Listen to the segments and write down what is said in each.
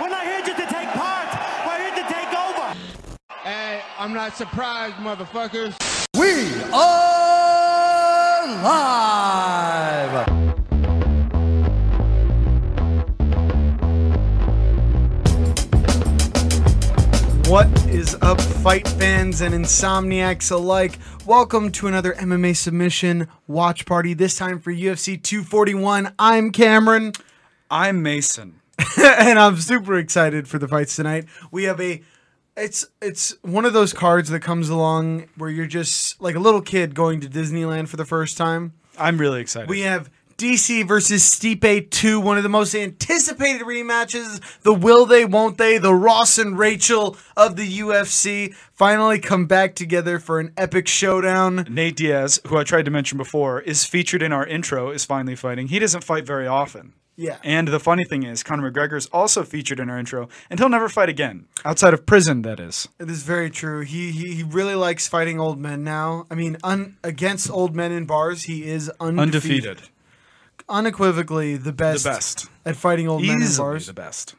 We're not here just to take part. We're here to take over. Hey, I'm not surprised, motherfuckers. We are live. What is up, fight fans and insomniacs alike? Welcome to another MMA submission watch party, this time for UFC 241. I'm Cameron. I'm Mason. and I'm super excited for the fights tonight. We have a it's it's one of those cards that comes along where you're just like a little kid going to Disneyland for the first time. I'm really excited. We have DC versus Stipe 2, one of the most anticipated rematches, the will they, won't they, the Ross and Rachel of the UFC finally come back together for an epic showdown. Nate Diaz, who I tried to mention before, is featured in our intro, is finally fighting. He doesn't fight very often. Yeah. And the funny thing is, Conor McGregor is also featured in our intro, and he'll never fight again. Outside of prison, that is. It is very true. He, he he really likes fighting old men now. I mean, un, against old men in bars, he is undefeated. Undefeated. unequivocally the best, The best. at fighting old men in Easily bars. the best.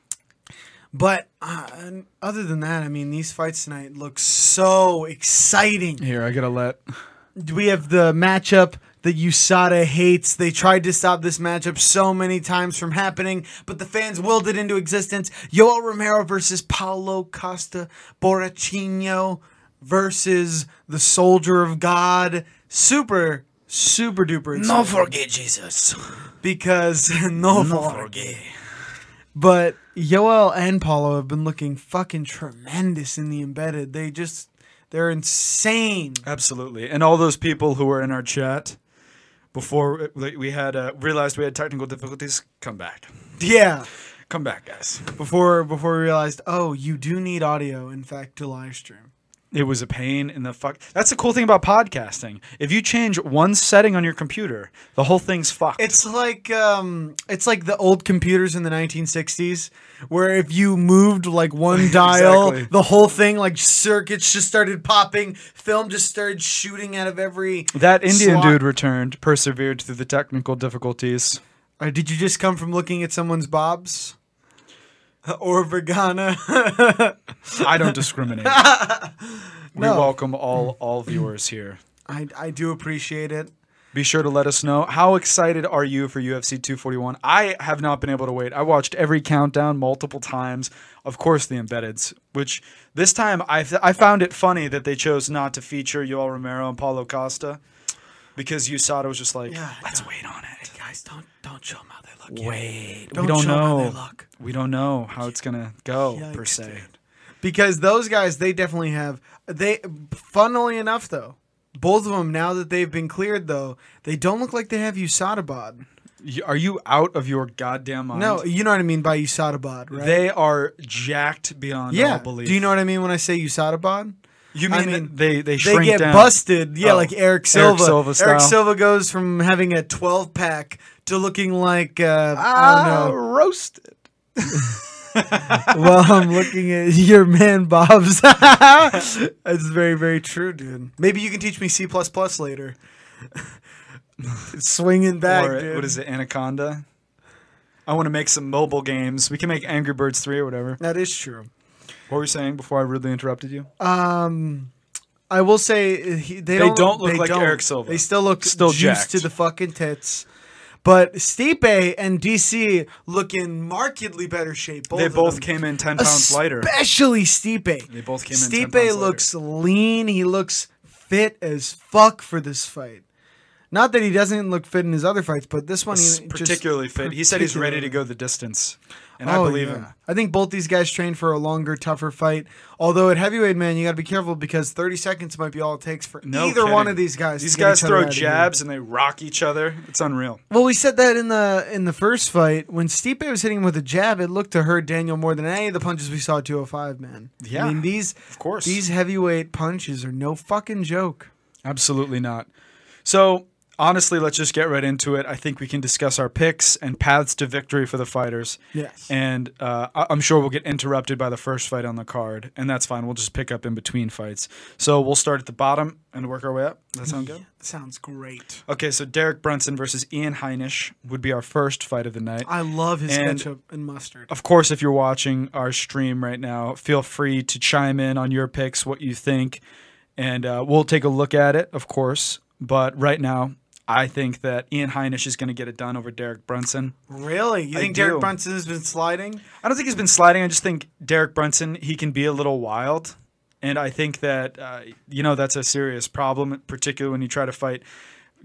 But uh, and other than that, I mean, these fights tonight look so exciting. Here, I gotta let. We have the matchup that USADA hates. They tried to stop this matchup so many times from happening, but the fans willed it into existence. Yoel Romero versus Paulo Costa Borrachino versus the Soldier of God. Super, super duper. exciting. forget Jesus. because no, forget. But Yoel and Paulo have been looking fucking tremendous in the embedded. They just they're insane. Absolutely. And all those people who were in our chat before we we had uh, realized we had technical difficulties, come back. Yeah. Come back, guys. Before before we realized, oh, you do need audio, in fact, to live stream. It was a pain in the fuck. That's the cool thing about podcasting. If you change one setting on your computer, the whole thing's fucked. It's like um it's like the old computers in the 1960s where if you moved like one dial, Exactly. the whole thing like circuits just started popping, film just started shooting out of every that Indian slot. dude returned, persevered through the technical difficulties. Or Uh, did you just come from looking at someone's bobs? Or Vagana? I don't discriminate. We No. welcome all all viewers here. I, I do appreciate it. Be sure to let us know how excited are you for UFC 241. I have not been able to wait. I watched every countdown multiple times. Of course, the embeddeds, which this time I, f- I found it funny that they chose not to feature Yoel Romero and Paulo Costa because USADA was just like, Yeah, let's wait on it. Guys, don't don't show them how they look. Wait, Don't we don't show 'em how they know. look. We don't know how it's gonna go per Yikes, se. dude. Because those guys, they definitely have. They, funnily enough, though, both of them now that they've been cleared, though, they don't look like they have USADABOD. Y- Are you out of your goddamn mind? No, you know what I mean by USADABOD, right? they are jacked beyond yeah. all belief. Do you know what I mean when I say USADABOD? You mean, I that mean, they they they shrink get down. busted. Yeah, Oh. like Eric Eric Silva. Eric Silva Silva, style. goes from having a 12 pack to looking like uh, I Ah, don't know. roasted. well, I'm looking at your man Bob's. That's very very true, dude. Maybe you can teach me C plus plus later. It's swinging back, or uh, dude. what is it, Anaconda? I want to make some mobile games. We can make Angry Birds three or whatever. That is true. What were you saying before I rudely interrupted you? Um, I will say uh, he, they, don't, don't look like Eric Silva. They still look Still juiced jacked. to the fucking tits. But Stipe and DC look in markedly better shape. Both they of both them. came in ten pounds lighter. Especially Stipe. They both came in 10 pounds Stipe lighter. looks lean. He looks fit as fuck for this fight. Not that he doesn't look fit in his other fights, but this one S- he particularly fit. He said he's ready to go the distance, and I believe him. Oh, I think both these guys trained for a longer, tougher fight. Although at heavyweight, man, you got to be careful because 30 seconds might be all it takes for No either one kidding. of these guys. to These get guys each other throw out of here. jabs and they rock each other. It's unreal. Well, we said that in the in the first fight when Stipe was hitting him with a jab, it looked to hurt Daniel more than any of the punches we saw at 205, man. Yeah, I mean these of course. these heavyweight punches are no fucking joke. Absolutely not. So honestly, let's just get right into it. I think we can discuss our picks and paths to victory for the fighters. Yes. And uh, I- I'm sure we'll get interrupted by the first fight on the card, and that's fine. We'll just pick up in between fights. So we'll start at the bottom and work our way up. Does that sound good? Sounds great. Okay, so Derek Brunson versus Ian Heinisch would be our first fight of the night. I love his And- ketchup and mustard. Of course, if you're watching our stream right now, feel free to chime in on your picks, what you think, and uh, we'll take a look at it, of course. But right now, I think that Ian Heinisch is going to get it done over Derek Brunson. Really? You I think do. Derek Brunson has been sliding? I don't think he's been sliding. I just think Derek Brunson, he can be a little wild. And I think that, uh, you know, that's a serious problem, particularly when you try to fight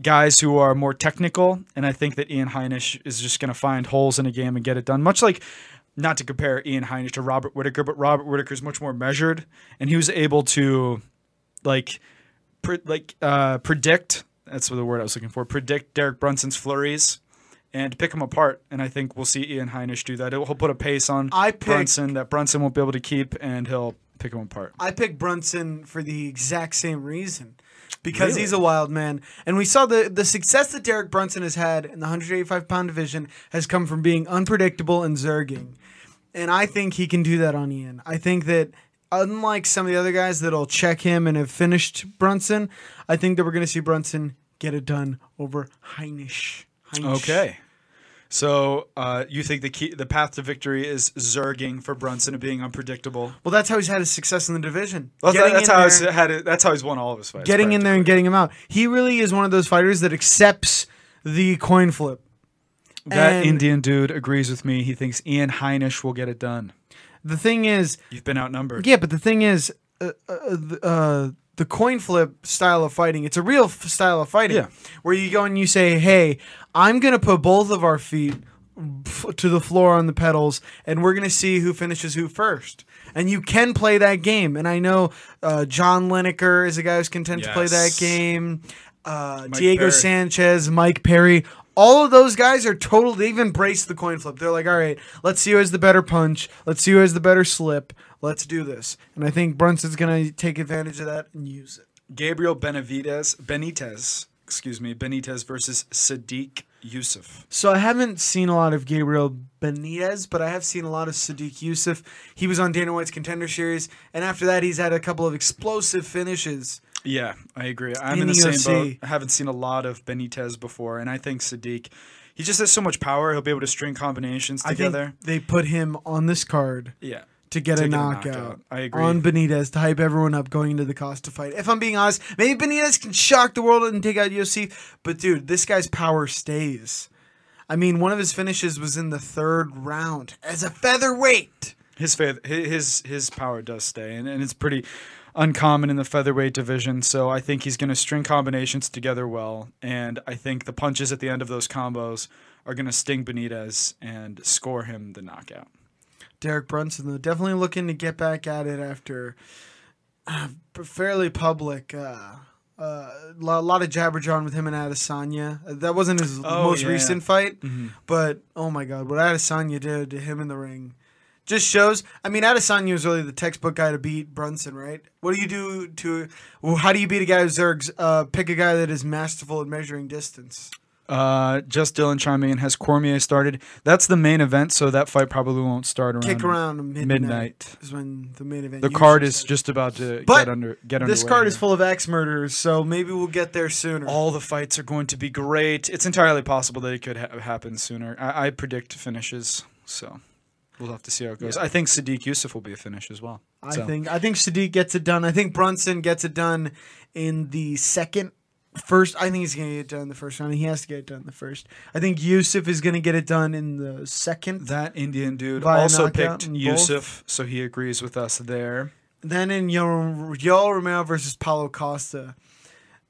guys who are more technical. And I think that Ian Heinisch is just going to find holes in a game and get it done. Much like, not to compare Ian Heinisch to Robert Whitaker, but Robert Whitaker is much more measured. And he was able to, like, pre- like uh, predict that's the word I was looking for predict Derek Brunson's flurries and pick him apart. And I think we'll see Ian Heinisch do that. He'll put a pace on I pick- Brunson that Brunson won't be able to keep, and he'll pick him apart. I picked Brunson for the exact same reason. Because Really? he's a wild man. And we saw the, the success that Derek Brunson has had in the 185 pound division has come from being unpredictable and zerging. And I think he can do that on Ian. I think that unlike some of the other guys that'll check him and have finished Brunson, I think that we're going to see Brunson get it done over Heinisch. Heinisch. Okay. So uh, you think the key, the path to victory is zerging for Brunson and being unpredictable? Well, that's how he's had his success in the division. Well, that- Getting that's in how there- he's had it, that's how he's won all of his fights. getting in there and practically. getting him out. He really is one of those fighters that accepts the coin flip. that and- Indian dude agrees with me. He thinks Ian Heinisch will get it done. The thing is, You've been outnumbered. yeah, but the thing is, uh, uh, th- uh, the coin flip style of fighting, it's a real f- style of fighting Yeah. where you go and you say, hey, I'm going to put both of our feet f- to the floor on the pedals and we're going to see who finishes who first. And you can play that game. And I know uh, John Lineker is a guy who's content to play that Yes. game. Uh, Diego Perry. Sanchez, Mike Perry, all of those guys are total. They even embrace the coin flip. They're like, all right, let's see who has the better punch. Let's see who has the better slip. Let's do this. And I think Brunson's going to take advantage of that and use it. Gabriel Benavides, Benitez, excuse me, Benitez versus Sadiq Yusuf. So I haven't seen a lot of Gabriel Benitez, but I have seen a lot of Sadiq Youssef. He was on Dana White's Contender Series, and after that, he's had a couple of explosive finishes. Yeah, I agree. I'm In in the the same boat. UFC. I haven't seen a lot of Benitez before, and I think Sadiq, he just has so much power. He'll be able to string combinations I together. think they put him on this card. yeah. to get To a, get a knockout, knockout. I agree. on Benitez to hype everyone up going into the Costa fight. If I'm being honest, maybe Benitez can shock the world and take out UFC, but dude, this guy's power stays. I mean, one of his finishes was in the third round as a featherweight. His faith, hi- his his power does stay, and, and it's pretty uncommon in the featherweight division. So I think he's going to string combinations together well, and I think the punches at the end of those combos are going to sting Benitez and score him the knockout. Derek Brunson, though, definitely looking to get back at it after uh, fairly public. Uh, uh, a lot of jabber john with him and Adesanya. Uh, That wasn't his Oh, most yeah. Mm-hmm. recent fight, but oh my god, what Adesanya did to him in the ring just shows. I mean, Adesanya was really the textbook guy to beat Brunson, right? What do you do to? Well, how do you beat a guy who zergs? Uh, pick a guy that is masterful at measuring distance. Uh, just Dylan chiming in. Has Cormier started? That's the main event, so that fight probably won't start around. Kick around midnight, Um, midnight. is when the main event. The usually card is starts. just about to But get under. Get This underway card is here. full of axe murders, so maybe we'll get there sooner. All the fights are going to be great. It's entirely possible that it could ha- happen sooner. I-, I predict finishes, so we'll have to see how it goes. I think Sadiq Yusuf will be a finish as well. I So, think I think Sadiq gets it done. I think Brunson gets it done in the second first I think he's gonna get it done in the first round. He has to get it done in the first. I think Yusuf is gonna get it done in the second. that Indian dude By a also knockout picked in both? Yusuf, so he agrees with us there. Then in Yo, Yo Romero versus Paulo Costa.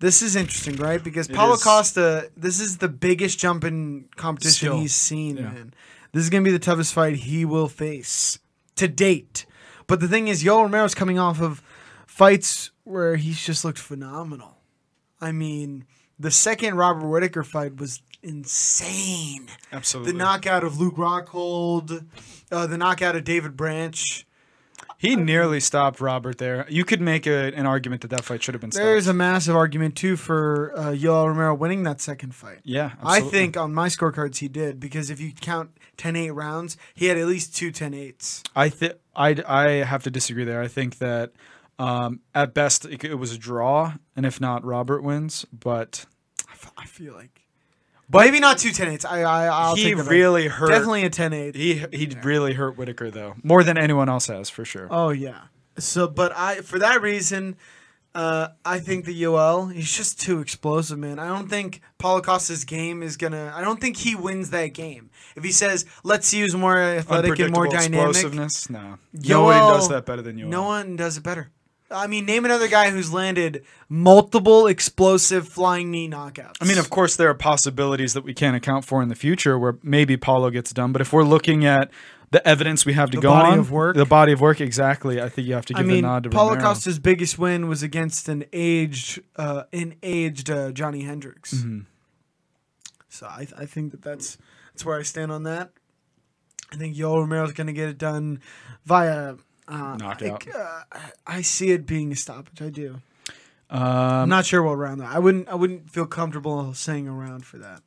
This is interesting, right? Because Paulo is. Costa, this is the biggest jump in competition Skill. he's seen, Yeah. man. This is gonna be the toughest fight he will face to date. But the thing is, Yo Romero's coming off of fights where he's just looked phenomenal. I mean, the second Robert Whitaker fight was insane. Absolutely. The knockout of Luke Rockhold, uh, the knockout of David Branch. He nearly stopped Robert there. You could make a, an argument that that fight should have been stopped. There's a massive argument too for uh, Yoel Romero winning that second fight. yeah, I absolutely. think on my scorecards he did because if you count 10-8 rounds, he had at least two 10-8s. I think I I have to disagree there. I think that um, at best it, it was a draw, and if not, Robert wins. But I f- I feel like, but maybe not two 10-8s. I, I I'll he take that back. really hurt. definitely a 10-8. he he really hurt Whitaker though, more than anyone else has for sure. Oh yeah. So, but I for that reason, uh, I think that Yoel he's just too explosive, man. I don't think Paulo Costa's game is gonna. I don't think he wins that game. If he says, "Let's use more athletic and more Unpredictable dynamic," explosiveness. No, nobody does Yoel- that better than you. no one does it better. I mean, name another guy who's landed multiple explosive flying knee knockouts. I mean, of course, there are possibilities that we can't account for in the future where maybe Paulo gets done. But if we're looking at the evidence we have to go body on, of work. the body of work, exactly, I think you have to I give mean, a nod to Paulo Romero. Costa's biggest win was against an aged, uh, an aged uh, Johnny Hendricks. Mm-hmm. So I, I think that that's that's where I stand on that. I think Yoel Romero's going to get it done via uh, Knockout. I, uh, I- I see it being a stoppage. I do. I'm Um, not sure what round that. I wouldn't. I wouldn't feel comfortable saying a round for that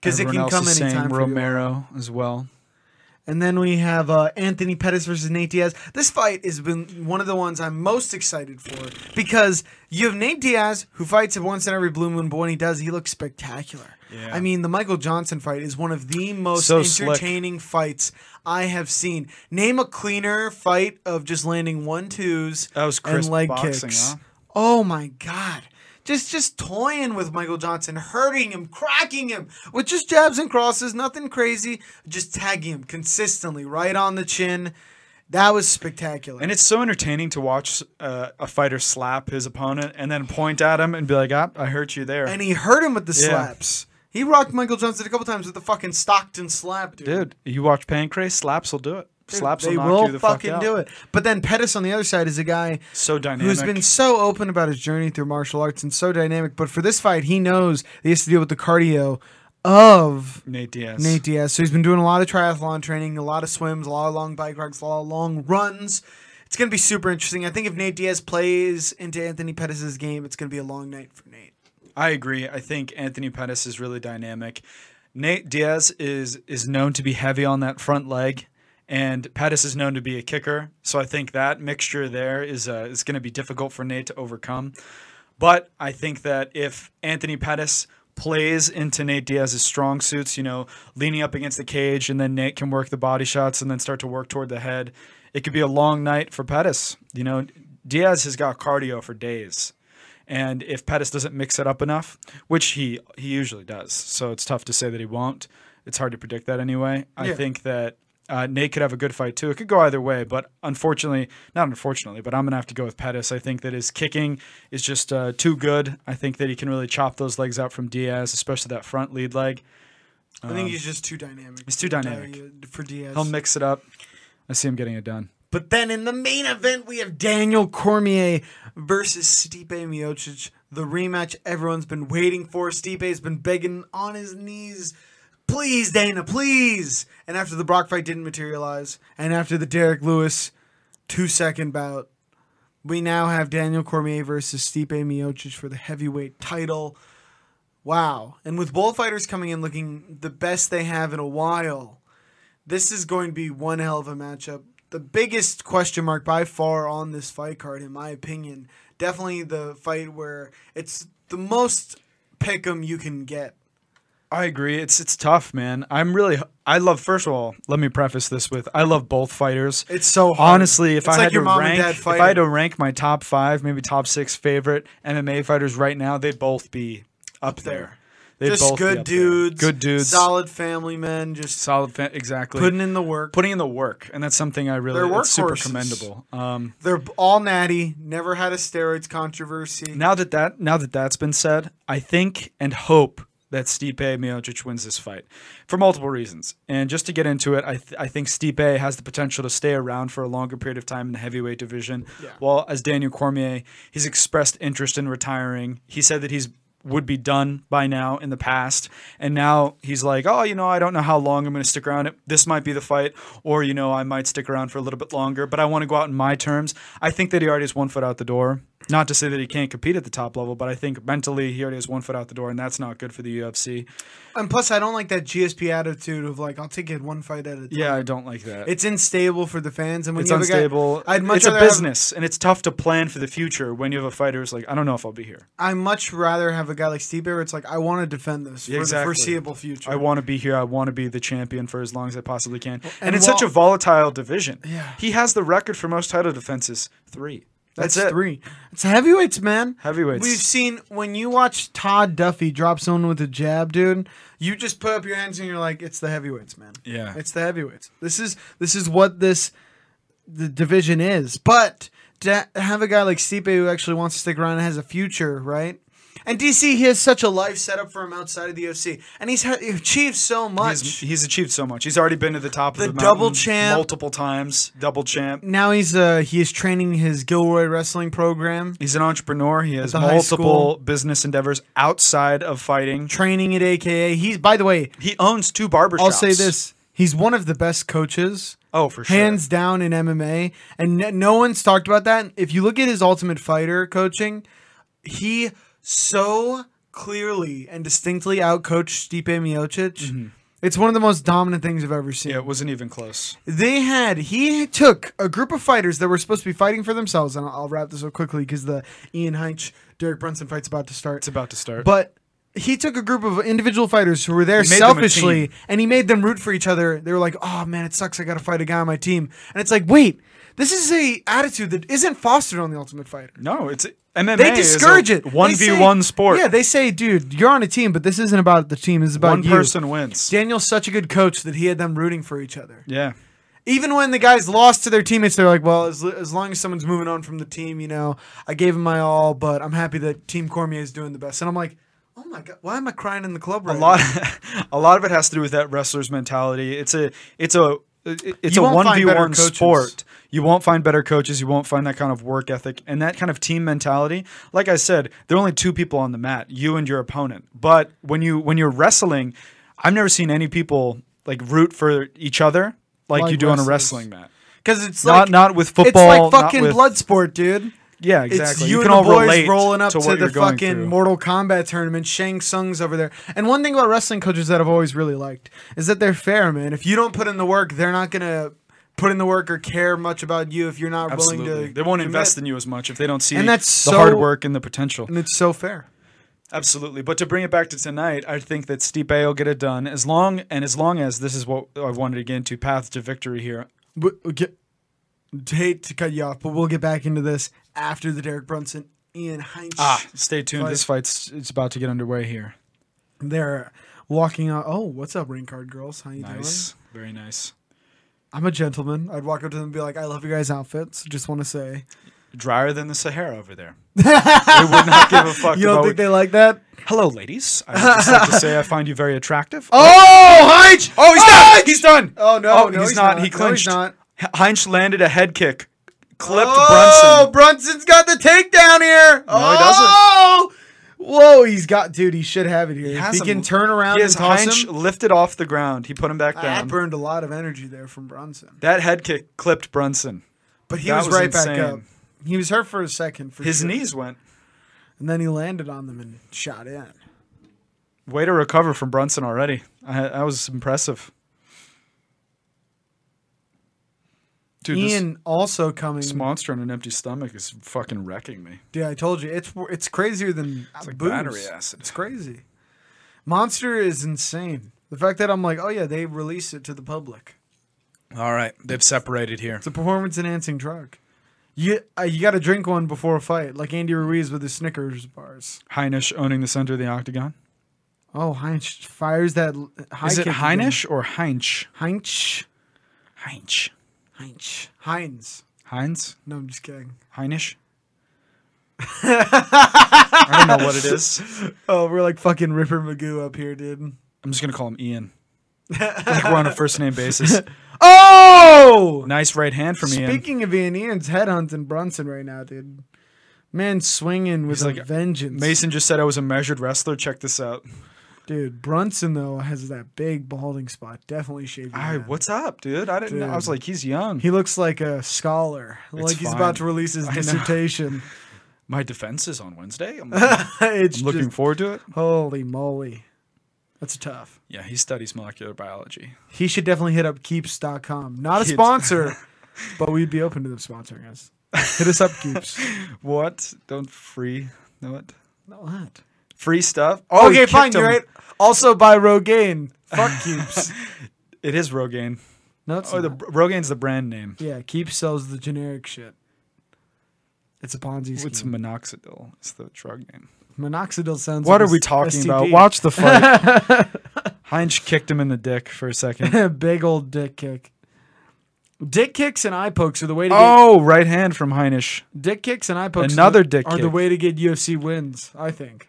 because it everyone can else come is saying anytime. for Yoel. Romero as well. And then we have uh, Anthony Pettis versus Nate Diaz. This fight has been one of the ones I'm most excited for because you have Nate Diaz who fights at once in every blue moon, but when he does, he looks spectacular. Yeah. I mean, the Michael Johnson fight is one of the most So slick. entertaining fights I have seen. Name a cleaner fight of just landing one twos That was and crisp leg boxing, kicks. huh? Oh my god. Just just toying with Michael Johnson, hurting him, cracking him with just jabs and crosses, nothing crazy, just tagging him consistently right on the chin. That was spectacular. And it's so entertaining to watch uh, a fighter slap his opponent and then point at him and be like, ah, I hurt you there. and he hurt him with the Yeah. slaps. He rocked Michael Johnson a couple times with the fucking Stockton slap, dude. Dude, you watch Pancrase, slaps will do it. Slaps they will knock will you the fuck fucking out. do it. But then Pettis on the other side is a guy So dynamic. who's been so open about his journey through martial arts and so dynamic. But for this fight, he knows he has to deal with the cardio of Nate Diaz. Nate Diaz. So he's been doing a lot of triathlon training, a lot of swims, a lot of long bike rides, a lot of long runs. It's going to be super interesting. I think if Nate Diaz plays into Anthony Pettis' game, it's going to be a long night for Nate. I agree. I think Anthony Pettis is really dynamic. Nate Diaz is is known to be heavy on that front leg, and Pettis is known to be a kicker. So I think that mixture there is uh, is going to be difficult for Nate to overcome. But I think that if Anthony Pettis plays into Nate Diaz's strong suits, you know, leaning up against the cage, and then Nate can work the body shots and then start to work toward the head, it could be a long night for Pettis. You know, Diaz has got cardio for days. And if Pettis doesn't mix it up enough, which he he usually does, so it's tough to say that he won't. It's hard to predict that anyway. I Yeah. think that uh, Nate could have a good fight too. It could go either way, but unfortunately, not unfortunately, but I'm gonna have to go with Pettis. I think that his kicking is just uh, too good. I think that he can really chop those legs out from Diaz, especially that front lead leg. I think he's just too dynamic. Um, he's too dynamic. Di- for Diaz. He'll mix it up. I see him getting it done. But then in the main event, we have Daniel Cormier versus Stipe Miocic. The rematch everyone's been waiting for. Stipe's been begging on his knees, please, Dana, please. And after the Brock fight didn't materialize, and after the Derek Lewis two second bout, we now have Daniel Cormier versus Stipe Miocic for the heavyweight title. Wow. And with bullfighters coming in looking the best they have in a while this is going to be one hell of a matchup. The biggest question mark by far on this fight card, in my opinion, definitely the fight where it's the most pick 'em you can get. I agree. It's it's tough, man. I'm really I love first of all, let me preface this with I love both fighters. It's so hard. honestly, if It's I like had your to mom and rank dad if I had fighting. to rank my top 5, maybe top 6 favorite MMA fighters right now, they'd both be up, there. there. They'd just both be good up there. dudes, Good dudes. solid family men, just solid fa- exactly. putting in the work. putting in the work, and that's something I really They're it's super workhorses. commendable. Um They're b- all natty. Never had a steroids controversy. now that that now that that's been said, I think and hope that Stipe Miocic wins this fight for multiple reasons. And just to get into it, I, th- I think Stipe has the potential to stay around for a longer period of time in the heavyweight division. While as Daniel Cormier, he's expressed interest in retiring. He said that he's would be done by now in the past. And now he's like, oh, you know, I don't know how long I'm going to stick around. It- This might be the fight, or, you know, I might stick around for a little bit longer, but I want to go out in my terms. I think that he already has one foot out the door. Not to say that he can't compete at the top level, but I think mentally he already has one foot out the door, and that's not good for the UFC. And plus, I don't like that GSP attitude of like, I'll take it one fight at a time. Yeah, I don't like that. It's unstable for the fans, and when it's you have a guy- unstable. I'd much it's a rather have- business, and it's tough to plan for the future when you have a fighter who's like, I don't know if I'll be here. I much rather have a guy like Steve Bear. It's like I want to defend this for the Exactly. foreseeable future. I want to be here. I want to be the champion for as long as I possibly can. And, and it's such a while- volatile division. Yeah. He has the record for most title defenses three. That's, That's it. three. It's heavyweights, man. Heavyweights. We've seen when you watch Todd Duffy drop someone with a jab, dude. You just put up your hands and you're like, it's the heavyweights, man. Yeah. it's the heavyweights. This is this is what this the division is. But to ha- have a guy like Stipe who actually wants to stick around and has a future, right? And DC, he has such a life set up for him outside of the UFC, and he's ha- he achieved so much. He's, he's achieved so much. He's already been to the top The of the double mountain champ. multiple times. Double champ. now he's uh he is training his Gilroy wrestling program, He's an entrepreneur. He has the high school. multiple business endeavors outside of fighting. training at AKA. He's by the way, He owns two barbershops. I'll say this: he's one of the best coaches, Oh, for sure. hands down in MMA, and n- no one's talked about that. If you look at his Ultimate Fighter coaching, he so clearly and distinctly outcoached Stipe Miocic. Mm-hmm. It's one of the most dominant things I've ever seen. Yeah, it wasn't even close. They had he took a group of fighters that were supposed to be fighting for themselves, and I'll, I'll wrap this up quickly because the Ian Heinch Derek Brunson fight's about to start. It's about to start. But he took a group of individual fighters who were there made them a selfishly team. and he made them root for each other. They were like, "Oh man, it sucks I got to fight a guy on my team." And it's like, "Wait, this is a attitude that isn't fostered on the Ultimate Fighter." no, it's MMA. They discourage it. They One v one say- sport. Yeah, they say, "Dude, you're on a team, but this isn't about the team. This is about one you." person wins. Daniel's such a good coach that he had them rooting for each other. Yeah. Even when the guys lost to their teammates, they're like, "Well, as, as long as someone's moving on from the team, you know, I gave him my all, but I'm happy that Team Cormier is doing the best." And I'm like, "Oh my god, why am I crying in the club right a now?" lot a lot of it has to do with that wrestler's mentality it's a it's a it's You a won't find 1v1 better coaches. sport you won't find better coaches you won't find that kind of work ethic and that kind of team mentality like i said there are only two people on the mat you and your opponent but when you when you're wrestling i've never seen any people like root for each other like, Like you do on a wrestlers. wrestling mat Because it's Not- like not with It's football, like not fucking with- Bloodsport, dude. yeah exactly It's you, you, and can the all boys relate rolling up to, to, what the you're going fucking through. Mortal Kombat tournament. Shang Tsung's over there. And one thing about wrestling coaches that I've always really liked is that they're fair, man. If you don't put in the work, they're not gonna put in the work or care much about you if you're not willing Absolutely. to. they won't commit. invest in you as much if they don't see And that's the hard so- work and the potential. And it's so fair. Absolutely, but to bring it back to tonight, I think that Stipe will get it done as long and as long as this is what I wanted to get into path to victory here. We, we get, hate to cut you off, but we'll get back into this after the Derek Brunson Ian Heinz. Ah, stay tuned. This fight's it's about to get underway here. They're walking out. Oh, what's up, ring card girls? How you doing? Nice, very nice. I'm I'm a gentleman. I'd walk up to them and be like, I love your guys' outfits. Just want to say. drier than the Sahara over there. they would not give a fuck You don't about. think they like that? Hello, ladies. I would just like to say I find you very attractive. Oh, Heinz! Oh, he's done. He's done. Oh, no, Oh, no, he's, he's not. not. He No, he's clinched. not. H- Heinz landed a head kick, clipped Oh, Brunson. Brunson's got the takedown here. he doesn't. oh! Whoa, he's got, dude, he should have it here. If has he him- can turn around He and has toss Heinz him. lifted off the ground. He put him back That down. burned a lot of energy there from Brunson. That head kick clipped Brunson. But he That was, was right back insane. up. He was hurt for a second. For His sure. knees went. And then he landed on them and shot in. Way to recover from Brunson already. I, that was impressive. Dude, Ian also coming. this monster on an empty stomach is fucking wrecking me. Yeah, I told you it's it's crazier than it's like battery acid. It's crazy. Monster is insane. The fact that I'm like, oh yeah, they release it to the public. All right, they've separated here. It's a performance enhancing drug. You uh, you got to drink one before a fight, like Andy Ruiz with his Snickers bars. Heinisch owning the center of the octagon. Oh, Heinz fires that. l- High Is it kick again. Heinisch or Heinch? Heinz? Heinch. Heinz? Heinz? Heinz? No, I'm just kidding. Heinisch? I don't know what it is. Oh, we're like fucking Ripper Magoo up here, dude. I'm just going to call him Ian. Like we're on a first name basis. Oh, Nice right hand from Ian. Speaking of Ian, Ian's headhunting Brunson right now, dude. Man swinging with He's a like, vengeance. Mason just said I was a measured wrestler. Check this out. Dude, Brunson though has that big balding spot. Definitely shaving. I that. what's up, dude? I didn't. know. I was Dude. like, he's young. He looks like a scholar. like he's fine. about to release his I know. dissertation. My defense is on Wednesday. I'm, I'm it's looking just- forward to it. Holy moly. That's tough. Yeah, he studies molecular biology. He should definitely hit up keeps.com. Not a Keeps. sponsor, but we'd be open to them sponsoring us. Hit us up, Keeps. What? Don't free? No what? What? Free stuff? Oh, he okay, kicked fine. You're him. right. Also by Rogaine. Fuck Keeps. It is Rogaine. No, it's Oh, the not. Rogaine's the brand name. yeah. Keeps sells the generic shit. It's a Ponzi scheme. It's minoxidil. It's the drug name. Minoxidil sounds. What like are a we s- talking STD. about? Watch the fight. Heinz kicked him in the dick for a second. Big old dick kick. Dick kicks and eye pokes are the way to Oh, right hand from Heinisch. get dick kicks and eye pokes. are Another the, dick are the kick. way to get UFC wins. I think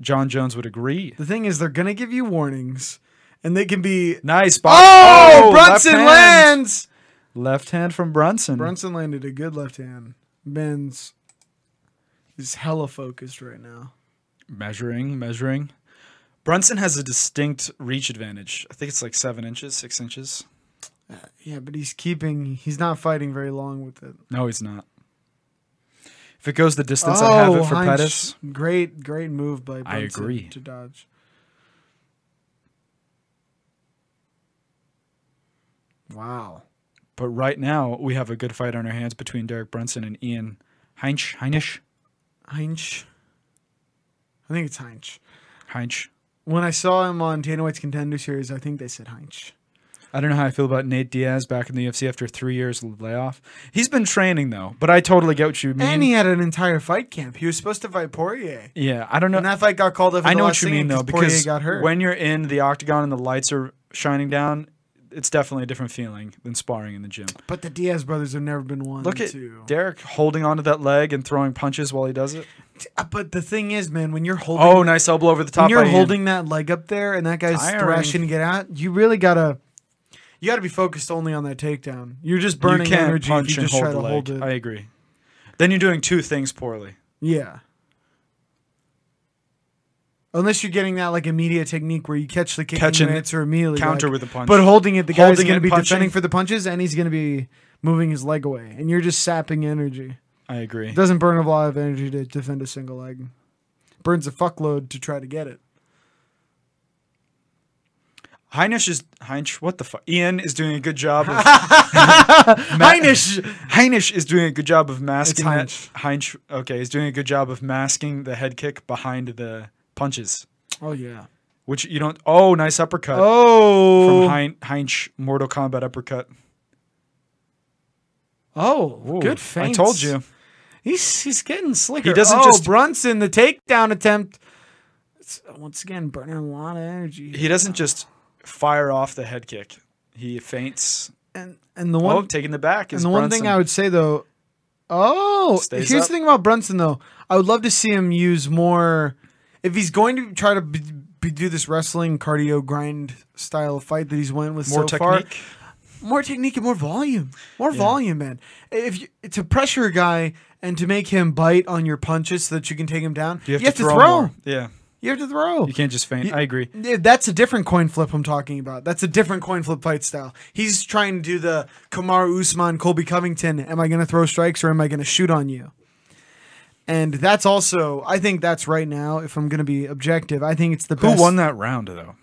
John Jones would agree. the thing is they're gonna give you warnings, and they can be. Nice. bo- Oh, Brunson left hand. lands. Left hand from Brunson. Brunson landed a good left hand. Ben's is hella focused right now. Measuring, measuring. Brunson has a distinct reach advantage. I think it's like seven inches, six inches. Yeah, but he's keeping. He's not fighting very long with it. No, he's not. If it goes the distance, I have it for Oh, Heinz, Pettis. Great, great move by Brunson I agree. to dodge. Wow. But right now, we have a good fight on our hands between Derek Brunson and Ian Heinch. Heinisch? Heinz. I think it's Heinz. Heinch. When I saw him on Dana White's Contender Series, I think they said Heinz. I don't know how I feel about Nate Diaz back in the UFC after three years of layoff. He's been training, though, but I totally get what you mean. And he had an entire fight camp. He was supposed to fight Poirier. yeah, I don't know. And that fight got called up. at I the know last what you mean, second though, because Poirier got hurt. when you're in the octagon and the lights are shining down, it's definitely a different feeling than sparring in the gym. but the Diaz brothers have never been one. Look at to. Derek holding onto that leg and throwing punches while he does it. but the thing is, man, when you're holding Oh, nice elbow over the top. when you're by Ian. holding that leg up there and that guy's Tiring. thrashing to get out, you really gotta you gotta be focused only on that takedown. You're just burning you can't energy punch if you and just hold try the to leg. hold it. I agree. Then you're doing two things poorly. yeah. Unless you're getting that like immediate technique where you catch the kick Catch and and answer immediately, counter like- with a punch. But holding it, the guy's Holding going it, to be punching. defending for the punches, and he's going to be moving his leg away, and you're just sapping energy. I agree. It doesn't burn a lot of energy to defend a single leg. Burns a fuckload to try to get it. Heinisch is Heinch. What the fuck? Ian is doing a good job. Of, Heinisch! Heinisch is doing a good job of masking that. Heinch. Heinch. Okay, he's doing a good job of masking the head kick behind the punches, Oh yeah. which you don't. Oh, nice uppercut Oh. from Hein, Heinch. Mortal Kombat uppercut. Oh, Ooh, good feint. I told you. He's he's getting slicker. He doesn't Oh, just- Brunson the takedown attempt. It's, once again, burning a lot of energy. He doesn't just fire off the head kick. He feints. and and the Oh, one taking the back and is the one thing Brunson. I would say though. Oh, Stays here's up. the thing about Brunson though. I would love to see him use more. If he's going to try to be, be, do this wrestling cardio grind style of fight that he's went with more so far, technique. more technique and more volume. More volume, man. If you, to pressure a guy and to make him bite on your punches so that you can take him down, you have, to, throw. more. Yeah, You have to throw. you can't just feint. I agree. Yeah, That's a different coin flip I'm talking about. That's a different coin flip fight style. He's trying to do the Kamaru Usman, Colby Covington. Am I going to throw strikes or am I going to shoot on you? And that's also, I think that's right now. If I'm going to be objective, I think it's the Who best. won that round though?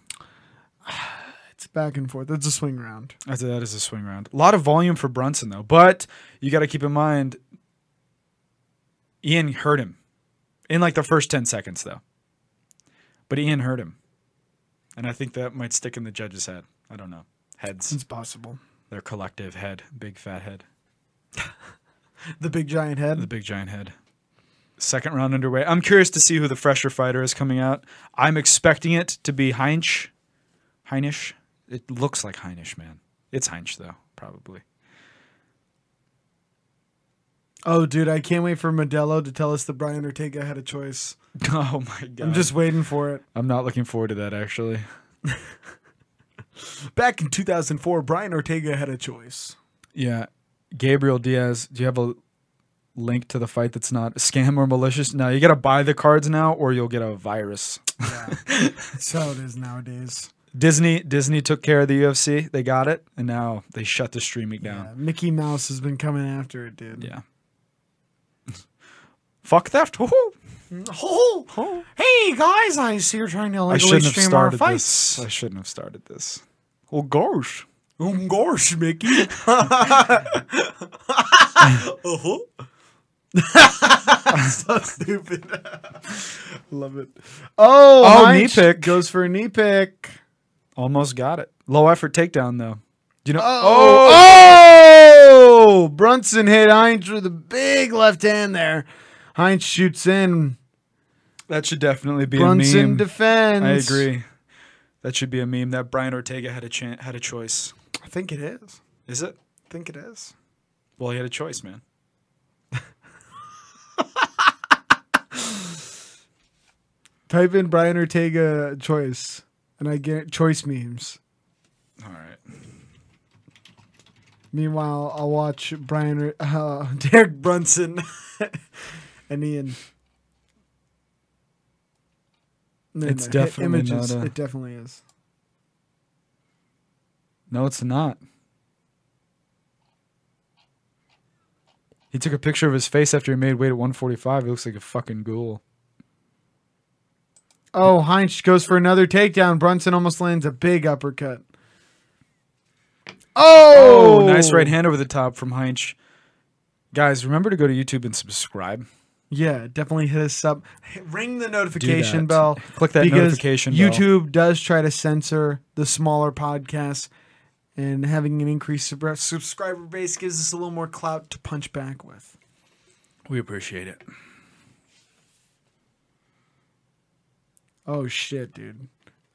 It's back and forth. It's a swing round. I said that is a swing round. A lot of volume for Brunson though, but you got to keep in mind, Ian hurt him in like the first ten seconds though. But Ian hurt him, and I think that might stick in the judge's head. I don't know. Heads, It's possible. their collective head, big fat head, The big giant head. the big giant head. Second round underway. I'm curious to see who the fresher fighter is coming out. I'm expecting it to be Heinch. Heinisch. It looks like Heinisch, man. It's Heinch though, probably. Oh, dude, I can't wait for Modelo to tell us that Brian Ortega had a choice. Oh my god. I'm just waiting for it. I'm not looking forward to that actually. Back in 2004, Brian Ortega had a choice. Yeah. Gabriel Diaz, do you have a link to the fight that's not a scam or malicious. No, you got to buy the cards now or you'll get a virus. So it is nowadays. Disney Disney took care of the UFC. They got it and now they shut the streaming down. Yeah, Mickey Mouse has been coming after it, dude. Yeah. Fuck theft. Woohoo. Oh, hey guys, I see you're trying to I illegally shouldn't have stream our started fights. this. I shouldn't have started this. Oh gosh. Oh gosh, Mickey. Uh-huh. so stupid. Love it. Oh, Oh, Heinz knee pick. goes for a knee pick. Almost got it. Low effort takedown though. Do you know? Oh, oh! Brunson hit Heinz with a big left hand there. Heinz shoots in. that should definitely be a Brunson meme. I defends. agree. That should be a meme that Brian Ortega had a chan had a choice. I think it is. Is it? I think it is. Well, he had a choice, man. Type in Brian Ortega choice, and I get choice memes. All right. Meanwhile, I'll watch Brian Re- uh, Derek Brunson and Ian. No, It's hit definitely images. not a- It definitely is. No, it's not. He took a picture of his face after he made weight at 145. He looks like a fucking ghoul. Oh, Heinz goes for another takedown. Brunson almost lands a big uppercut. Oh, Oh, nice right hand over the top from Heinz. Guys, remember to go to YouTube and subscribe. Yeah, definitely hit us up. Hit- Ring the Do notification that. bell. Click that because notification bell. YouTube does try to censor the smaller podcasts, and having an increased sub- subscriber base gives us a little more clout to punch back with. We appreciate it. Oh shit, dude.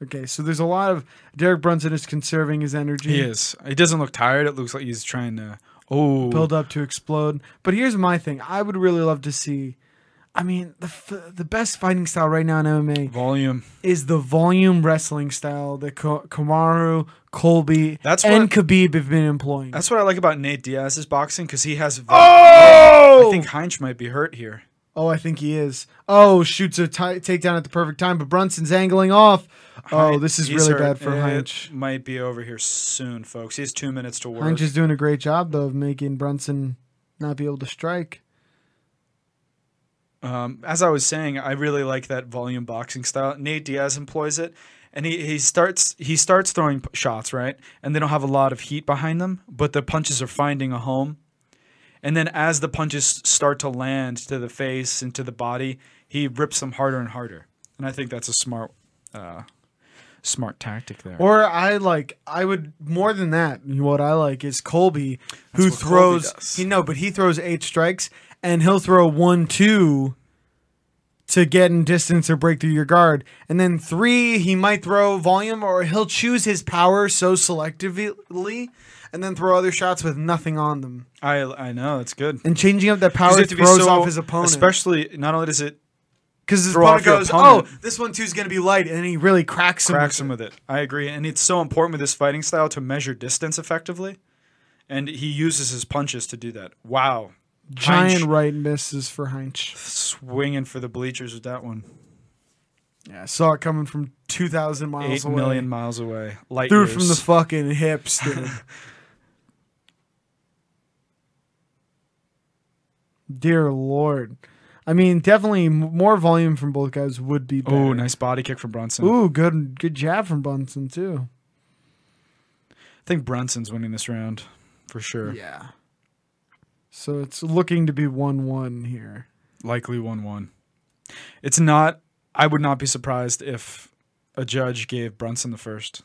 Okay, so there's a lot of Derek Brunson is conserving his energy. He is. He doesn't look tired. It looks like he's trying to. Oh, build up to explode. But here's my thing: I would really love to see. I mean, the f- the best fighting style right now in MMA volume. is the volume wrestling style that Ko- Kamaru, Colby, That's and what- Khabib have been employing. That's what I like about Nate Diaz's boxing because he has. oh, I think Heinz might be hurt here. Oh, I think he is. Oh, shoots a t- takedown at the perfect time, but Brunson's angling off. Oh, Hein- this is he's really hurt. bad for It Heinz. Might be over here soon, folks. He has two minutes to work. Heinz is doing a great job though of making Brunson not be able to strike. Um, as I was saying, I really like that volume boxing style. Nate Diaz employs it, and he, he starts he starts throwing p- shots right, and they don't have a lot of heat behind them, but the punches are finding a home. And then as the punches start to land to the face and to the body, he rips them harder and harder. And I think that's a smart, uh, smart tactic there. Or I like I would more than that. What I like is Colby, who what Colby throws. does. he no, but he throws eight strikes, and he'll throw one two to get in distance or break through your guard, and then three he might throw volume, or he'll choose his power so selectively, and then throw other shots with nothing on them, I I know it's good. and changing up that power You have to be throws so- off his opponent. Especially not only does it Because his throw opponent off your goes, opponent. "Oh, this one two's gonna be light," and he really cracks him. cracks with him with it. I agree, and it's so important with this fighting style to measure distance effectively, and he uses his punches to do that. Wow, Giant Heinz right misses for Heinz. swinging for the bleachers with that one. Yeah, I saw it coming from 2,000 miles Eight away. million miles away, light Threw it years. from the fucking hips, dude. Dear Lord. I mean, definitely m- more volume from both guys would be better. oh, nice body kick from Brunson. Ooh, good, good jab from Bunsen, too. I think Brunson's winning this round for sure. Yeah. So it's looking to be 1 1 here. Likely one-one. It's not. I would not be surprised if a judge gave Brunson the first.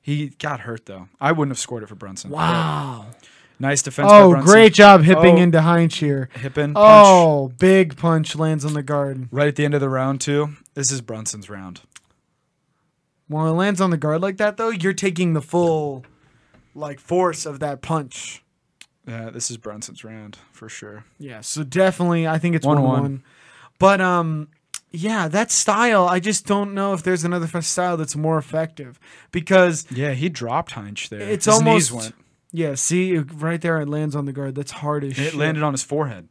He got hurt though. I wouldn't have scored it for Brunson. Wow. Nice defense. by Oh, Brunson. great job hipping Oh. into Heinz here. Hip in, punch. Oh, big punch lands on the guard. right at the end of the round too. This is Brunson's round. When it lands on the guard like that, though, you're taking the full, like, force of that punch. Yeah, this is Brunson's round for sure. Yeah, so definitely, I think it's one One, one. one. But um, yeah, that style, I just don't know if there's another f- style that's more effective because Yeah, he dropped Heinz there. it's his almost knees went. yeah. See, right there, it lands on the guard. That's hard as It shit. landed on his forehead.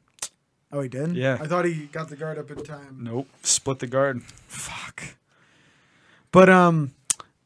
Oh, he did. Yeah. I thought he got the guard up in time. Nope. Split the guard. Fuck. But um,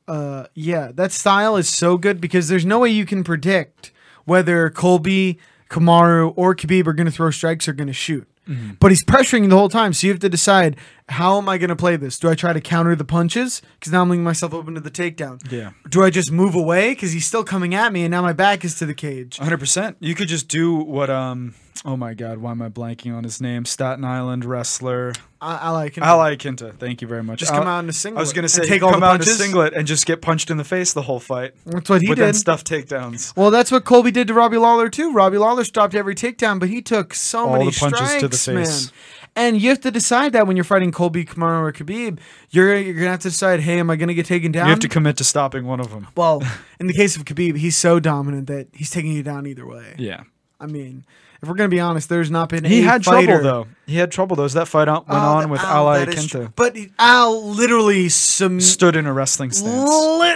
uh, yeah, that style is so good because there's no way you can predict whether Colby, Kamaru, or Khabib are going to throw strikes or going to shoot. Mm-hmm. But he's pressuring the whole time, so you have to decide how am I going to play this? Do I try to counter the punches because now I'm leaving myself open to the takedown? Yeah. Do I just move away because he's still coming at me and now my back is to the cage? 100%. You could just do what, um, oh my God, why am I blanking on his name? Staten Island wrestler. I, I like it. Ally Kinta. Thank you very much. Just come Al- out in a singlet. I was going to and say, take take all come the out in a punches. singlet and just get punched in the face the whole fight. That's what he but then did. stuff takedowns. Well, that's what Colby did to Robbie Lawler too. Robbie Lawler stopped every takedown, but he took so All many the punches strikes, to the face. man. And you have to decide that when you're fighting Colby, Kamaru, or Khabib, you're you're gonna have to decide, hey, am I gonna get taken down? You have to commit to stopping one of them. well, in the case of Khabib, he's so dominant that he's taking you down either way. Yeah. I mean, if we're gonna be honest, there's not been He a had fighter- trouble, though. He had trouble, though. So that fight out, went Oh, on that- with oh, Ally that is Kinta. true. But Al literally some Stood in a wrestling stance.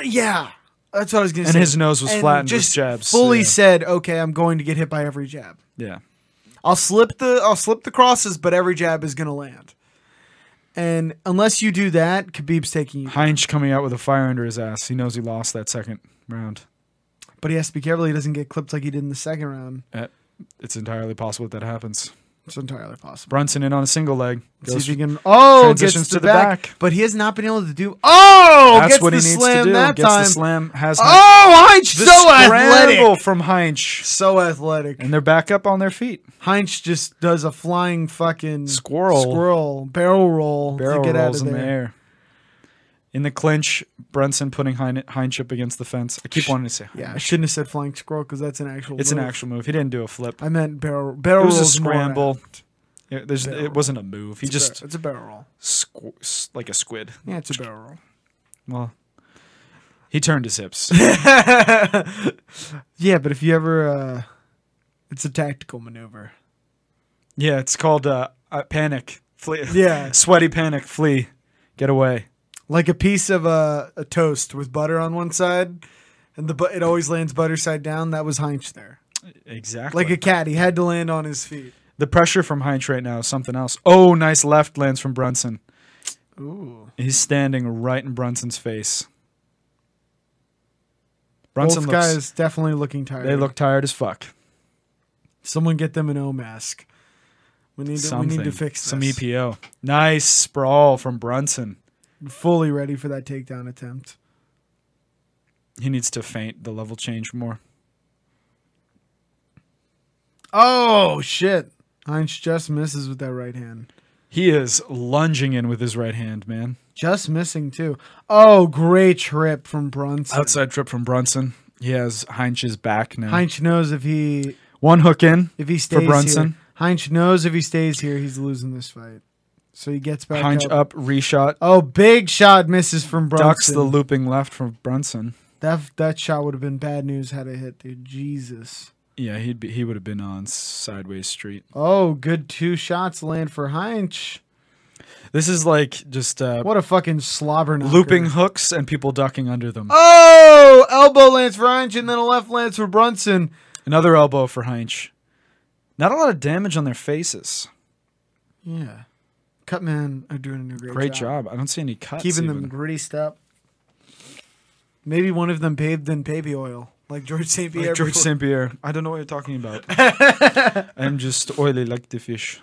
Li- yeah. That's what I was gonna And say. his nose was And flattened with just jabs, Fully yeah. said, okay, I'm going to get hit by every jab. Yeah. I'll slip the I'll slip the crosses, but every jab is gonna land. And unless you do that, Khabib's taking you. Heinz coming out with a fire under his ass. He knows he lost that second round. But he has to be careful he doesn't get clipped like he did in the second round. Uh, It's entirely possible that that happens. It's entirely possible. Brunson in on a single leg. See if Goes- he can. Oh, gets transitions to the back, but he has not been able to do. Oh, that's gets what the he needs slam to do. that Gets time. the slam. Has Heinz- Oh, Heinz the so scramble athletic, from Heinz. so athletic. And they're back up on their feet. Heinz just does a flying fucking Squirrel. squirrel barrel roll, Barrel to get rolls out of in there. the air. In the clinch, Brunson putting Hein- Heinz up against the fence. I keep wanting to say Heinz. Yeah, I shouldn't have said flying squirrel because that's an actual. It's an move. actual move. He didn't do a flip. I meant barrel barrel. It was a roll's more scramble. accurate. It, there's, Barrel it wasn't a move. He It's a just bar- it's a barrel roll. squ- s- like a squid. Yeah, it's a barrel roll. Well, he turned his hips. Yeah, but if you ever, uh, it's a tactical maneuver. yeah, it's called uh, uh, panic. Flee. Yeah. sweaty panic. Flee. Get away. Like a piece of uh, a toast with butter on one side, and the bu- it always lands butter side down. That was Heinz there, Exactly. like a cat. He had to land on his feet. the pressure from Heinz right now is something else. Oh, nice left lands from Brunson. Ooh, He's standing right in Brunson's face. both Brunson looks. guys definitely looking tired. They look tired as fuck. Someone get them an O mask. We need to, we Something. need to fix this. some E EPO. Nice sprawl from Brunson. Fully ready for that takedown attempt. He needs to faint the level change more. Oh shit! Heinz just misses with that right hand. He is lunging in with his right hand, man. Just missing too. Oh, great trip from Brunson. Outside trip from Brunson. He has Heinz's back now. Heinz knows if he One hook in. if he stays Brunson? here. Heinz knows if he stays here, he's losing this fight. So he gets back Heinz up. up, reshot. Oh, big shot misses from Brunson. Ducks the looping left from Brunson. that that shot would have been bad news had it hit, dude. Jesus. Yeah, he'd be, he would have been on sideways street. Oh, good two shots land for Heinz. This is like just uh, What a fucking slobber knocker. looping hooks and people ducking under them. Oh, elbow lands for Heinz and then a left lands for Brunson. Another elbow for Heinz. Not a lot of damage on their faces. Yeah. Cutman are doing a great, Great job. I don't see any cuts. keeping even. them greased up. Maybe one of them bathed in baby oil, like George St. Like Pierre. George before- St. Pierre. I don't know what you're talking about. I'm just oily like the fish.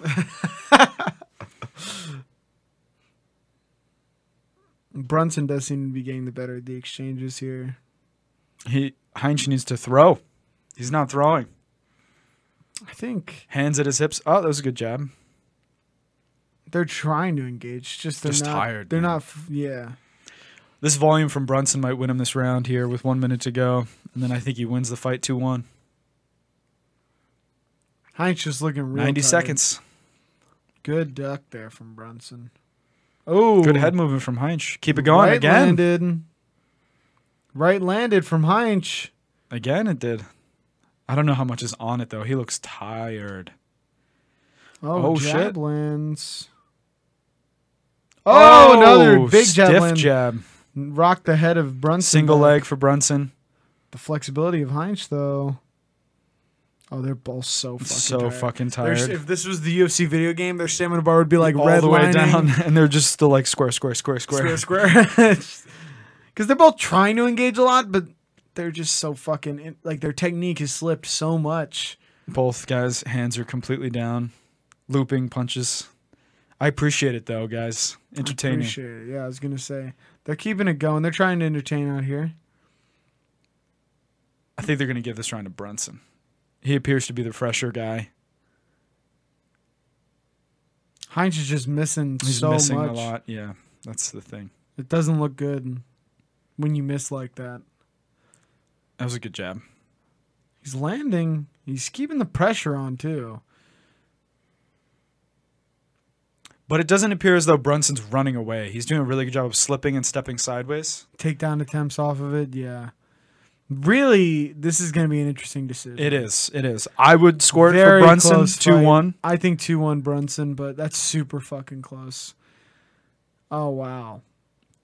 Brunson does seem to be getting the better of the exchanges here. He Heinz needs to throw. He's not throwing. I think Hands at his hips. Oh, that was a good jab. they're trying to engage, just they're Just not, tired, They're man. not. f- Yeah, This volume from Brunson might win him this round here with one minute to go. And then I think he wins the fight 2 1. Heinz just looking real. 90 tired. seconds. Good duck there from Brunson. Oh, Good head movement from Heinz. Keep it going right again. Landed. Right landed from Heinz. Again, it did. I don't know how much is on it, though. He looks tired. Oh, Oh, jab shit. lands. Oh, another big jab Stiff land. jab. Rock the head of Brunson. Single back. leg for Brunson. The flexibility of Heinz, though. Oh, they're both so fucking so tired. fucking Their- tired. If this was the UFC video game, their stamina bar would be like all red the way lining, down, and they're just still like square, square, square, square. square, square. Because they're both trying to engage a lot, but They're just so fucking in- like their technique has slipped so much. Both guys' hands are completely down, looping punches. I appreciate it though, guys. Entertaining. Appreciate it. Yeah, I was gonna say they're keeping it going. They're trying to entertain out here. I think they're gonna give this round to Brunson. He appears to be the fresher guy. Heinz is just missing He's so missing much. a lot. Yeah, that's the thing. It doesn't look good when you miss like that. That was a good jab. He's landing. He's keeping the pressure on too. But it doesn't appear as though Brunson's running away. He's doing a really good job of slipping and stepping sideways. Takedown attempts off of it. Yeah. Really, this is gonna be an interesting decision. It is. It is. I would score it Very for Brunson close two fight. one. I think two one Brunson, but that's super fucking close. Oh wow.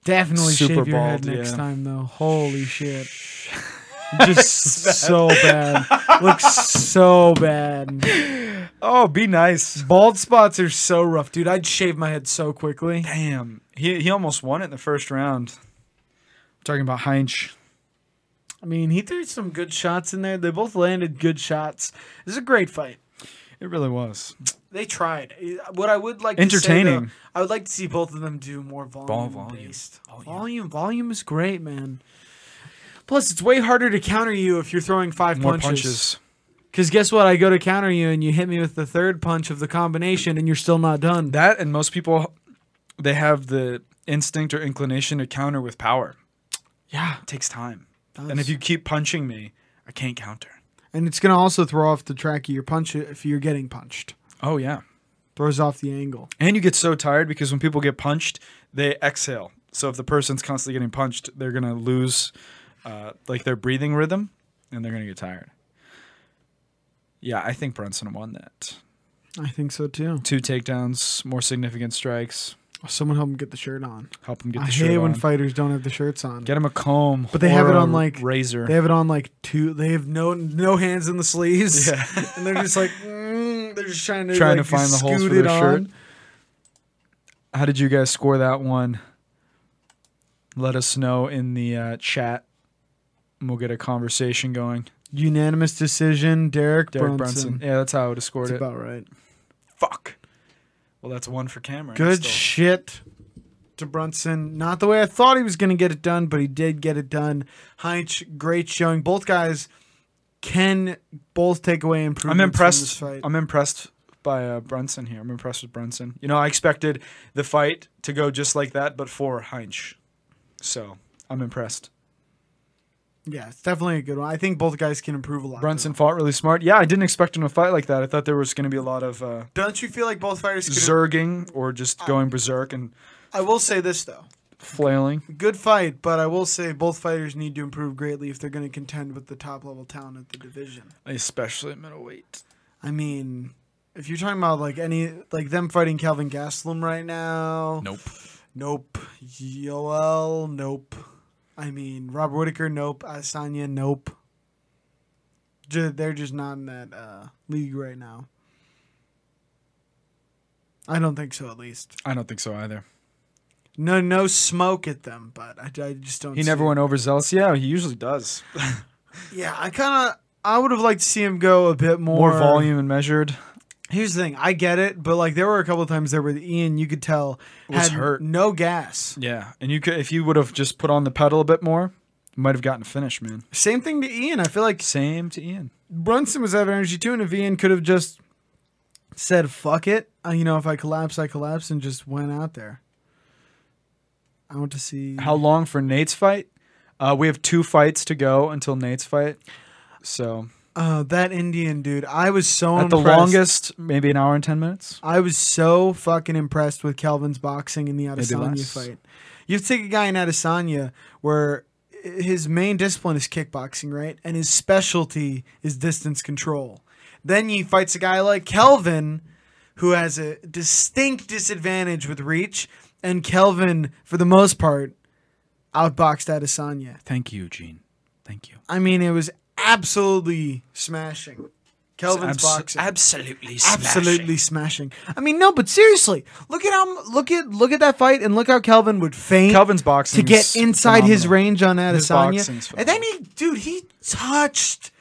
Definitely Super shave your head bald, next yeah. time though. Holy shit. Just so bad. Looks so bad. Oh, be nice. Bald spots are so rough, dude. I'd shave my head so quickly. Damn. He he almost won it in the first round. talking about Heinz. I mean, he threw some good shots in there. They both landed good shots. This is a great fight. It really was. They tried. Eh, What I would like to say, Entertaining. though, I would like to see both of them do more volume, volume. based. Volume. Oh, Volume. volume, is great, man. Plus, it's way harder to counter you if you're throwing five More punches. punches. Because guess what? I go to counter you, and you hit me with the third punch of the combination, and you're still not done. That and most people they have the instinct or inclination to counter with power. yeah, It takes time. does. And if you keep punching me, I can't counter. and it's gonna also throw off the track of your punch if you're getting punched. Oh yeah. Throws off the angle. And you get so tired because when people get punched, they exhale. So if the person's constantly getting punched, they're gonna lose uh, like their breathing rhythm, and they're gonna get tired. Yeah, I think Brunson won that. I think so too. Two takedowns, more significant strikes, Someone help him get the shirt on. help him get the I shirt hate when on. fighters don't have the shirts on. get him a comb, But they have or it a on, like- razor. They have it on like two. They have no no hands in the sleeves. Yeah. and they're just like mm, they're just trying to Trying like, to find the holes for scoot it their shirt. on. How did you guys score that one? Let us know in the uh, chat. and We'll get a conversation going. Unanimous decision. Derek, Derek Brunson. Brunson. Yeah, that's how I would have scored That's it. about right. Fuck. Well, that's one for Cameron. Good still. shit to Brunson. Not the way I thought he was going to get it done, but he did get it done. Heinz, great showing. Both guys can both take away improvements. I'm From this impressed. fight. I'm impressed by uh, Brunson here. I'm impressed with Brunson. You know, I expected the fight to go just like that, but for Heinz. So I'm impressed. yeah, it's definitely a good one. I think both guys can improve a lot. Brunson fought really smart. Yeah, I didn't expect him to fight like that. I thought there was going to be a lot of uh, though. Don't you feel like both fighters? Could zerging or just going berserk and I will say this though. flailing. good fight, but I will say both fighters need to improve greatly if they're going to contend with the top level talent at the division. Especially middleweight. I mean, if you're talking about like any like them fighting Calvin Gastelum right now, Nope. nope, Yoel, nope. I mean, Rob Whitaker, nope. Asanya, nope. Ju- They're just not in that uh, league right now. I don't think so, at least. I don't think so either. No, no smoke at them, but I, I just don't. He see never it. went overzealous. Yeah, he usually does. Yeah, I kind of I would have liked to see him go a bit more More volume and measured. Here's the thing, I get it, but like there were a couple of times there where Ian, you could tell Was had hurt. no gas. Yeah, and you could if you would have just put on the pedal a bit more, you might have gotten a finish, man. Same thing to Ian. I feel like Same to Ian. Brunson was out of energy too, and if Ian could have just said "fuck it," uh, you know, if I collapse, I collapse, and just went out there. I want to see. How long for Nate's fight? Uh, we have two fights to go until Nate's fight. So uh, that Indian dude, I was so at the impressed. longest, maybe an hour and ten minutes. I was so fucking impressed with Kelvin's boxing in the Adesanya less. fight. You have to take a guy in Adesanya where i- his main discipline is kickboxing, right? And his specialty is distance control. Then he fights a guy like Kelvin who has a distinct disadvantage with reach. And Kelvin, for the most part, outboxed Adesanya. Thank you, Gene. Thank you. I mean, it was absolutely smashing. Kelvin's Abs- boxing. Absolutely smashing. absolutely smashing. I mean, no, but seriously, look at how m- look at look at that fight and look how Kelvin would faint. Kelvin's to boxing get is inside his phenomenal. range on boxing's Adesanya, and phenomenal. then he, dude, he touched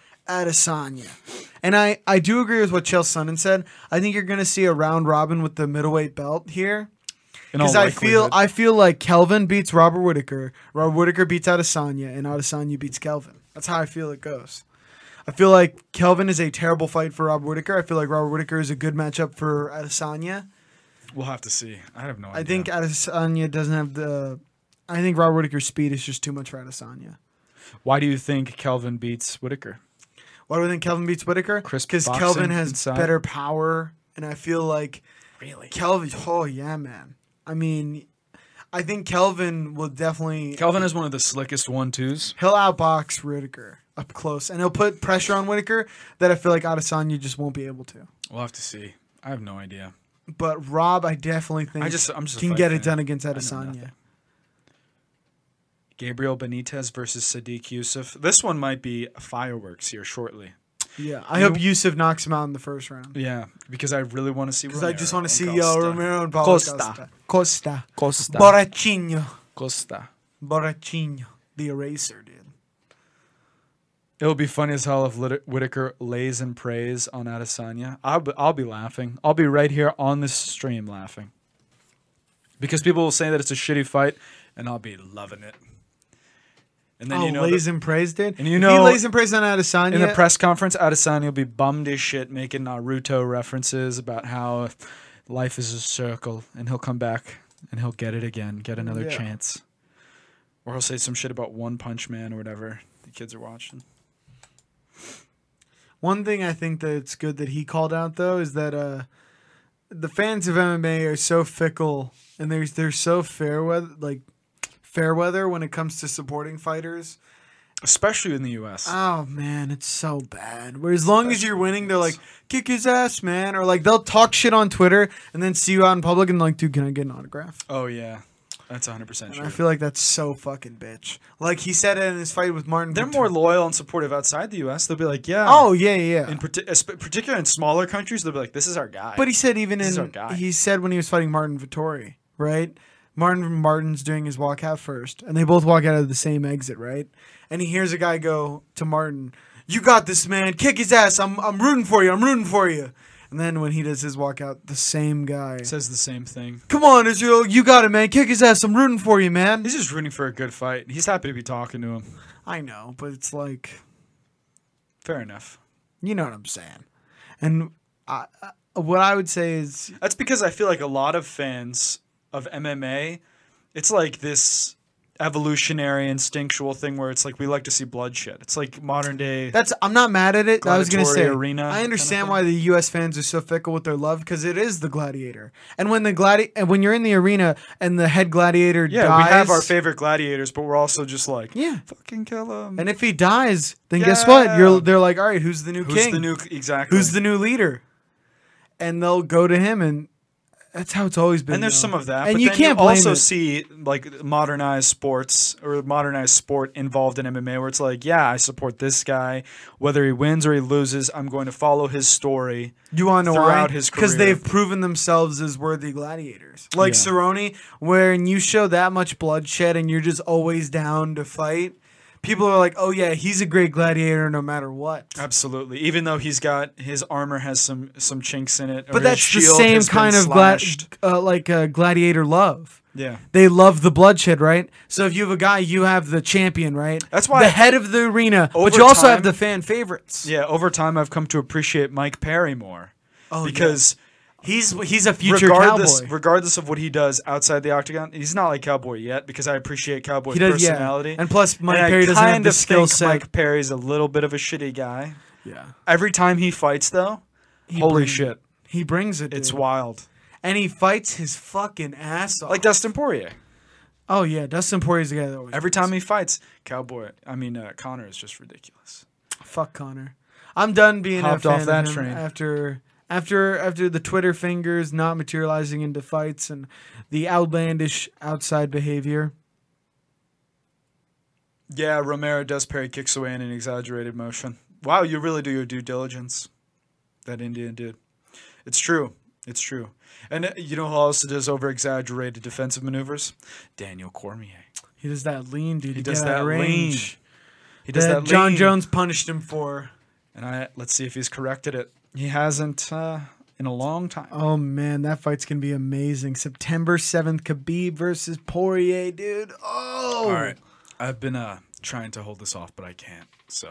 Adesanya. And I, I do agree with what Chael Sonnen said. I think you're going to see a round robin with the middleweight belt here. In all Because I feel likelihood. I feel like Kelvin beats Robert Whitaker, Robert Whitaker beats Adesanya, and Adesanya beats Kelvin. That's how I feel it goes. I feel like Kelvin is a terrible fight for Robert Whitaker. I feel like Robert Whitaker is a good matchup for Adesanya. we'll have to see. I have no idea. I think Adesanya doesn't have the. I think Robert Whitaker's speed is just too much for Adesanya. Why do you think Kelvin beats Whitaker? Why do I think Kelvin beats Whitaker? Crisp Because boxing Kelvin has inside. better power, and I feel like Really? Kelvin. Oh yeah, man. I mean, I think Kelvin will definitely Kelvin is one of the slickest one twos. he'll outbox Whitaker up close, and he'll put pressure on Whitaker that I feel like Adesanya just won't be able to. We'll have to see. I have no idea. But Rob, I definitely think I just- I'm just a can fight get fan. it done against know Adesanya. nothing. Gabriel Benitez versus Sadiq Yusuf. This one might be fireworks here shortly. Yeah, I hope Yusuf knocks him out in the first round Yeah, because I really want to see. because I just want to see Costa. yo Romero and Paulo Costa. Costa. Costa. Costa. Costa. Borrachino. Costa. Borrachino. The eraser, dude. It'll be funny as hell if Lit- Whitaker lays and prays on Adesanya. I'll be, I'll be laughing. I'll be right here on this stream laughing. Because people will say that it's a shitty fight, and I'll be loving it. And then oh, you know, lays that and prays, dude. And you If he know- lays and prays on Adesanya. in the press conference, Adesanya will be bummed as shit, making Naruto references about how life is a circle, and he'll come back and he'll get it again, get another Yeah. chance. Or he'll say some shit about One Punch Man or whatever the kids are watching. One thing I think that's good that he called out though is that uh, the fans of MMA are so fickle and they're they're so fair weather like fair weather when it comes to supporting fighters. Especially in the U.S. Oh man, it's so bad. Where as long as you're winning, they're like kick his ass, man, or like they'll talk shit on Twitter and then see you out in public and like, dude, can I get an autograph? Oh yeah, that's 100% And I true. feel like that's so fucking bitch. Like he said it in his fight with Martin. They're Vittori- more loyal and supportive outside the U.S. They'll be like, yeah. Oh yeah, yeah. yeah. in parti- esp- particular in smaller countries, they'll be like, this is our guy. But he said even This is our in guy. he said when he was fighting Martin Vittori, right? Martin Martin's doing his walk out first, and they both walk out of the same exit, right? And he hears a guy go to Martin, "You got this, man! Kick his ass! I'm I'm rooting for you! I'm rooting for you!" And then when he does his walkout, the same guy, says the same thing. "Come on, Israel! You got it, man! Kick his ass! I'm rooting for you, man!" He's just rooting for a good fight. He's happy to be talking to him. I know, but it's like Fair enough. you know what I'm saying. And I, I, what I would say is, That's because I feel like a lot of fans of MMA, it's like this evolutionary instinctual thing where it's like we like to see bloodshed. It's like modern day. That's I'm not mad at it. I was gonna say Gladiatory arena I kinda understand thing. why the U.S. fans are so fickle with their love because it is the gladiator. And when the gladi- and when you're in the arena and the head gladiator yeah, dies, we have our favorite gladiators, but we're also just like, Yeah. fucking kill him. and if he dies, then guess what? You're Yeah. they're like, all right, who's the new who's king? the new exactly? who's the new leader? And they'll go to him, and that's how it's always been. and there's though. some of that. and but you then can't blame also it. see like modernized sports or modernized sport involved in MMA, where it's like, yeah, I support this guy, whether he wins or he loses, I'm going to follow his story. You want to know throughout his Because career. they've proven themselves as worthy gladiators. Like Yeah. Cerrone, when you show that much bloodshed and you're just always down to fight, people are like, oh, yeah, he's a great gladiator no matter what. Uh, Absolutely, even though he's got his armor has some some chinks in it, or But his that's the shield same has been kind of gla- slashed. uh, like uh, gladiator love. yeah. They love the bloodshed, right? So if you have a guy, you have the champion, right? That's why- the head of the arena, but Over you also have time- the fan favorites. Yeah, over time I've come to appreciate Mike Perry more. Oh, yeah. because he's he's a future regardless cowboy. regardless of what he does outside the octagon, he's not like Cowboy yet because I appreciate Cowboy's He does, yeah. personality. And plus, Mike I Perry doesn't have kind the of skill think set. Mike Perry's a little bit of a shitty guy. yeah, Every time he fights, though, holy brings- shit, he brings it. it's dude. wild. and he fights his fucking ass off. Like Dustin Poirier. oh yeah, Dustin Poirier's the guy that always Every time he fights, Cowboy, I mean uh, Connor is just ridiculous. fuck Connor. I'm done being Hopped a fan off that of him train. after after after the Twitter fingers not materializing into fights and the outlandish outside behavior. Yeah, Romero does Perry kicks away in an exaggerated motion. Wow, you really do your due diligence. that Indian dude. It's true. It's true. And uh, you know who else does over exaggerated defensive maneuvers? Daniel Cormier. He does that lean, dude. He to does get out that of range. range. He does that, that John lean. Jones punished him for. And I let's see if he's corrected it. He hasn't uh, in a long time. Oh man, that fight's gonna be amazing. September seventh, Khabib versus Poirier, dude. Oh, All right. I've been uh, trying to hold this off, but I can't. So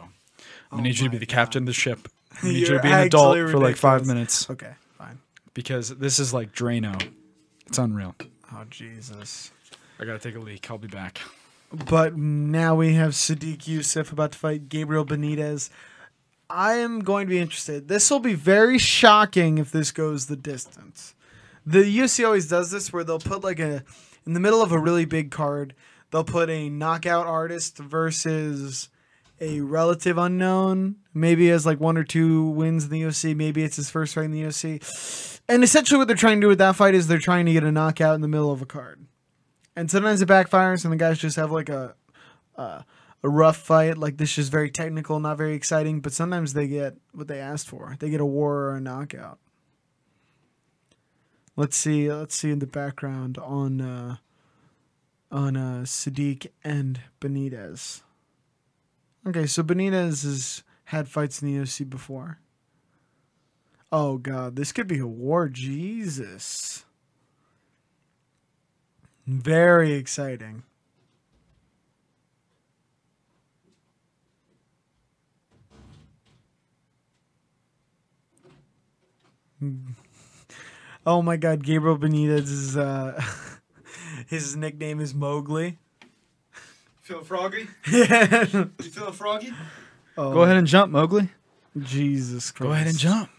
I'm gonna need you to be the captain of the ship. I need you Oh You're to be an adult actually for like five ridiculous. minutes Okay, fine. because this is like Drano. It's unreal. Oh Jesus. I gotta take a leak. I'll be back. But now we have Sadiq Youssef about to fight Gabriel Benitez. I am going to be interested. This will be very shocking if this goes the distance. The UFC always does this where they'll put like a in the middle of a really big card, they'll put a knockout artist versus a relative unknown. Maybe he has like one or two wins in the UFC. Maybe it's his first fight in the UFC. And essentially, what they're trying to do with that fight is they're trying to get a knockout in the middle of a card and sometimes it backfires and the guys just have like a a, a rough fight like this is very technical not very exciting but sometimes they get what they asked for they get a war or a knockout let's see let's see in the background on uh on uh sadiq and benitez okay so benitez has had fights in the ufc before oh god this could be a war jesus very exciting. Hmm. Oh my god, Gabriel Benitez is uh his nickname is Mowgli. Feel froggy? Yeah. You feel froggy? Go ahead and jump, Mowgli. Oh, Jesus Christ. Go ahead and jump.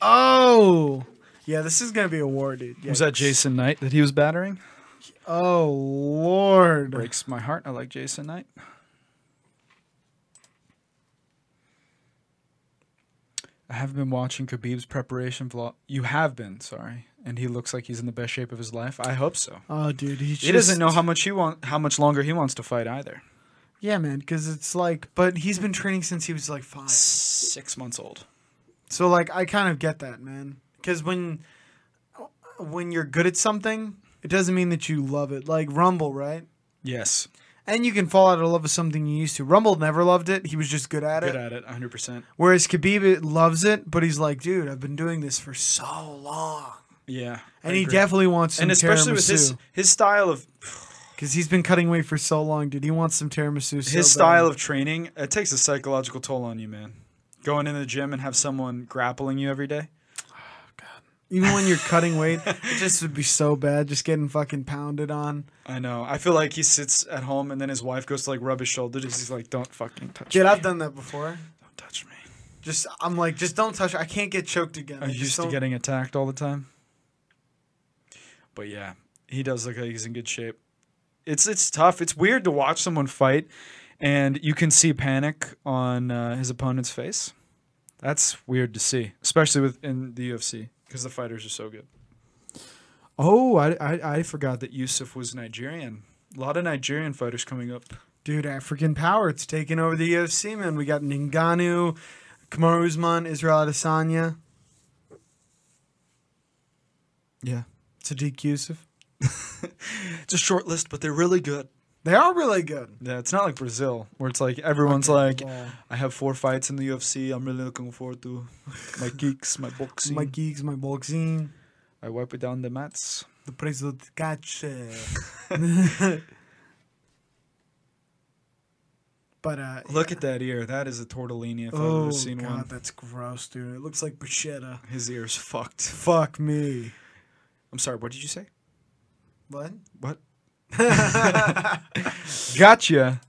Oh. Yeah, this is going to be a war, dude. Was that Yikes. Jason Knight that he was battering? Oh lord. Breaks my heart. I like Jason Knight. I have been watching Khabib's preparation vlog. You have been, sorry. And he looks like he's in the best shape of his life. I hope so. Oh dude, he, He doesn't know how much he want, how much longer he wants to fight either. Yeah, man, because it's like, but he's been training since he was like five. Six months old. So like, I kind of get that, man. Because when when you're good at something, it doesn't mean that you love it. Like Rumble, right? Yes, And you can fall out of love with something you used to. Rumble never loved it. He was just good at it. good at it, 100. percent Whereas Khabib loves it, but he's like, dude, I've been doing this for so long. Yeah, I And he agree. definitely wants some and especially with his his style of because he's been cutting weight for so long, dude. He wants some tiramisu. so his bad. style of training it takes a psychological toll on you man going in the gym and have someone grappling you every day even when you're cutting weight, it just would be so bad. Just getting fucking pounded on. i know i feel like he sits at home and then his wife goes to like rub his shoulder because he's like don't fucking touch Dude, me I've done that before. don't touch me Just I'm like, just don't touch. I can't get choked again. I i'm just used to don't- getting attacked all the time but yeah he does look like he's in good shape it's it's tough it's weird to watch someone fight and you can see panic on uh, his opponent's face that's weird to see especially within the ufc because the fighters are so good Oh, I, I, I forgot that Yusuf was Nigerian. A lot of Nigerian fighters coming up. Dude, African power. It's taking over the UFC, man. We got Ninganu, Kamaru Usman, Israel Adesanya, Yeah. Sadiq Yusuf. It's a short list, but they're really good. They are really good. Yeah, it's not like Brazil, where it's like everyone's like, ball. I have four fights in the UFC. I'm really looking forward to my geeks, my boxing. My geeks, my boxing, I wipe it down the mats. the preso de cache. but uh, Look at that ear. That is a tortellini if I've oh ever seen god, one. that's gross, dude. It looks like bruschetta. His ear's fucked. Fuck me. I'm sorry, what did you say? What? What? gotcha.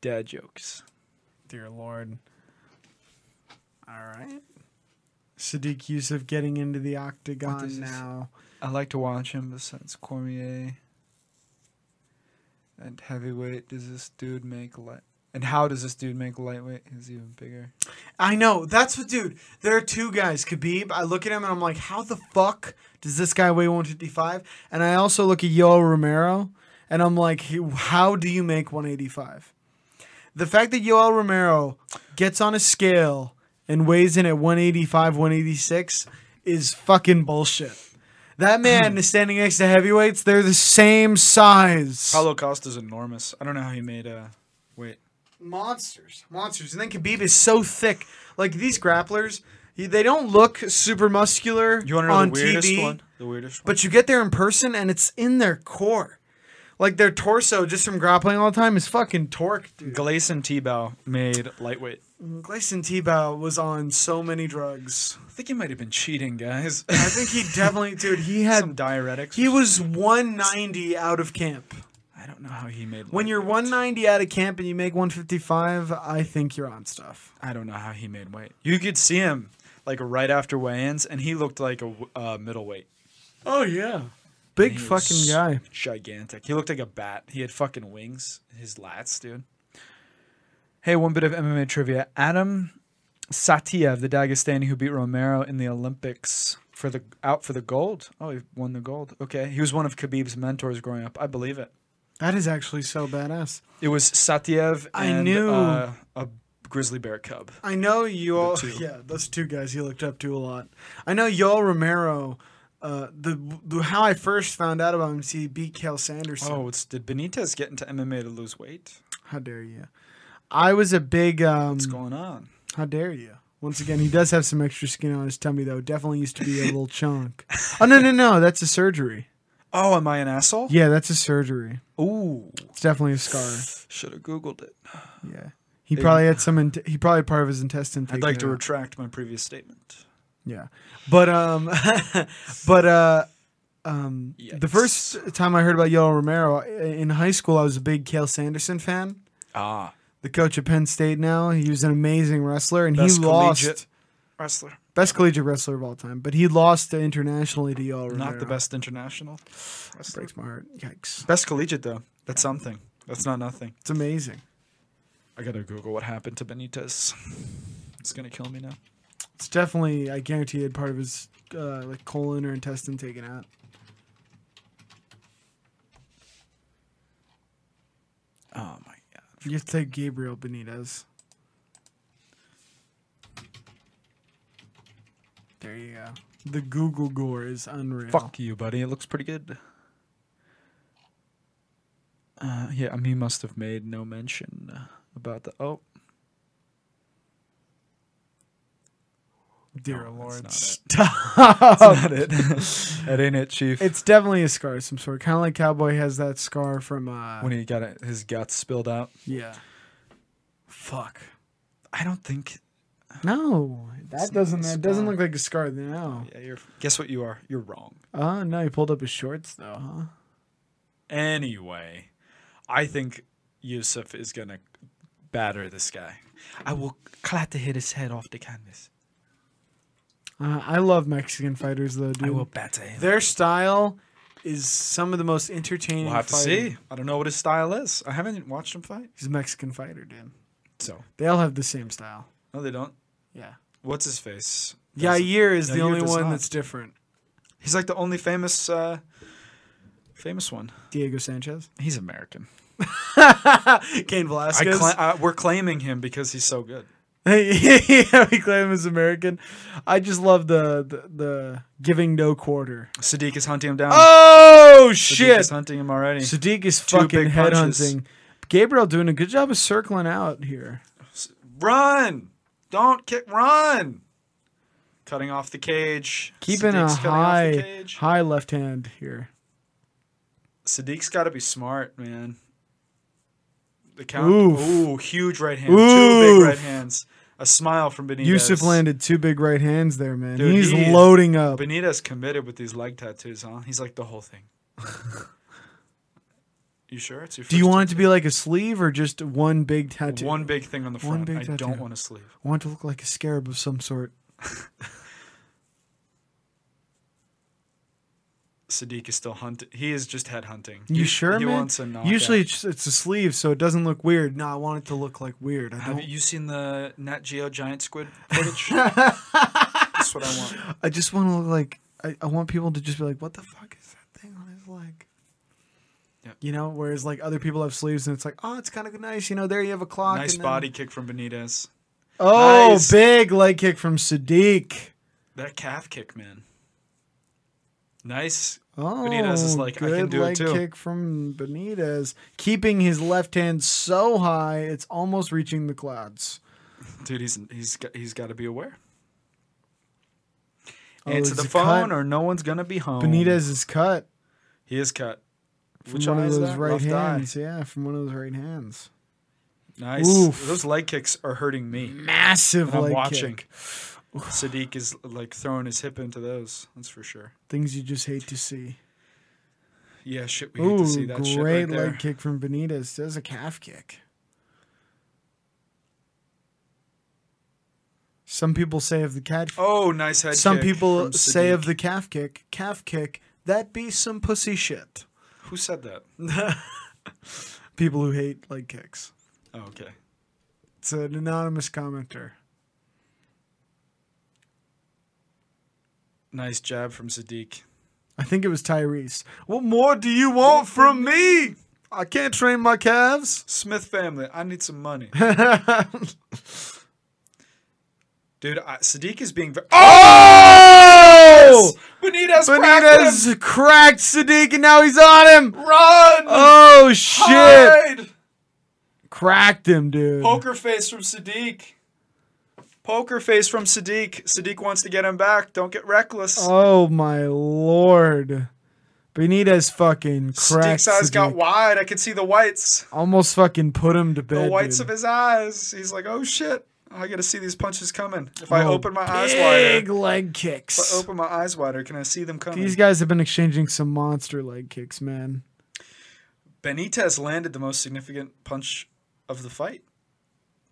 Dad jokes. Dear Lord. All right. Sadiq Yusuf getting into the What is octagon this? now. I like to watch him besides Cormier. And heavyweight, does this dude make light? And how does this dude make lightweight? He's even bigger. I know. That's what, dude. There are two guys. Khabib, I look at him and I'm like, how the fuck does this guy weigh 155? And I also look at Yoel Romero and I'm like, "He- how do you make 185? The fact that Yoel Romero gets on a scale and weighs in at 185, 186 is fucking bullshit. That man is standing next to heavyweights. They're the same size. Paulo Costa's enormous. I don't know how he made uh wait. monsters, monsters. And then Khabib is so thick. Like these grapplers, y- they don't look super muscular You want to know on the weirdest TV, one? The weirdest one. but you get there in person and it's in their core. Like their torso, just from grappling all the time, is fucking torque, dude. Glason Tebow made lightweight. Gleison Tebow was on so many drugs. I think he might have been cheating, guys. I think he definitely, dude. He some had diuretics. he was 190 out of camp. I don't know how he made. When you're lightweight. 190 out of camp and you make 155, I think you're on stuff. I don't know how he made weight. You could see him like right after weigh-ins, and he looked like a w- uh, middleweight. Oh yeah, He big was fucking guy. gigantic. He looked like a bat. He had fucking wings. His lats, dude. Hey, one bit of MMA trivia. Adam Satiev, the Dagestani who beat Romero in the Olympics for the out for the gold. Oh, he won the gold. Okay, he was one of Khabib's mentors growing up. I believe it. That is actually so badass. It was Satiev. I and, knew. uh, a grizzly bear cub. I know you all. two. Yeah, those two guys he looked up to a lot. I know Yoel Romero. Uh, the, the how I first found out about him is he beat Kale Sanderson. Oh, it's did Benitez get into MMA to lose weight? How dare you? I was a big. Um, What's going on? how dare you? Once again, he does have some extra skin on his tummy though. Definitely used to be a little chunk. Oh no no no! That's a surgery. Oh, am I an asshole? Yeah, that's a surgery. Ooh, It's definitely a scar. should have googled it. Yeah. He probably had some. int he probably part of his intestine. I'd taken like to out. retract my previous statement. Yeah. But um but uh um the Yikes. first time I heard about Yoel Romero i- in high school I was a big Kale Sanderson fan. Ah, The coach at Penn State now, he was an amazing wrestler and Best he lost collegiate wrestler, best collegiate wrestler of all time, but he lost to internationally to Yoel Romero. not the best international wrestler. breaks my heart. Yikes. Best collegiate though. That's something. That's not nothing. It's amazing. I gotta Google what happened to Benitez. It's gonna kill me now. It's definitely I guarantee it part of his uh, like colon or intestine taken out. Oh my god. You have to take Gabriel Benitez. There you go. The Google gore is unreal. Fuck you, buddy. It looks pretty good. Uh, yeah, I mean, he must have made no mention about the. Oh, dear No, lord. that's Stop. not it. that ain't it, Chief. it's definitely a scar of some sort. Kind of like Cowboy has that scar from uh when he got it, his guts spilled out. yeah. Fuck. I don't think. No, that It's not doesn't a that doesn't scar. look like a scar now. Yeah, you're. Guess what you are. You're wrong. Oh, no, he pulled up his shorts though, huh? Anyway, I think Yusuf is gonna batter this guy. I will clatter hit his head off the canvas. Uh, I love Mexican fighters though, dude. I will batter him. Their style is some of the most entertaining. we'll have to fighting. see. I don't know what his style is. I haven't watched him fight. He's a Mexican fighter, dude. So They all have the same style. no, they don't. Yeah. What's his face? Does- Yair is the Yair only does one not. that's different. He's like the only famous, uh, famous one. Diego Sanchez. He's American. Kane I Velasquez. cla- I, we're claiming him because he's so good. yeah, we claim him as American. I just love the, the, the giving no quarter. Sadiq is hunting him down. Oh, Sadiq shit. is hunting him already. Sadiq is Two fucking big punches. headhunting. Gabriel doing a good job of circling out here. Run! Don't kick. Run! Cutting off the cage. Keeping Sadiq's cutting a off the high, cage. high left hand here. Sadiq's got to be smart, man. The count. Oof. Ooh, huge right hand. Two Oof. big right hands. A smile from Benitez. Yusuf landed two big right hands there, man. Dude, He's he is- loading up. Benitez committed with these leg tattoos, huh? He's like the whole thing. you sure? It's your Do you first want it to be like a sleeve or just one big tattoo? One big thing on the One front. big I tattoo. don't want to sleeve. I want it to look like a scarab of some sort. Sadiq is still hunting. He is just head hunting. You sure, he man? Wants a knockout. Usually it's, it's a sleeve, so it doesn't look weird. No, I want it to look like weird. I have don't. you seen the Nat Geo giant squid footage? That's what I want. I just want to look like. I, I want people to just be like, "What the fuck is that thing on his leg?" Yep. You know, whereas like other people have sleeves and it's like, oh, it's kind of nice. You know, there you have a clock. nice and then- body kick from Benitez. Oh, Nice. big leg kick from Sadiq. That calf kick, man. Nice. Oh, Benitez is like, I good can do it leg too. kick from Benitez, keeping his left hand so high it's almost reaching the clouds. Dude, he's he's got, he's got to be aware. Oh, Answer it's the a cut. phone, or no one's gonna be home. Benitez is cut he is cut. from Which one eye of is those that? right Left eye. hands. Yeah, from one of those right hands. Nice. Oof. Those leg kicks are hurting me. Massive And I'm leg watching. kick. Sadiq is like throwing his hip into those. That's for sure. Things you just hate to see. Yeah, shit. We hate Ooh, to see that shit great right there. leg kick from Benitez. There's a calf kick. Some people say of the cat. Oh, nice head. some kick people from say Sadiq. of the calf kick, calf kick, that be some pussy shit. who said that. People who hate leg kicks. Oh, okay. It's an anonymous commenter. Nice jab from Sadiq. I think it was Tyrese. What more do you want from me? I can't train my calves. Smith family, I need some money. Dude, I, Sadiq is being. Ve- oh! Benitez, Benitez, Benitez cracked Sadiq and now he's on him. run! Oh shit! Hide! Cracked him, dude. Poker face from Sadiq. Poker face from Sadiq. Sadiq wants to get him back. Don't get reckless. Oh my lord. Benitez fucking cracked. Sadiq's eyes got Sadiq. wide. I could see the whites. Almost fucking put him to bed. The whites dude. of his eyes. He's like, oh shit. I gotta see these punches coming. If I Oh, open my eyes wider. Big leg If I kicks. open my eyes wider, can I see them coming? These guys have been exchanging some monster leg kicks, man. Benitez landed the most significant punch of the fight.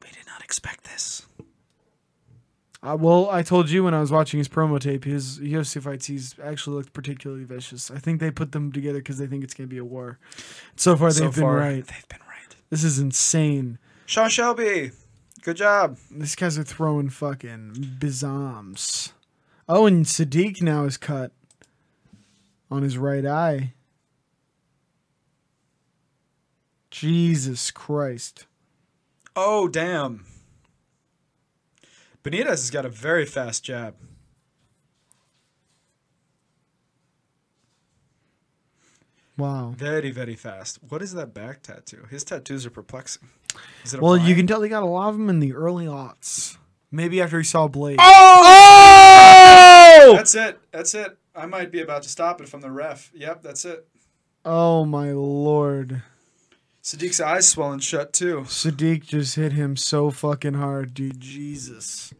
We did not expect this. I, Uh, well, I told you when I was watching his promo tape, his UFC fights, he's actually looked particularly vicious. I think they put them together because they think it's going to be a war. So far, so they've far, been right. They've been right. This is insane. Sean Shelby, good job. These guys are throwing fucking bizoms. Oh, and Sadiq now is cut on his right eye. Jesus Christ. Oh damn. Benitez has got a very fast jab. Wow. Very, very fast. What is that back tattoo? His tattoos are perplexing. Is it a Well, you lion? can tell they got a lot of them in the early aughts. Maybe after he saw Blade. Oh! That's it. That's it. I might be about to stop it from the ref. Yep, that's it. Oh my lord. Sadiq's eyes swollen shut too. Sadiq just hit him so fucking hard, dude. Jesus.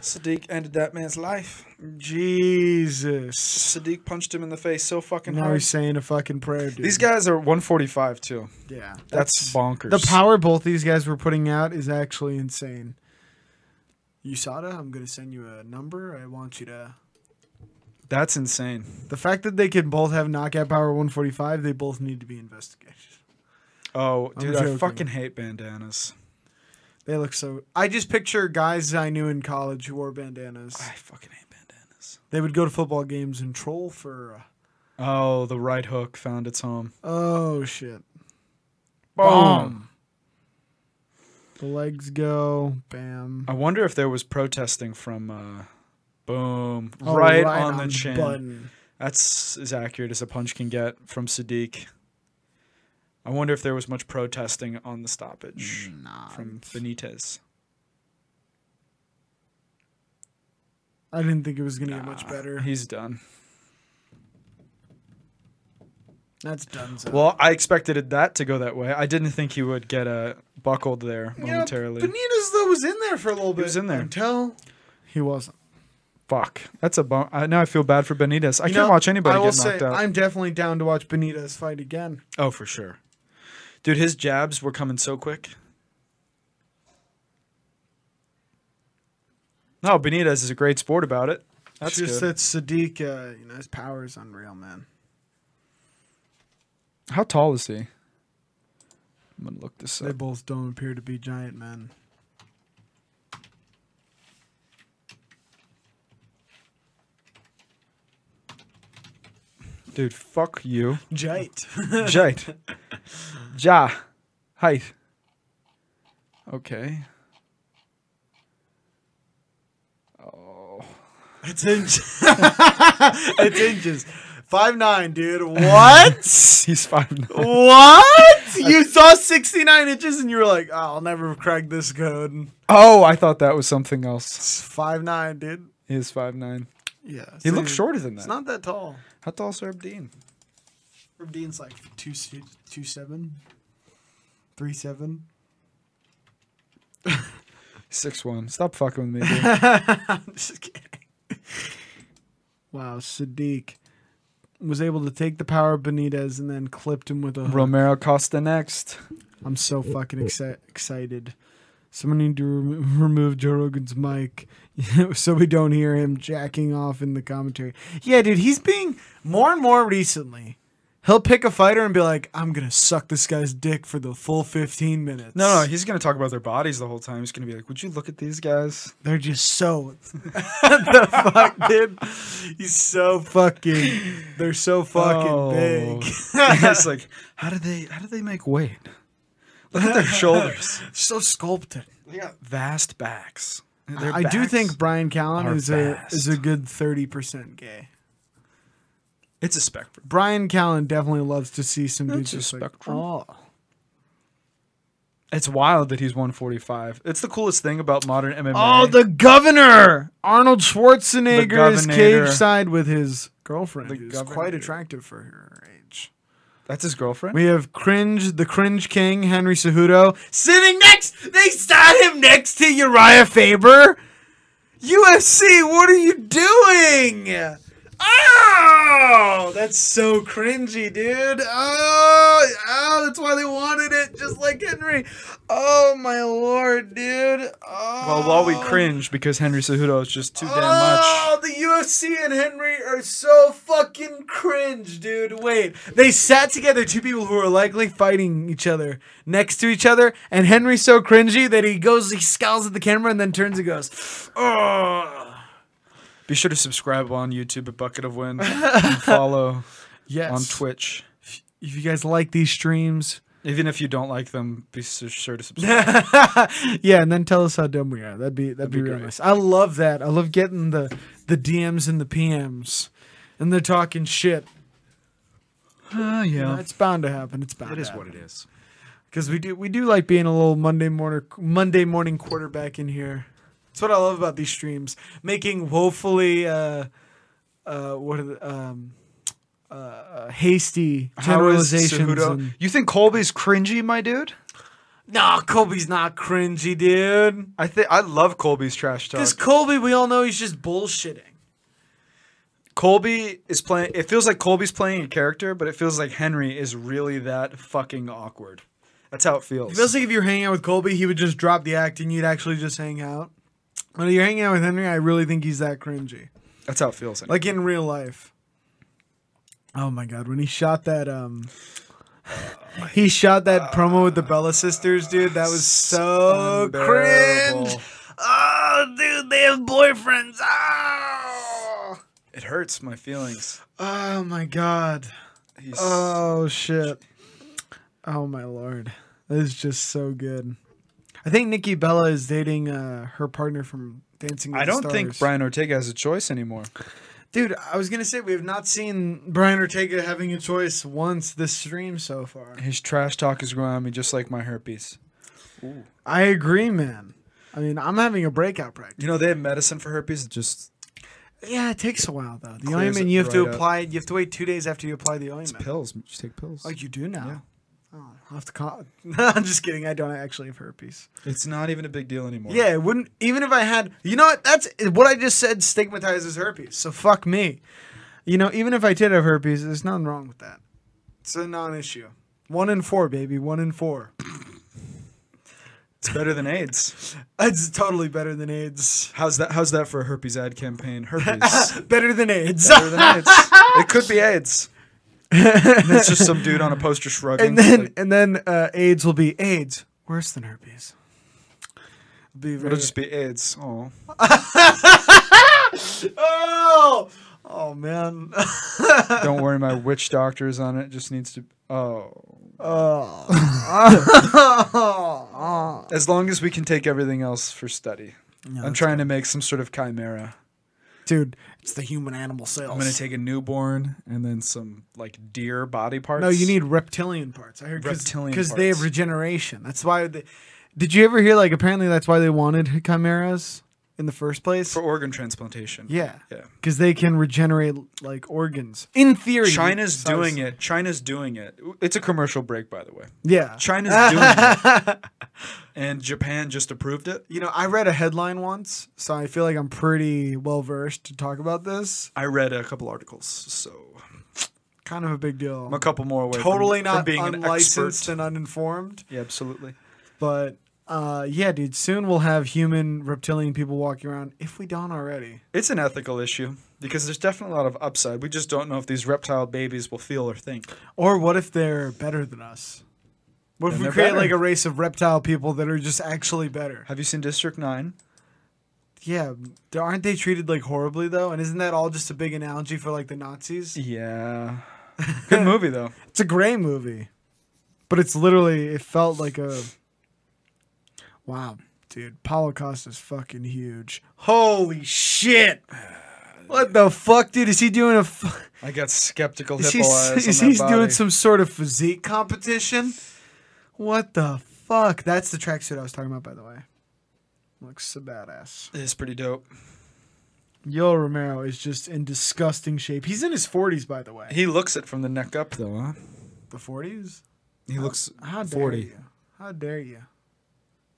Sadiq ended that man's life. Jesus. Sadiq punched him in the face so fucking Now hard. he's saying a fucking prayer, dude. These guys are 145 too. yeah. That's, bonkers. The power both these guys were putting out is actually insane. USADA, I'm going to send you a number. I want you to. That's insane. The fact that they can both have knockout power 145, they both need to be investigated. Oh, dude, I joking. fucking hate bandanas. They look so. I just picture guys I knew in college who wore bandanas. I fucking hate bandanas. They would go to football games and troll for. Uh, Oh, the right hook found its home. oh, shit. The legs go. Bam. I wonder if there was protesting from uh boom Oh, right, on the chin. button. That's as accurate as a punch can get from Sadiq. I wonder if there was much protesting on the stoppage from Benitez. I didn't think it was going to get much better. He's done. That's done. Well, I expected it- that to go that way. I didn't think he would get uh, buckled there momentarily. Benitez, though, was in there for a little bit. was in there. Until he wasn't. Fuck, that's a bum. I, now I feel bad for Benitez. I You can't know, watch anybody I will get knocked say, out. I'm definitely down to watch Benitez fight again. oh, for sure, dude. His jabs were coming so quick. No, Benitez is a great sport about it. That's That's just good. that Sadiq, uh, you know, his power is unreal, man. How tall is he? I'm gonna look this They up. both don't appear to be giant men. Dude, fuck you. Giant. Jait. Ja. Height. Okay. Oh. It's inches. it's inches. Five nine, dude. What? He's five nine. what? You saw sixty nine inches and you were like, oh, I'll never crack this code. Oh, I thought that was something else. It's five nine, dude. He is five nine. Yeah. He so looks shorter than that. It's not that tall. How tall is Herb Dean? Herb Dean's like two se- two seven, three seven. Six one. Stop fucking with me. Dude. I'm just kidding. Wow, Sadiq was able to take the power of Benitez and then clipped him with a. hook. Romero Costa next. I'm so fucking exci- excited. Someone need to remo- remove Joe Rogan's mic so we don't hear him jacking off in the commentary. Yeah, dude, he's being more and more recently. He'll pick a fighter and be like, "I'm gonna suck this guy's dick for the full 15 minutes." No, no, he's gonna talk about their bodies the whole time. He's gonna be like, "Would you look at these guys?" They're just so the fuck, dude. He's so fucking. They're so fucking Oh. big. it's like, how do they? How do they make weight? Look at their shoulders. so sculpted. They got vast backs. Their I do backs- think Brian Callen are is a is a vast. good thirty percent gay. it's a spectrum. Brian Callen definitely loves to see some That's dudes a just like, spectrum. oh, It's wild that he's 145. It's the coolest thing about modern MMA. oh, the governor Arnold Schwarzenegger is Governator. cage side with his girlfriend, The who's quite Governator. attractive for her age. That's his girlfriend. We have cringe, the cringe king, Henry Cejudo, sitting next. They sat him next to Uriah Faber. UFC, what are you doing? Oh, that's so cringy, dude. Oh, oh, that's why they wanted it, just like Henry. Oh my lord, dude. Oh. well, while we cringe because Henry Cejudo is just too damn much. Oh, the UFC and Henry are so fucking cringe, dude. Wait, they sat together, two people who are likely fighting each other next to each other, and Henry's so cringy that he goes, he scowls at the camera and then turns and goes, "Oh, Be sure to subscribe on YouTube at Bucket of Wind. and follow yes." on Twitch. If you guys like these streams, Even if you don't like them, be so sure to subscribe. yeah, and then tell us how dumb we are. That'd be that'd, be, be real great. nice. I love that. I love getting the the DMs and the PMs, and they're talking shit. Ah, You know, yeah. it's bound to happen. It's bound. It to is happen. what it is. because we do we do like being a little Monday morning Monday morning quarterback in here. That's what I love about these streams, making woefully uh, uh, what are the, um, uh, uh, hasty How is generalizations. Cejudo- and- You think Colby's cringy, my dude? Nah, Colby's not cringy, dude. I think I love Colby's trash talk. Because Colby, we all know he's just bullshitting. Colby is playing. It feels like Colby's playing a character, but it feels like Henry is really that fucking awkward. That's how it feels. It feels like if you're hanging out with Colby, he would just drop the act and you'd actually just hang out. But if you're hanging out with Henry, I really think he's that cringy. That's how it feels. Like like in real life. Oh my god, when he shot that um he shot that promo with the Bella sisters, dude. That was so cringe. unbearable. Oh, dude, they have boyfriends. Oh, it hurts my feelings. oh my god. He's, Oh shit. Oh my lord. That is just so good. I think Nikki Bella is dating uh, her partner from Dancing with I the don't think Stars. Brian Ortega has a choice anymore. Dude, I was gonna say we have not seen Brian Ortega having a choice once this stream so far. His trash talk is growing on me just like my herpes. I agree, man. I mean, I'm having a breakout practice. You know they have medicine for herpes. It just Yeah, it takes a while though. The Clears ointment it you have to right up. apply. You have to wait two days after you apply the ointment. pills. You just take pills. Like you do now. Oh, I'll have to call. I'm just kidding. I don't actually have herpes. It's not even a big deal anymore. Yeah, it wouldn't. Even if I had, you know what? That's what I just said. Stigmatizes herpes. So fuck me. You know, even if I did have herpes, there's nothing wrong with that. It's a non-issue. One in four, baby. One in four. it's better than AIDS. It's totally better than AIDS. How's that? How's that for a herpes ad campaign? Herpes. Better than AIDS. better than AIDS. It could be AIDS. and it's just some dude on a poster shrugging. and then like, and then uh, AIDS will be AIDS worse than herpes. Be very- it'll just be AIDS. Oh, oh oh man don't worry, my witch doctor is on it. Just needs to. Oh, oh, as long as we can take everything else for study. I'm trying to make some sort of chimera. dude, it's the human animal cells. I'm gonna take a newborn and then some like deer body parts. no, you need reptilian parts. I heard Reptilian because they have parts. regeneration. That's why. They, did you ever hear like apparently that's why they wanted chimeras in the first place? for organ transplantation. yeah, Yeah. because they can regenerate like organs in theory. China's So I was- doing it. China's doing it. It's a commercial break, by the way. Yeah, China's doing it. And Japan just approved it. You know, I read a headline once, so I feel like I'm pretty well versed to talk about this. I read a couple articles, so Kind of a big I'm a deal. couple more away. from- Totally from, not being an unlicensed expert. and uninformed, Yeah, absolutely. but uh, yeah, dude. Soon we'll have human reptilian people walking around if we don't already. It's an ethical issue because there's definitely a lot of upside. We just don't know if these reptile babies will feel or think. Or what if they're better than us? What if Then we they're create better. like a race of reptile people that are just actually better? Have you seen District Nine? Yeah, they- aren't they treated like horribly though? And isn't that all just a big analogy for like the Nazis? Yeah. Good movie though. It's a gray movie, but it's literally it felt like a. Wow, dude, Paulo Costa's fucking huge. Holy shit! What the fuck, dude? Is he doing a? F- I got skeptical is he hippo eyes is on that he body. doing some sort of physique competition? What the fuck? That's the tracksuit I was talking about, by the way. Looks so badass. It's pretty dope. Yo Romero is just in disgusting shape. He's in his forties, by the way. He looks it from the neck up though, huh? The forties? He looks How dare 40. you? How dare you?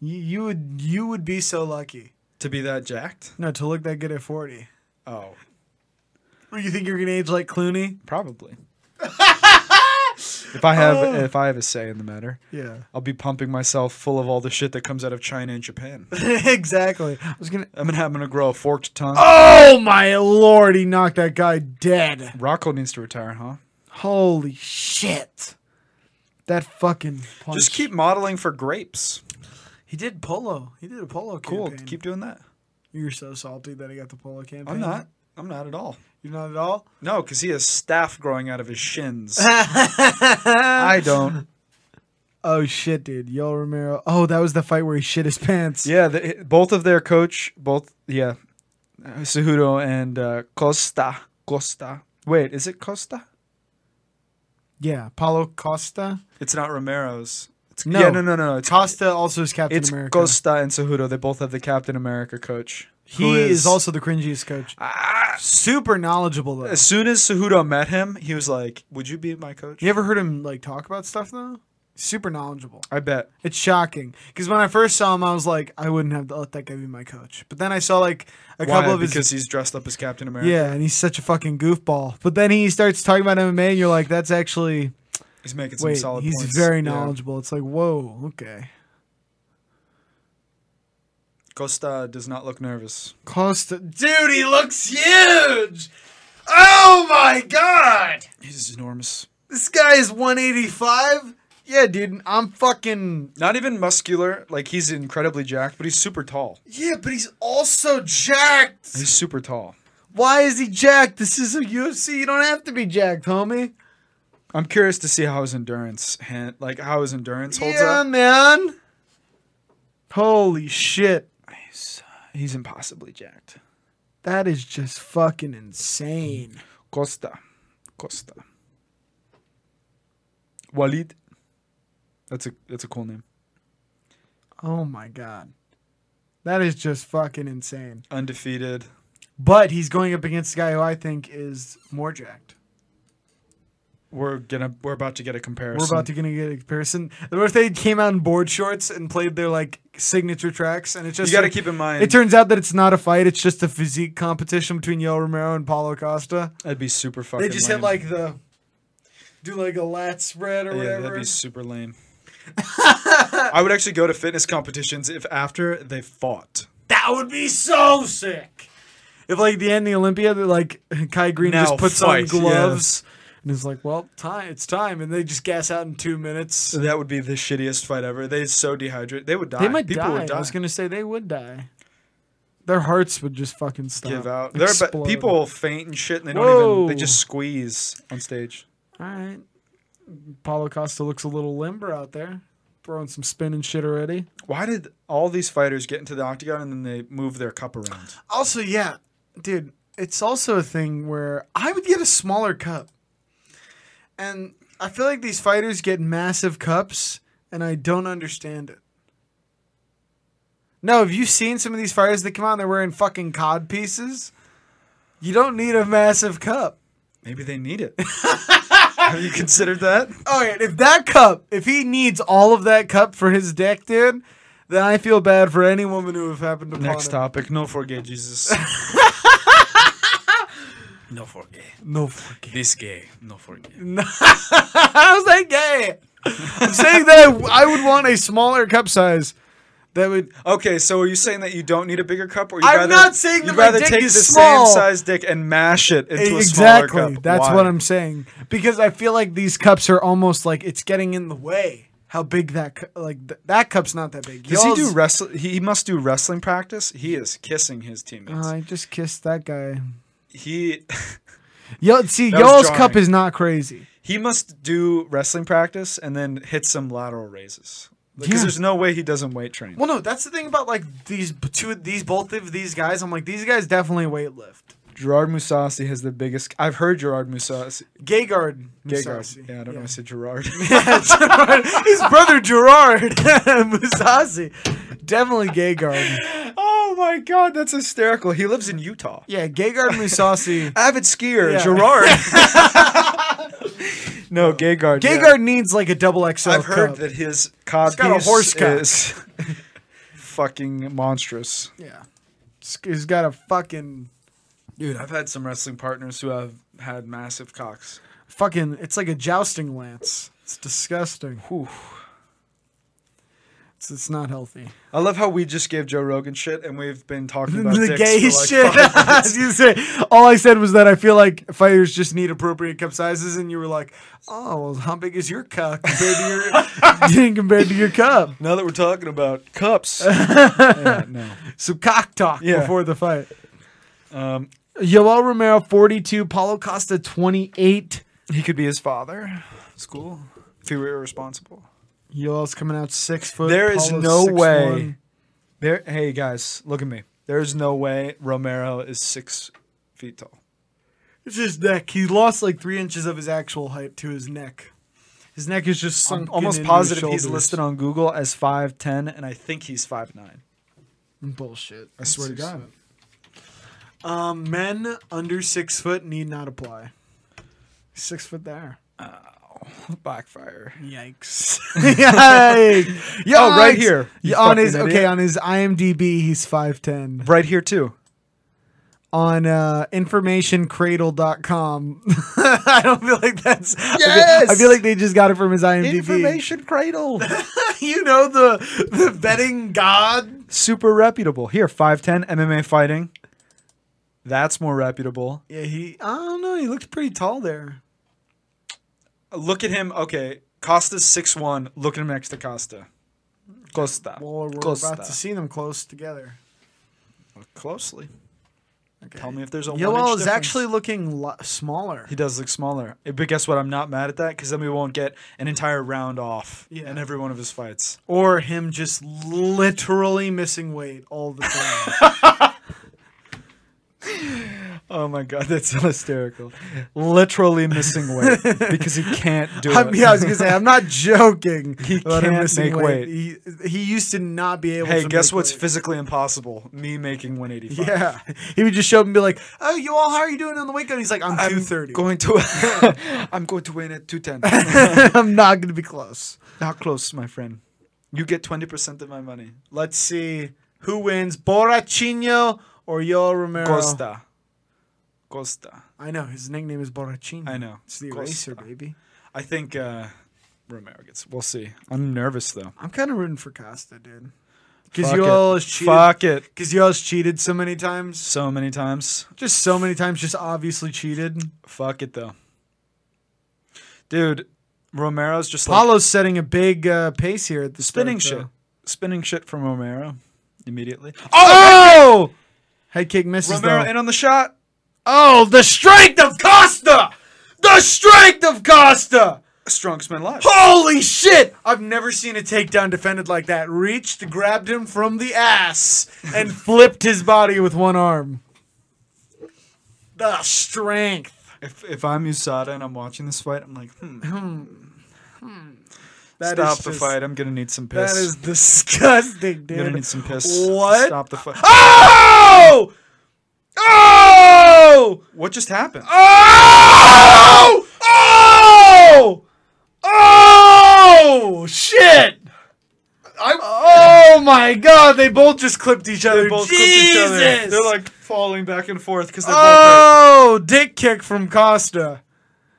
you? You would you would be so lucky. to be that jacked. No, to look that good at forty. Oh, Or you think you're gonna age like Clooney? probably. if I have if I have a say in the matter, Yeah, I'll be pumping myself full of all the shit that comes out of China and Japan. exactly. I was gonna. I'm gonna I'm gonna grow a forked tongue. Oh my lord! He knocked that guy dead. Rocco needs to retire, huh? Holy shit! That fucking punch. Just keep modeling for grapes. He did polo. He did a polo. Cool. Campaign. Keep doing that. You're so salty that he got the polo campaign. I'm not. I'm not at all. You're not at all. No, because he has staff growing out of his shins. I don't. Oh shit, dude. Yo Romero. Oh, that was the fight where he shit his pants. Yeah, the, both of their coach, both yeah, uh, Cejudo and uh, Costa. Costa. Wait, is it Costa? Yeah, Paulo Costa. It's not Romero's. It's, No. Yeah, no, no, no. It's, Costa also is Captain it's America. Costa and Cejudo. They both have the Captain America coach. who he is, also the cringiest coach. Ah, Super knowledgeable though. as soon as Cejudo met him, he was like, "Would you be my coach?" You ever heard him like talk about stuff though? Super knowledgeable. I bet. It's shocking because when I first saw him, I was like, I wouldn't have to let that guy be my coach. But then I saw like a Why? couple of his because he's dressed up as Captain America. yeah, and he's such a fucking goofball. But then he starts talking about MMA, and you're like, that's actually he's making some wait, solid he's points. very Yeah. knowledgeable. It's like, whoa, okay. Costa does not look nervous. Costa, Dude, he looks huge! Oh my god! He's enormous. this guy is 185. Yeah, dude, I'm fucking Not even muscular. Like he's incredibly jacked, but he's super tall. Yeah, but he's also jacked! He's super tall. Why is he jacked? This is a UFC. You don't have to be jacked, homie. I'm curious to see how his endurance, hand, like how his endurance holds yeah, up. man. Holy shit. He's impossibly jacked. That is just fucking insane. Costa. Costa. Walid. That's a that's a cool name. Oh my god. That is just fucking insane. Undefeated. But he's going up against a guy who I think is more jacked. We're gonna we're about to get a comparison. We're about to gonna get a comparison. What if they came out in board shorts and played their like signature tracks and it just You gotta keep in mind it turns out that it's not a fight, it's just a physique competition between Yo Romero and Paulo Costa. that'd be super fucking They just lame. hit like the do like a lat spread or Yeah, whatever. that'd be super lame. I would actually go to fitness competitions if after they fought. That would be so sick! If like the end of the Olympia, they're like Kai Green Now just puts fight, on gloves and is like, "Well, time, it's time," and they just gas out in two minutes. So that would be the shittiest fight ever. They so dehydrate. They would die. They might People die. would die. I was gonna say they would die. Their hearts would just fucking stop. give out. There, but explode. people faint and shit, and they don't even. They Whoa. just squeeze on stage. All right. Paulo Costa looks a little limber out there, throwing some spin and shit already. Why did all these fighters get into the octagon and then they move their cup around? Also, yeah, dude, it's also a thing where I would get a smaller cup. And I feel like these fighters get massive cups and I don't understand it. No, have you seen some of these fighters that come out and they're wearing fucking cod pieces? You don't need a massive cup. Maybe they need it. Have you considered that? All right, Oh, if that cup, if he needs all of that cup for his dick, dude, then I feel bad for any woman who have happened to Next him. topic. No forget Jesus. no forget. No fucking. This gay. No forget. How's that gay? I'm saying that I, w- I would want a smaller cup size. That would. Okay, so are you saying that you don't need a bigger cup, or you'd I'm rather, not saying that you'd my rather dick take is the small. same size dick and mash it into a exactly. smaller cup? That's Why? what I'm saying because I feel like these cups are almost like it's getting in the way. How big that cu- like th- that cup's not that big. Does he do Y'all's- wrestling? He he must do wrestling practice. He is kissing his teammates. Oh, I just kissed that guy. he Yo, see, That was y'all's cup jarring. is not crazy. he must do wrestling practice and then hit some lateral raises because Yeah. there's no way he doesn't weight train. Well, no, that's the thing about like these b- two, these both of these guys. I'm like, these guys definitely weight lift. Gerard Musasi has the biggest. I've heard Gerard Musasi. Gegard, Gegard. Mousasi. Yeah, I don't know. I said Gerard. Gerard- his brother Gerard Musasi, defininely Gegard. oh my God, that's hysterical. He lives in Utah. Yeah, Gegard Musasi. Avid skier, Yeah. Gerard. no, Gegard. yeah. Gegard needs like a double XL. I've heard cup. that his cod He's got a piece horse cock. is fucking monstrous. Yeah, It's- he's got a fucking Dude, I've had some wrestling partners who have had massive cocks. fucking. It's like a jousting lance. It's disgusting. Whew. It's, it's not healthy. I love how we just gave Joe Rogan shit and we've been talking about the dicks gay for like shit. five I was gonna say, all I said was that I feel like fighters just need appropriate cup sizes, and you were like, "Oh, well, how big is your cup compared to your compared to your cup?" Now that we're talking about cups, no. So cock talk Yeah. before the fight. Um, Yoel Romero forty two, Paulo Costa twenty eight. he could be his father. It's cool if he were irresponsible. Yoel's coming out six foot. There is Paulo's no 6'1". way. There, hey guys, look at me. There is no way Romero is six feet tall. It's his neck. He lost like three inches of his actual height to his neck. His neck is just I'm sunk. almost positive he's listed on Google as five ten, and I think he's five nine. bullshit. I swear to God. Um, men under six foot need not apply. Six foot there. Backfire. Yikes! Yikes! Oh, right here. Yeah, You on his fucking okay, idiot. on his IMDb, he's five ten. Right here too. On uh, informationcradle.com. I don't feel like that's. I feel- I Yes! feel, like they just got it from his IMDb. cradle. you know the the betting god. Super reputable. Here, five ten MMA fighting. That's more reputable. Yeah, he. I don't know. He looked pretty tall there. Look at him. Okay, Costa's six one. Look at him next to Costa. Costa. Well, we're about to Costa. see them close together. Look Closely. Okay. Tell me if there's a one inch Yoel is difference. actually looking lo- smaller. He does look smaller. Eh, But guess what? I'm not mad at that because then we won't get an entire round off Yeah. in every one of his fights. Or him just literally missing weight all the time. Oh my god, that's so hysterical. Literally missing weight because he can't do it. I'm, yeah, I was gonna say I'm not joking. He about him can't missing make He, he used to not be able. hey, to guess make what's weight. physically impossible? Me making 185. yeah, he would just show up and be like, "Oh, you all, how are you doing on the weekend?" He's like, "I'm, I'm 230. going to. I'm going to win at 210. I'm not gonna be close." Not close, my friend. You get 20% of my money. Let's see who wins, Borrachino or Yoel Romero. Costa. Costa. I know his nickname is Borrachino. I know. It's the Costa. eraser, baby. I think uh, Romero gets. We'll see. I'm nervous though. I'm kind of rooting for Costa, dude. Because Fuck you it. all has cheated. Fuck it. Because y'all's cheated so many times. So many times. Just so many times, just obviously cheated. Fuck it though. Dude, Romero's just like Paulo's setting a big uh, pace here at the spinning start, shit. Spinning shit from Romero immediately. though. Oh! Head kick misses Romero though. in on the shot. oh, the strength of Costa! The strength of Costa! Strongest man alive. Holy shit! I've never seen a takedown defended like that. Reached, grabbed him from the ass, and flipped his body with one arm. the strength. If, if I'm USADA and I'm watching this fight, I'm like, hmm, That is stop the just- fight. I'm gonna need some That piss. is disgusting, I'm gonna dude. need some piss. What? Stop the fight. Oh! Oh! What just happened? Oh! Oh! Oh! Shit! oh my god, they both just clipped each other. They both clipped Jesus! each other. They're like falling back and forth because they both. hurt. Oh, dick kick from Costa.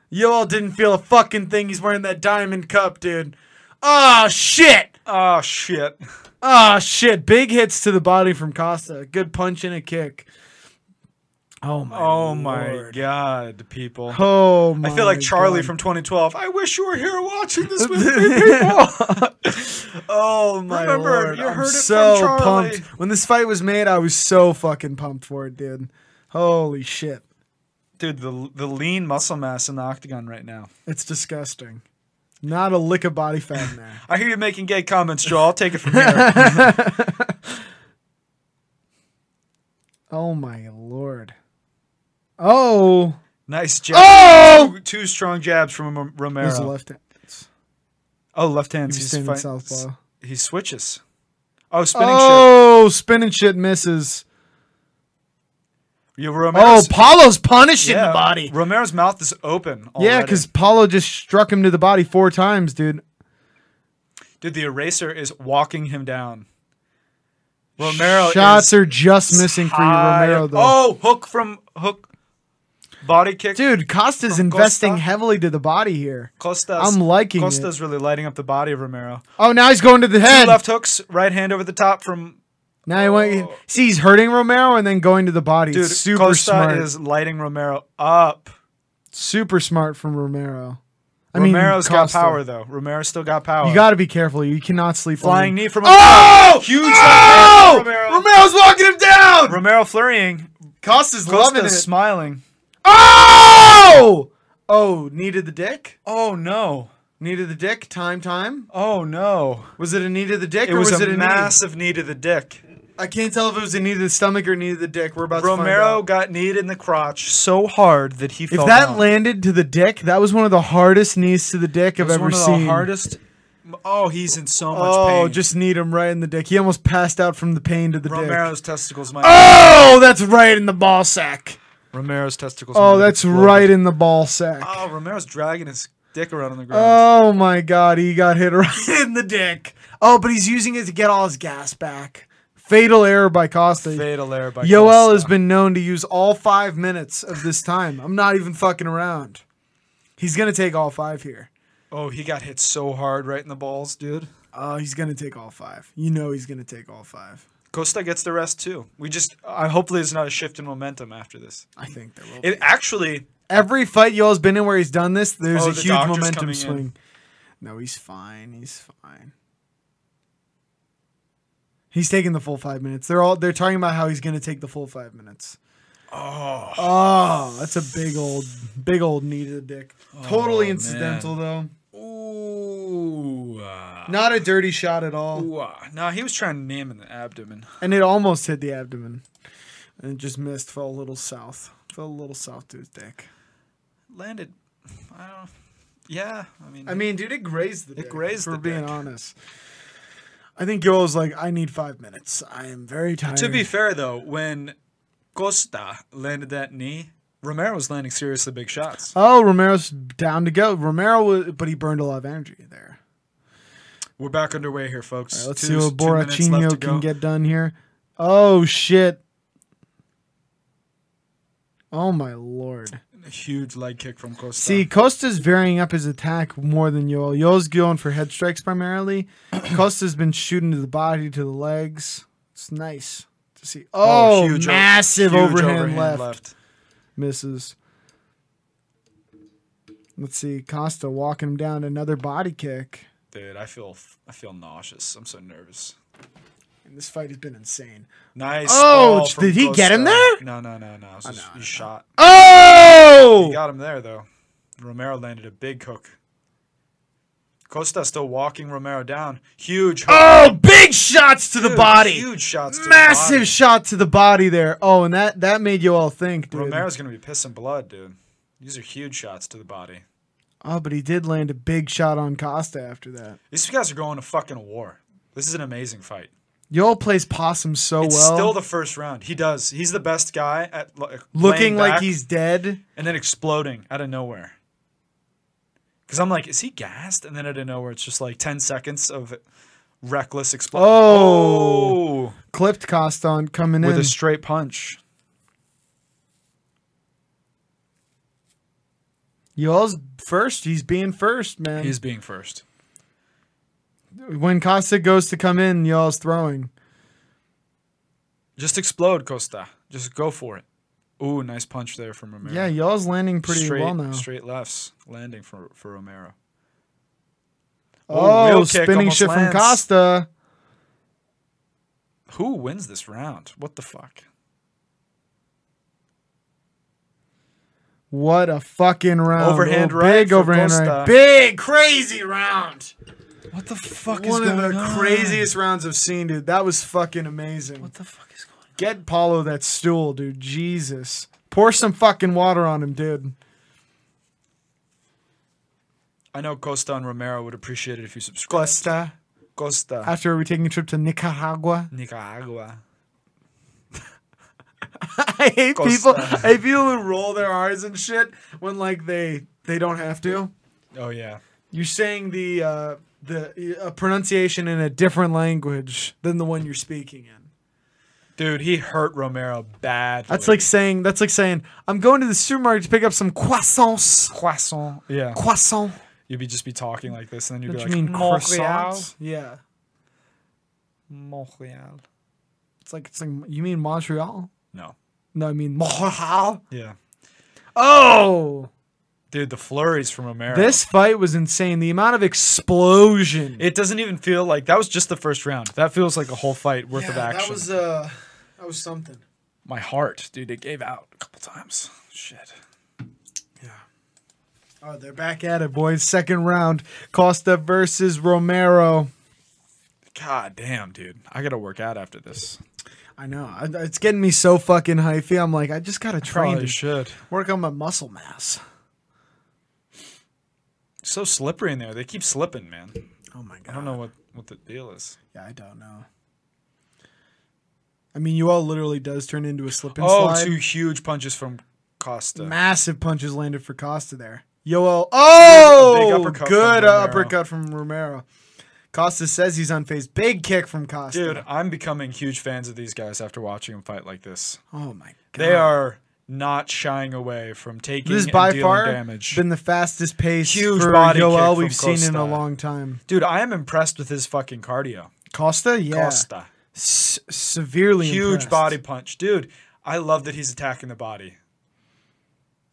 You all didn't feel a fucking thing. He's wearing that diamond cup, dude. Oh, shit. Oh shit! Oh, shit. Big hits to the body from Costa. Good punch and a kick. Oh, my. Oh my Lord. god, people! Oh, my. I feel like Charlie God. from 2012. I wish you were here watching this with me, people. Oh, my. Remember, Lord. you I'm heard it from so Charlie. pumped. When this fight was made, I was so fucking pumped for it, dude. Holy shit. Dude, the the lean muscle mass in the octagon right now. It's disgusting. Not a lick of body fat in there. I hear you making gay comments, Joel. I'll take it from here. Oh my lord. Oh, nice jab. Oh! Two, two strong jabs from Rom- Romero. he's a left hand. Oh, left hands. He's He's standing fight- southpaw. He switches. Oh, spinning Oh, spinning shit misses. shit. You Oh, Romero's, Paulo's punishing yeah, the body. Romero's mouth is open. Yeah, already. because Paulo just struck him to the body four times, dude. dude, the eraser is walking him down. Romero Shots is are just missing for you, high- Romero, though. Oh, hook from hook, body kick. Dude, Costa's From investing Costa? heavily to the body here. Costas. I'm liking it. Costas really lighting up the body of Romero. Oh, now he's going to the Two head. left hooks, right hand over the top from Now he went. Oh. See, he's hurting Romero and then going to the body. dude. super Costa smart. is lighting Romero up. super smart from Romero. I mean, Romero's got Costa. power though. Romero's still got power. You got to be careful. You cannot sleep. on flying him. Oh! knee from oh huge left hand from Romero. Romero's walking him down. Romero flurrying. Costa's Costa smiling. Oh! Oh, knee to the dick. Oh no. Knee to the dick. Time, time. Oh no. Was it a knee to the dick It or was, was, a it a massive knee to the dick. knee? I can't tell if it was a knee to the stomach or knee to the dick. We're about to find Romero out. got kneed in the crotch so hard that he If fell that down. landed to the dick, that was one of the hardest knees to the dick It I've was ever one of seen. the hardest. Oh, he's in so much oh, pain. just need him right in the dick. He almost passed out from the pain to the dick. Romero's testicles might. Oh, that's right in the ball sack. Romero's testicles. might Oh, have that's exploded. right in the ball sack. Oh, Romero's dragging his dick around on the ground. Oh my god, he got hit right in the dick. Oh, but he's using it to get all his gas back. Fatal error by Costa. Fatal error by Yoel Costa. has been known to use all five minutes of this time. I'm not even fucking around. He's gonna take all five here. Oh, he got hit so hard right in the balls, dude. Oh, he's gonna take all five. You know he's gonna take all five. Costa gets the rest too. We just I hopefully there's not a shift in momentum after this. I think there will. It actually Every fight Yoel's been in where he's done this, there's Oh, a the huge doctor's momentum coming in. swing. No, he's fine. He's fine. He's taking the full five minutes. They're all they're talking about how he's gonna take the full five minutes. Oh, that's a big old, big old knee to the dick. Oh, totally incidental Ooh. Uh, though. Not a dirty shot at all, ooh, uh, nah, he was trying to knee him in the abdomen. and it almost hit the abdomen, and it just missed. Fell a little south. Fell a little south to his dick. Landed I don't Yeah, I mean I mean, dude, it grazed the dick. grazed if We're the being dick. honest. I think Yoel's like, I need five minutes. I am very tired. to be fair though, when Costa landed that knee, Romero was landing seriously big shots. oh, Romero's down to go. Romero, was, but he burned a lot of energy there. We're back underway here, folks. All right, let's Two- see what two minutes left to Borachino go. can get done here. Oh shit! Oh my lord! A huge leg kick from Costa. See, Costa's varying up his attack more than Yoel. Yoel's going for head strikes primarily. Costa's been shooting to the body, to the legs. It's nice to see. Oh, huge o- massive huge overhand, left. misses. Let's see, Costa walking him down another body kick. Dude, I feel I feel nauseous. I'm so nervous. And this fight has been insane. Nice. Oh, ball from did he get him there? No, no, no, no. It's just, no, he shot. He Oh! got him there though. Romero landed a big hook. Costa still walking Romero down. Huge. Oh, big shots to the huge- body. Huge shots. To Massive The shot to the body there. Oh, and that that made you all think, dude. body. Romero's gonna be pissing blood, dude. These are huge shots to the body. Oh, but he did land a big shot on Costa after that. These guys are going to fucking war. This is an amazing fight. Yoel plays possum so It's Oh, well. still the first round. He does. He's the best guy at like, laying looking like back he's dead. and then exploding out of nowhere. Because I'm like, is he gassed? And then out of nowhere, it's just like ten seconds of reckless explosion. Oh. Clipped Costa on coming with in. a straight punch. Yoel's first. He's being first, man. He's being first. when Costa goes to come in, Yoel's throwing. Just explode, Costa. Just go for it. Ooh, nice punch there from Romero. Yeah, Yoel's landing pretty straight, well now. Straight lefts landing for for Romero. Oh, oh, wheel kick spinning almost shit from lands. Costa. Who wins this round? What the fuck? What a fucking round. Overhand Oh, right Big for overhand Costa. right. Big, crazy round. What the fuck One of the craziest rounds I've seen, dude. That was fucking amazing. What the fuck is going on? Get Paulo that stool, dude. Jesus. Pour some fucking water on him, dude. I know Costa and Romero would appreciate it if you subscribe. Costa. Costa. After we're taking a trip to Nicaragua. Nicaragua. I hate Costa. people. I hate people who roll their R's and shit when like they they don't have to. Oh yeah. You're saying the uh, the uh, pronunciation in a different language than the one you're speaking in. Dude, he hurt Romero bad. That's like saying that's like saying I'm going to the supermarket to pick up some croissants. croissant. Yeah. Croissant. You'd be just be talking like this and then you'd Don't you be mean like Montreal. croissants? Yeah. Montreal. It's like it's like you mean Montreal? No. No, I mean Montreal. Yeah. Oh, Dude, the flurries from Romero. this fight was insane. The amount of explosion. it doesn't even feel like that was just the first round. That feels like a whole fight worth of action. uh, that was something. My heart, dude, it gave out a couple times. Shit. Oh, they're back at it, boys. Second round, Costa versus Romero. God damn, dude. I gotta work out after this. I know. I, it's getting me so fucking hyphy. I'm like, I just gotta train Probably to should. work on my muscle mass. So slippery in there. They keep slipping, man. Oh my god. I don't know what, what the deal is. Yeah, I don't know. I mean, you all literally does turn into a slip and Oh, two slide. huge punches from Costa. Massive punches landed for Costa there. Yoel. Oh, Big uppercut from good Romero. uppercut from Romero. Costa says he's unfazed. Big kick from Costa. Dude, I'm becoming huge fans of these guys after watching them fight like this. Oh my god. They are not shying away from taking This has and by dealing far damage. been the fastest pace Huge for body kick Yoel from we've seen in a Costa. long time. Dude, I am impressed with his fucking cardio. Costa, yeah, Costa. S- severely Huge impressed. body punch. Dude, I love that he's attacking the body.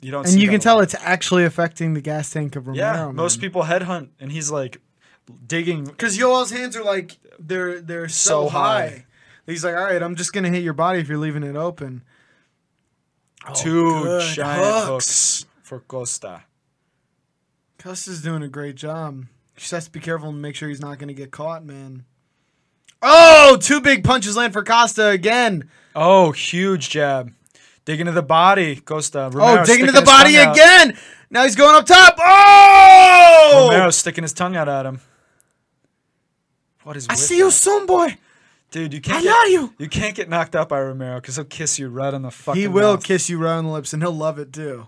You don't and see you that can a tell lot. it's actually affecting the gas tank of Romero. Yeah, most man. people headhunt and he's like digging Because Yoel's hands are like they're they're so, So high. high. He's like, all right, I'm just gonna hit your body if you're leaving it open. two Oh, good giant hooks. Oh, hooks. for Costa. Custa's doing a great job. He just has to be careful and make sure he's not gonna get caught, man. Oh, two big punches land for Costa again. Oh, huge jab. Digging to the body, Costa. Oh, Romero digging to sticking the his body tongue out. again. Now he's going up top. Oh! Romero's sticking his tongue out at him. What is I with see you that? soon, boy. dude? You can't. I get, love you. You can't get knocked out by Romero because he'll kiss you right on the fucking. He will mouth. kiss you right on the lips, and he'll love it too.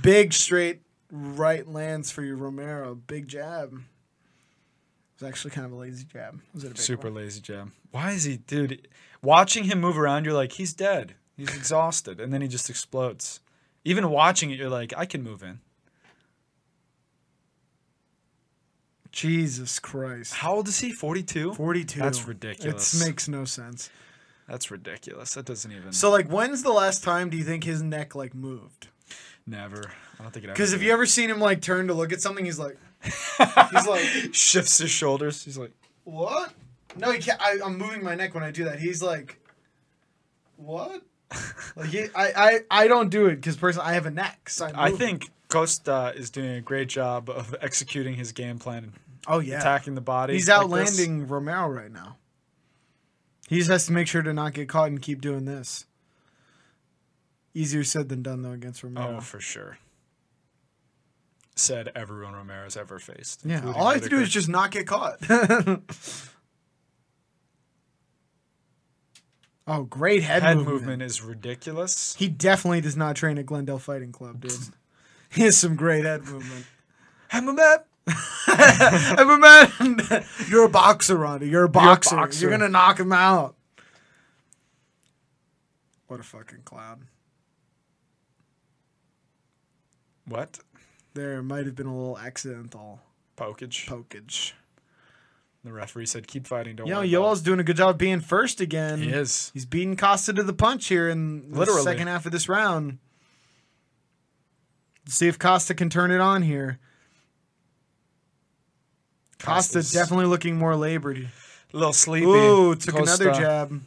Big straight right lands for your Romero. Big jab. It was actually kind of a lazy jab. Was it a big Super one? lazy jab. Why is he, dude? Watching him move around, you're like, he's dead. He's exhausted, and then he just explodes. Even watching it, you're like, I can move in. Jesus Christ. How old is he? Forty-two. 42. That's ridiculous. It makes no sense. That's ridiculous. That doesn't even. So, like, when's the last time do you think his neck, like, moved? never. I don't think it. Because ever if did. you ever seen him, like, turn to look at something, he's like, he's like, shifts his shoulders, he's like, what? No, he can't. I, I'm moving my neck when I do that. He's like, what? Like, he, I, I, I don't do it because, personally, I have a neck. So I, I move it. think Costa is doing a great job of executing his game plan Oh yeah, attacking the body. he's like this. outlanding Romero right now. He just has to make sure to not get caught and keep doing this. Easier said than done though against Oh, Romero. for sure. Said everyone Romero's ever faced. yeah, including all I have to do Whitaker. is just not get caught. oh, great head, head movement. movement is ridiculous. He definitely does not train at Glendale Fighting Club, dude. he has some great head movement. I'm a man. I'm a man. You're a boxer, Ronda. You're a boxer. You're, boxer. gonna knock him out. What a fucking clown. What? There might have been a little accidental Pokage. pokage. the referee said, "Keep fighting. Don't You know, worry." about Yoel's doing a good job of being first again. it." He is. He's beating Costa to the punch here in Literally. the second half of this round. Let's see if Costa can turn it on here. Costa Costa's definitely looking more labored. a little sleepy. Ooh, took another Costa. jab.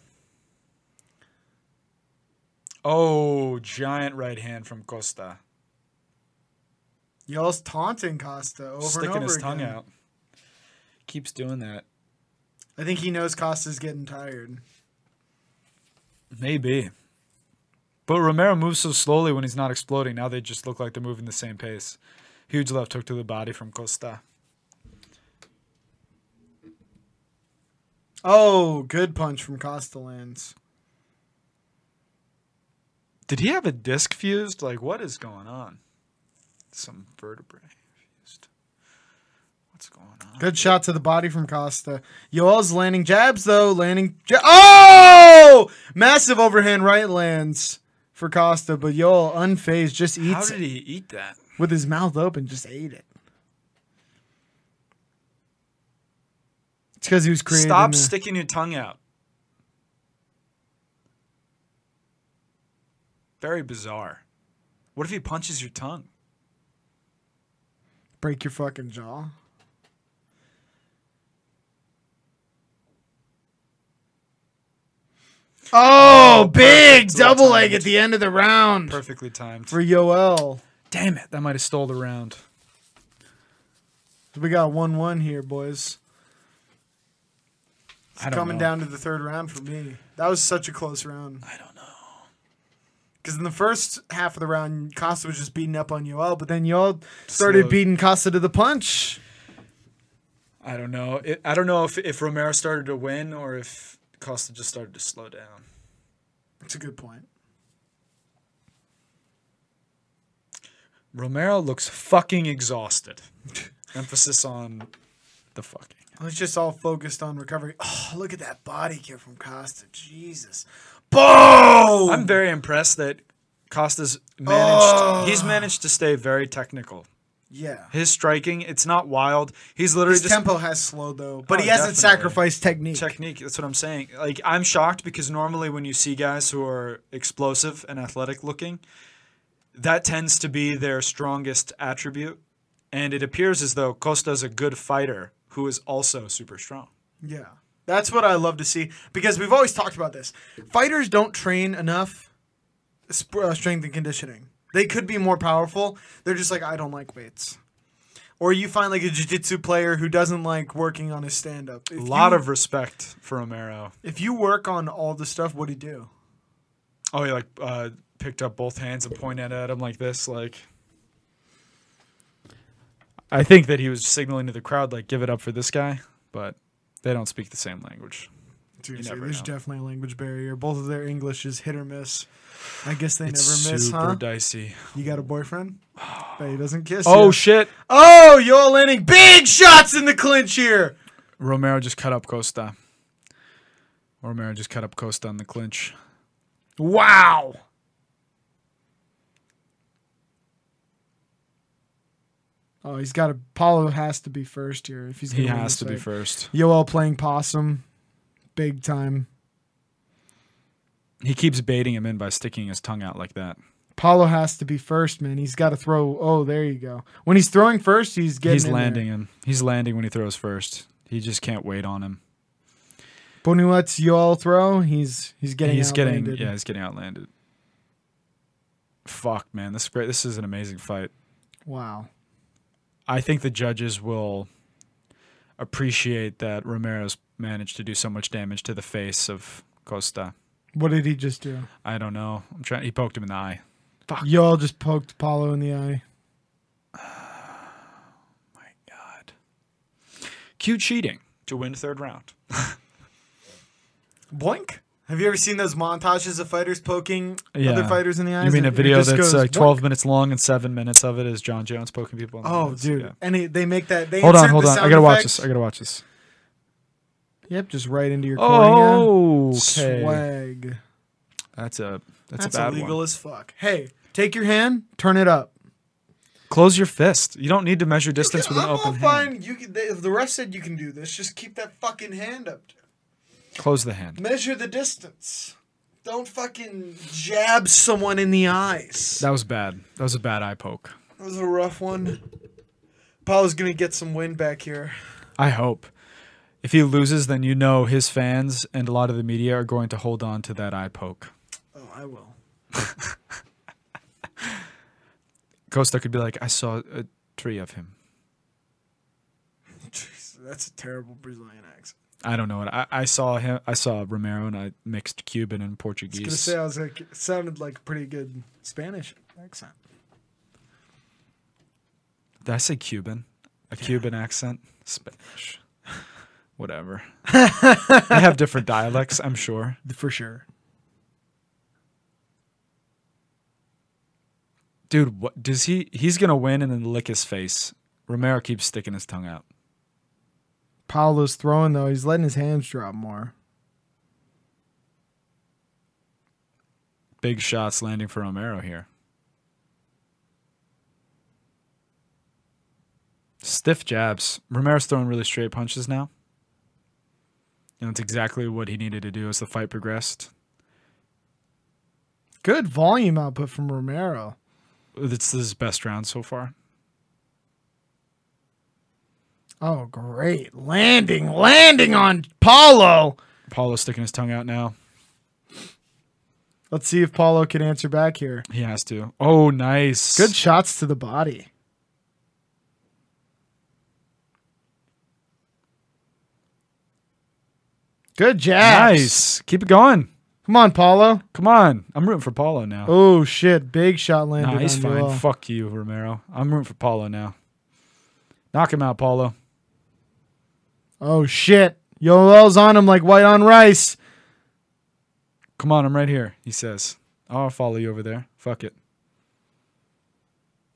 Oh, giant right hand from Costa, Y'all's taunting Costa over and sticking over his tongue again. out. Keeps doing that. I think he knows Costa's getting tired. Maybe. But Romero moves so slowly when he's not exploding. Now they just look like they're moving the same pace. Huge left hook to the body from Costa. Oh, good punch from Costa lands. Did he have a disc fused? Like, what is going on? Some vertebrae fused. What's going on? Good shot to the body from Costa. Yoel's landing jabs though, landing. Ja- oh, massive overhand right lands for Costa, but Yoel unfazed just How eats did he eat that? it with his mouth open, just ate it. It's because he was creating. Stop the- sticking your tongue out. Very bizarre. What if he punches your tongue? break your fucking jaw. Oh, big perfect. double Well leg timed. at the end of the round Perfectly timed. for Yoel. Damn it, that might have stole the round. We got 1 1 here, boys. It's I don't coming know. down to the third round for me. That was such a close round. I don't know. Because in the first half of the round, Costa was just beating up on Yoel, but then Yoel started Slowed. beating Costa to the punch. I don't know. It, I don't know if, if Romero started to win or if Costa just started to slow down. It's a good point. Romero looks fucking exhausted. Emphasis on the fucking. Let's just all focused on recovery. Oh, look at that body kick from Costa. Jesus. Boom! I'm very impressed that Costa's managed. He's managed to stay very technical. yeah. His striking, it's not wild. He's literally His just tempo has slowed though, but Oh, he hasn't definitely. sacrificed technique. technique. That's what I'm saying. Like I'm shocked because normally when you see guys who are explosive and athletic looking, that tends to be their strongest attribute. And it appears as though Costa's a good fighter who is also super strong. Yeah. That's what I love to see because we've always talked about this. Fighters don't train enough sp- uh, strength and conditioning. They could be more powerful. They're just like, I don't like weights. Or you find like a jiu-jitsu player who doesn't like working on his stand-up. A lot of respect for Romero. if you work on all the stuff, what do you do? Oh, he like uh, picked up both hands and pointed at him like this, like. I think that he was signaling to the crowd, like, give it up for this guy, but they don't speak the same language. Dude, never there's know. definitely a language barrier. Both of their English is hit or miss. I guess they It's never miss, super huh? dicey. you got a boyfriend? But he doesn't kiss Oh, you. shit. oh, you're landing big shots in the clinch here. Romero just cut up Costa. Romero just cut up Costa on the clinch. Wow. Oh, he's got to. Paulo has to be first here if he's. He gonna win has this to be fight. first. Yoel playing possum, big time. He keeps baiting him in by sticking his tongue out like that. Paulo has to be first, man. He's got to throw. Oh, there you go. When he's throwing first, he's getting. He's in there. landing him. He's landing when he throws first. He just can't wait on him. But when he lets Yoel throw, he's he's getting. he's outlanded. getting yeah, he's getting outlanded. Fuck, man, this is great. This is an amazing fight. Wow. I think the judges will appreciate that Romero's managed to do so much damage to the face of Costa. What did he just do? I don't know. I'm trying. He poked him in the eye. Y'all just poked Paulo in the eye. God. Cue cheating to win third round. Boink. Have you ever seen those montages of fighters poking other fighters in the eyes? You mean a It video just that's goes, uh, boink. 12 minutes long and seven minutes of it is John Jones poking people? In the Oh, eyes? dude. Yeah. And he, they make that. They Hold on, insert hold the on. I sound gotta watch effect. this. I gotta watch this. Yep, just right into your cornea. Oh, okay. Swag. That's a that's, That's a bad illegal one. as fuck. Hey, take your hand, turn it up. Close your fist. You don't need to measure distance with an I'm all open hand. fine. You can, they, if the ref said you can do this, just keep that fucking hand up. Close the hand. Measure the distance. Don't fucking jab someone in the eyes. That was bad. That was a bad eye poke. That was a rough one. Paulo's gonna get some wind back here. I hope. If he loses, then you know his fans and a lot of the media are going to hold on to that eye poke. Oh, I will. Costa could be like, I saw a tree of him. Jeez, that's a terrible Brazilian accent. I don't know what I, I saw him. I saw Romero and I mixed Cuban I and was Portuguese. gonna say I was like, it sounded like a pretty good Spanish accent. Did I say Cuban? A Cuban accent? Spanish. Whatever. they have different dialects, I'm sure. For sure. Dude, what does he he's gonna win and then lick his face. Romero keeps sticking his tongue out. Paulo's throwing, though. He's letting his hands drop more. Big shots landing for Romero here. Stiff jabs. Romero's throwing really straight punches now. And that's exactly what he needed to do as the fight progressed. Good volume output from Romero. It's his best round so far. Oh, great. Landing, landing on Paulo. Paulo's sticking his tongue out now. Let's see if Paulo can answer back here. He has to. Oh, nice. Good shots to the body. Good jabs. Nice. Keep it going. Come on, Paulo. Come on. I'm rooting for Paulo now. Oh shit! Big shot landed. Nah, he's on fine. Yoel. Fuck you, Romero. I'm rooting for Paulo now. Knock him out, Paulo. Oh shit! Yoel's on him like white on rice. Come on, I'm right here, he says. I'll follow you over there. Fuck it.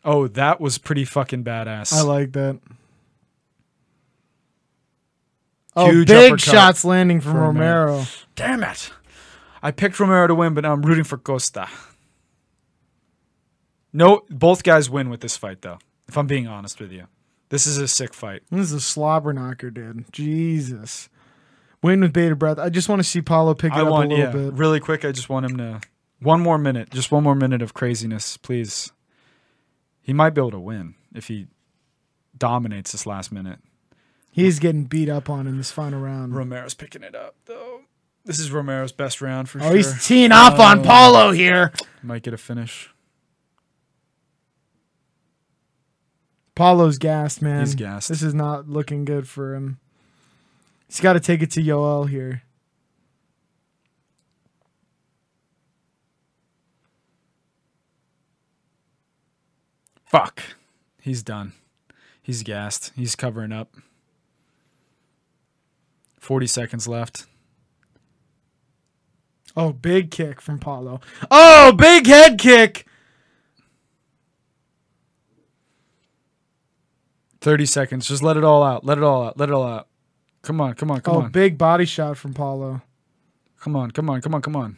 Oh, that was pretty fucking badass. I like that. Oh, Huge big uppercut shots landing from for a minute. Romero. Damn it. I picked Romero to win, but now I'm rooting for Costa. No, both guys win with this fight, though, if I'm being honest with you. This is a sick fight. This is a slobber knocker, dude. Jesus. Win with bated breath. I just want to see Paulo pick it I up want, a little yeah, bit. really quick. I just want him to one more minute, just one more minute of craziness, please. He might be able to win if he dominates this last minute. He's getting beat up on in this final round. Romero's picking it up though. This is Romero's best round for oh, sure. he's teeing off on Paulo here. might get a finish. Paulo's gassed, man. He's gassed. This is not looking good for him. He's got to take it to Yoel here. Fuck. He's done. He's gassed. He's covering up. 40 seconds left. Oh, big kick from Paulo. Oh, big head kick. 30 seconds. Just let it all out. Let it all out. Let it all out. Come on, come on, come oh, on. big body shot from Paulo. Come on, come on, come on, come on.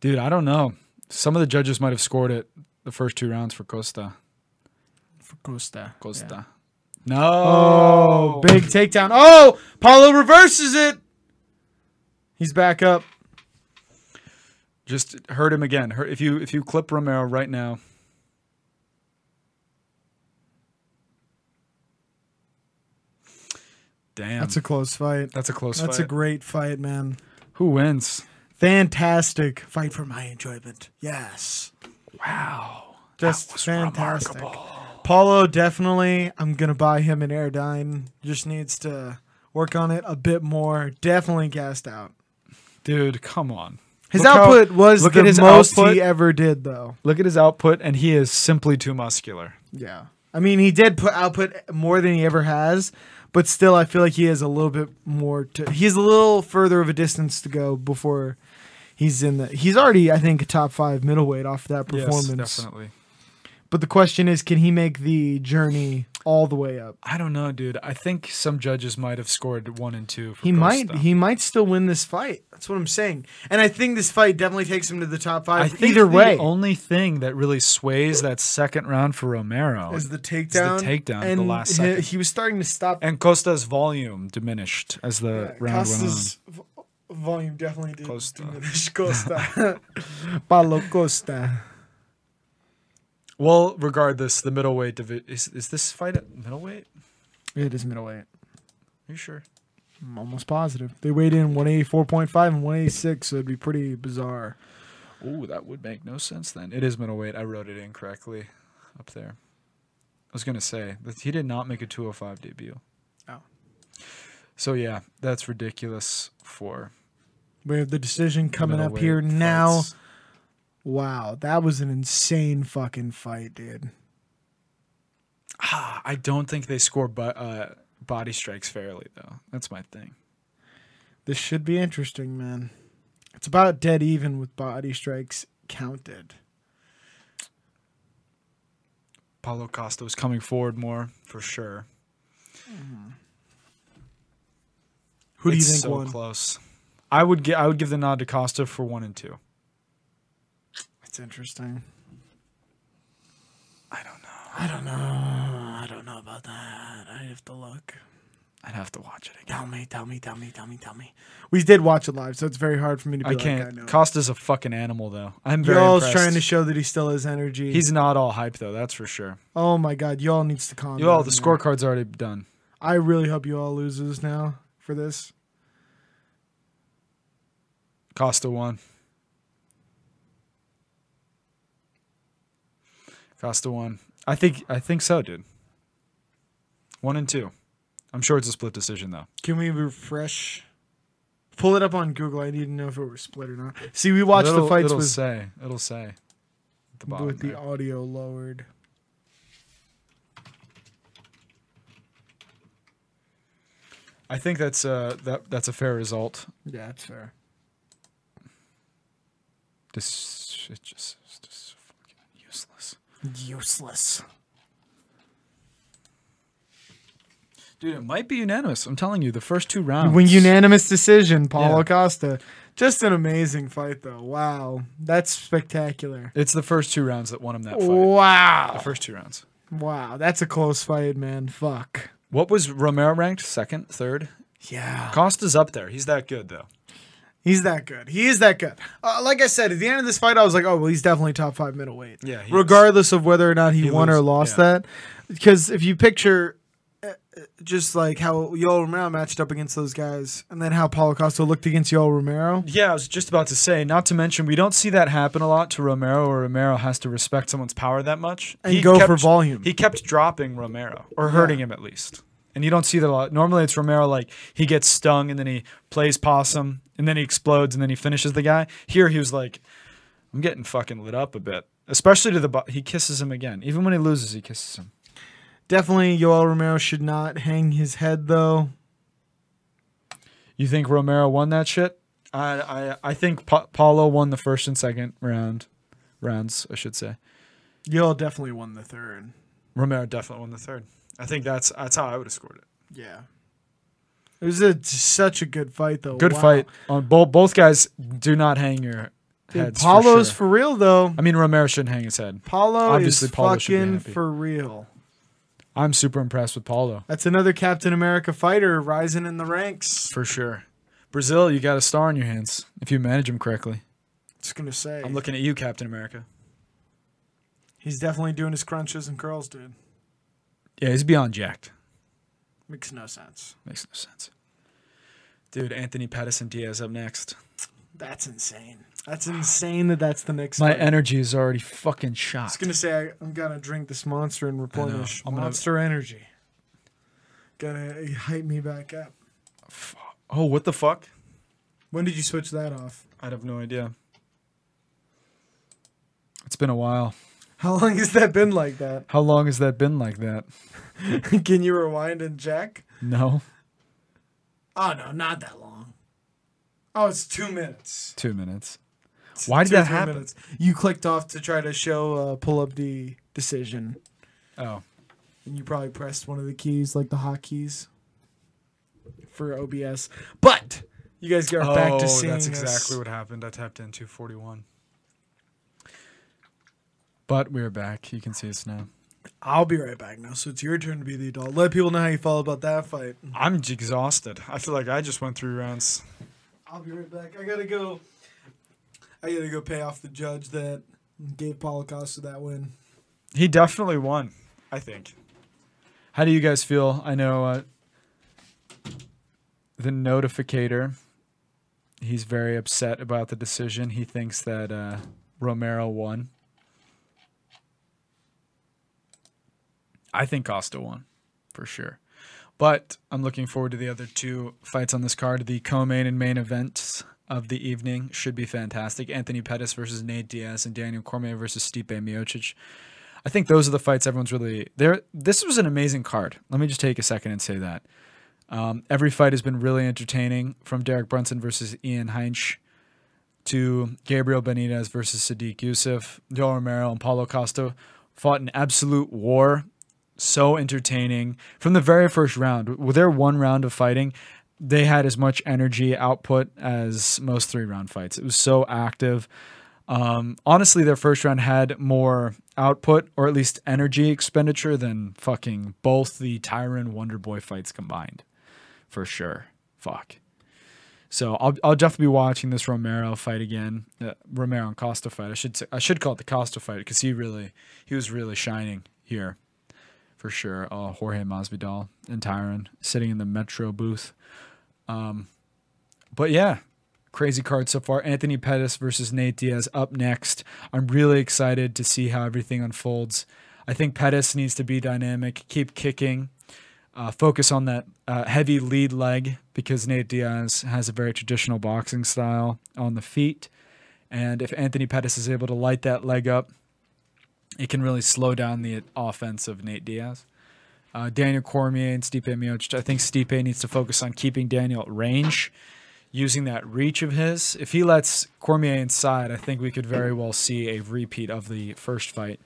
Dude, I don't know. Some of the judges might have scored it the first two rounds for Costa. For Costa. Costa. Yeah. No. Oh, big takedown. Oh, Paulo reverses it. He's back up. Just hurt him again. Hurt, if you if you clip Romero right now, damn, That's a close fight. that's a close That's a fight. great fight, man. Who wins? Fantastic. Fight for my enjoyment. Yes. Wow, Just fantastic. Paulo definitely. I'm gonna buy him an Airdyne. Just needs to work on it a bit more. Definitely gassed out. Dude, come on. His Look how- output was look the at his most output. he ever did, though. Look at his output, and he is simply too muscular. Yeah, I mean, he did put output more than he ever has, but still, I feel like he has a little bit more. to He's a little further of a distance to go before he's in the. He's already, I think, a top five middleweight off that performance. Yes, definitely. But the question is, can he make the journey all the way up? I don't know, dude. I think some judges might have scored one and two. For He both might. though. He might still win this fight. That's what I'm saying. And I think this fight definitely takes him to the top five. I think either the way, only thing that really sways that second round for Romero is the takedown. takedown at the And last he- second. He, was starting to stop. and Costa's volume diminished as the round Costa's vo- volume definitely did Costa. diminish. Costa. Paulo Costa. went on. Well, regardless, the middleweight divi- is is this fight at middleweight? It is middleweight. Are you sure? I'm almost positive. They weighed in 184.5 and 186, so it'd be pretty bizarre. Oh, that would make no sense then. It is middleweight. I wrote it incorrectly up there. I was gonna say that he did not make a 205 debut. Oh. So yeah, that's ridiculous for We have the decision coming up middleweight here now. fights. Wow, that was an insane fucking fight, dude. Ah, I don't think they score but uh, body strikes fairly though. That's my thing. This should be interesting, man. It's about dead even with body strikes counted. Paulo Costa was coming forward more for sure. Who do It's you think so won? close? I would gi- I would give the nod to Costa for one and two. It's interesting. I don't know. I don't know about that. I have to look. I'd have to watch it again. Tell me, tell me, tell me, tell me, tell me. We did watch it live, so it's very hard for me to be I like, can't. I know. Costa's a fucking animal though. I'm very Y'all's impressed. trying to show that he still has energy. He's not all hype though. That's for sure. oh my god, y'all needs to calm. You all down, the man. scorecard's already done. I really hope you all loses now for this. Costa won. Costa won. I think I think so, dude. One and two. I'm sure it's a split decision though. Can we refresh? Pull it up on Google. I need to know if it was split or not. See, we watched It'll- the fights It'll with say. It'll say. At the bottom. with the there. audio lowered. I think that's uh that that's a fair result. Yeah, that's fair. This it just it's just fucking useless. Useless. Dude, it might be unanimous. I'm telling you, the first two rounds. When unanimous decision, Paulo Um, Yeah. Costa. Just an amazing fight, though. Wow, that's spectacular. It's the first two rounds that won him that fight. Oh. The Wow, first two rounds. wow, that's a close fight, man. Fuck. What was Romero ranked? Second, third? Yeah. Costa's up there. He's that good though. He's that good. He is that good. Uh, like I said, at the end of this fight, I was like, oh, well, he's definitely top five middleweight. Yeah, he is. Regardless of whether or not he, He won or lose- lost yeah. that. Because if you picture uh, uh, just like how Yoel Romero matched up against those guys and then how Paulo Costa looked against Yoel Romero. Yeah, I was just about to say, not to mention we don't see that happen a lot to Romero or Romero has to respect someone's power that much. And go for volume. He kept dropping Romero or hurting him at least. And you don't see that a lot. Normally it's Romero like he gets stung and then he plays possum and then he explodes and then he finishes the guy. Here he was like I'm getting fucking lit up a bit. Especially to the bo- he kisses him again. Even when he loses, he kisses him. Definitely Yoel Romero should not hang his head, though. You think Romero won that shit? I I I think pa- Paulo won the first and second round rounds, I should say. Yoel definitely won the third. Romero definitely won the third. I think that's that's how I would have scored it. Yeah. It was a, such a good fight, though. Good Wow. fight on both. Both guys do not hang your Dude, heads. for Paulo's sure. for real, though. I mean, Romero shouldn't hang his head. Paulo Obviously, is Paulo should be fucking happy. for real. I'm super impressed with Paulo That's another Captain America fighter rising in the ranks. for sure. Brazil, you got a star on your hands if you manage him correctly. Just gonna say, I'm looking at you, Captain America. he's definitely doing his crunches and curls, dude. Yeah, he's beyond jacked. Makes no sense. Makes no sense. Dude, Anthony Patterson Diaz up next. That's insane. That's insane that that's the next. My fight. energy is already fucking shot. I was gonna say I, I'm gonna drink this monster and replenish I'm gonna- monster energy. Gonna uh, hype me back up. Oh, what the fuck? When did you switch that off? I'd have no idea. It's been a while. How long has that been like that? How long has that been like that? Can you rewind and check? No, Oh no, not that long. Oh, it's two minutes. two minutes. Why did Two or that three happen? minutes. You clicked off to try to show uh, pull up the decision, Oh, and you probably pressed one of the keys, like the hotkeys, for OBS. But you guys got oh, back to seeing that's this. exactly what happened. I tapped in 241. But we're back. You can see us now. I'll be right back now. So it's your turn to be the adult. Let people know how you felt about that fight. I'm j- exhausted. I feel like I just went three rounds. I'll be right back. I gotta go. I gotta go pay off the judge that gave Paulo Costa that win. He definitely won. I think. How do you guys feel? I know uh, the notificator. He's very upset about the decision. He thinks that uh, Romero won. I think Costa won, for sure. But I'm looking forward to the other two fights on this card. The co-main and main events of the evening should be fantastic. Anthony Pettis versus Nate Diaz and Daniel Cormier versus Stipe Miocic. I think those are the fights everyone's really there. This was an amazing card. Let me just take a second and say that. Um, every fight has been really entertaining from Derek Brunson versus Ian Heinz to Gabriel Benitez versus Sadiq Youssef. Joel Romero and Paulo Costa fought an absolute war. So entertaining from the very first round. With their one round of fighting, they had as much energy output as most three round fights. It was so active. Um, honestly, their first round had more output or at least energy expenditure than fucking both the Tyron Wonder Boy fights combined, for sure. Fuck. So I'll I'll definitely be watching this Romero fight again, uh, Romero and Costa fight. I should say, I should call it the Costa fight because he really he was really shining here, for sure. Uh, Jorge Masvidal and Tyron sitting in the Metro booth, um, but yeah, crazy card so far. Anthony Pettis versus Nate Diaz up next. I'm really excited to see how everything unfolds. I think Pettis needs to be dynamic, keep kicking, uh, focus on that uh, heavy lead leg because Nate Diaz has a very traditional boxing style on the feet. And if Anthony Pettis is able to light that leg up, it can really slow down the offense of Nate Diaz. Uh, Daniel Cormier and Stipe Miocic. I think Stipe needs to focus on keeping Daniel at range using that reach of his. If he lets Cormier inside, I think we could very well see a repeat of the first fight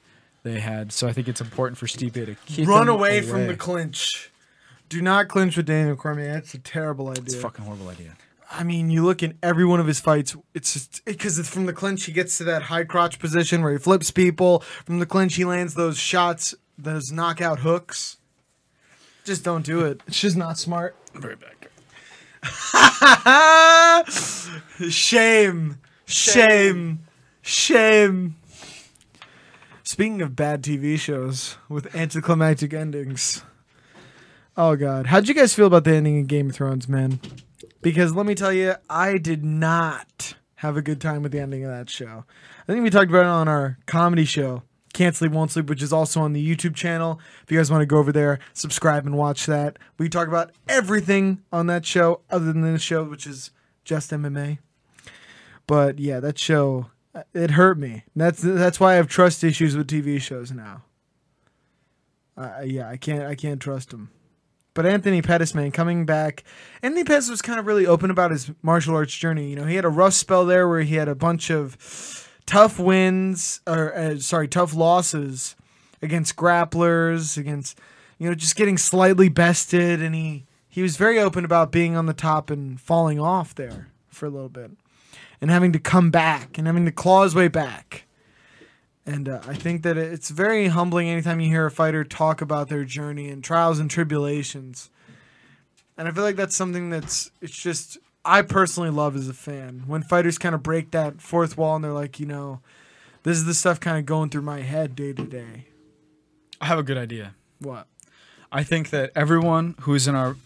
they had. So I think it's important for Stipe to keep Run him away, from the clinch. Do not clinch with Daniel Cormier. That's a terrible idea. It's a fucking horrible idea. I mean, you look at every one of his fights. It's just because it's from the clinch he gets to that high crotch position where he flips people. From the clinch he lands those shots, those knockout hooks. Just don't do it. It's just not smart. Very back. Ah! Shame. Shame. Shame. Speaking of bad TV shows with anticlimactic endings. Oh god. How'd you guys feel about the ending of Game of Thrones, man? Because let me tell you, I did not have a good time with the ending of that show. I think we talked about it on our comedy show, Can't Sleep Won't Sleep, which is also on the YouTube channel. If you guys want to go over there, subscribe and watch that. We talk about everything on that show other than this show, which is just MMA. But yeah, that show uh, it hurt me. That's that's why I have trust issues with TV shows now. Uh, yeah, I can't I can't trust them. But Anthony Pettis, man, coming back. Anthony Pettis was kind of really open about his martial arts journey. You know, he had a rough spell there where he had a bunch of tough wins, or uh, sorry, tough losses against grapplers, against you know, just getting slightly bested, and he he was very open about being on the top and falling off there for a little bit, and having to come back and having to claw his way back. And uh, I think that it's very humbling anytime you hear a fighter talk about their journey and trials and tribulations. And I feel like that's something that's it's just I personally love as a fan when fighters kind of break that fourth wall and they're like, you know, this is the stuff kind of going through my head day to day. I have a good idea. What? I think that everyone who's in our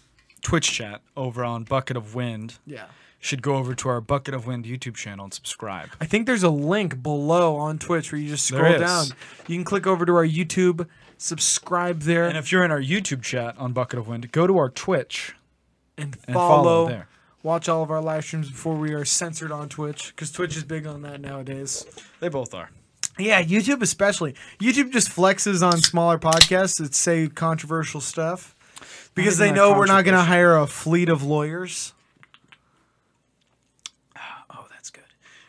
Twitch chat over on Bucket of Wind Yeah. should go over to our Bucket of Wind YouTube channel and subscribe. I think there's a link below on Twitch where you just There scroll is. down. You can click over to our YouTube, subscribe there, And and, if you're in our YouTube chat on Bucket of Wind, go to our Twitch and follow, follow. there. Watch all of our live streams before we are censored on Twitch because Twitch is big on that nowadays. They both are. Yeah, YouTube especially. YouTube just flexes on smaller podcasts that say controversial stuff because not they even know that we're not going to hire a fleet of lawyers. Oh, that's good.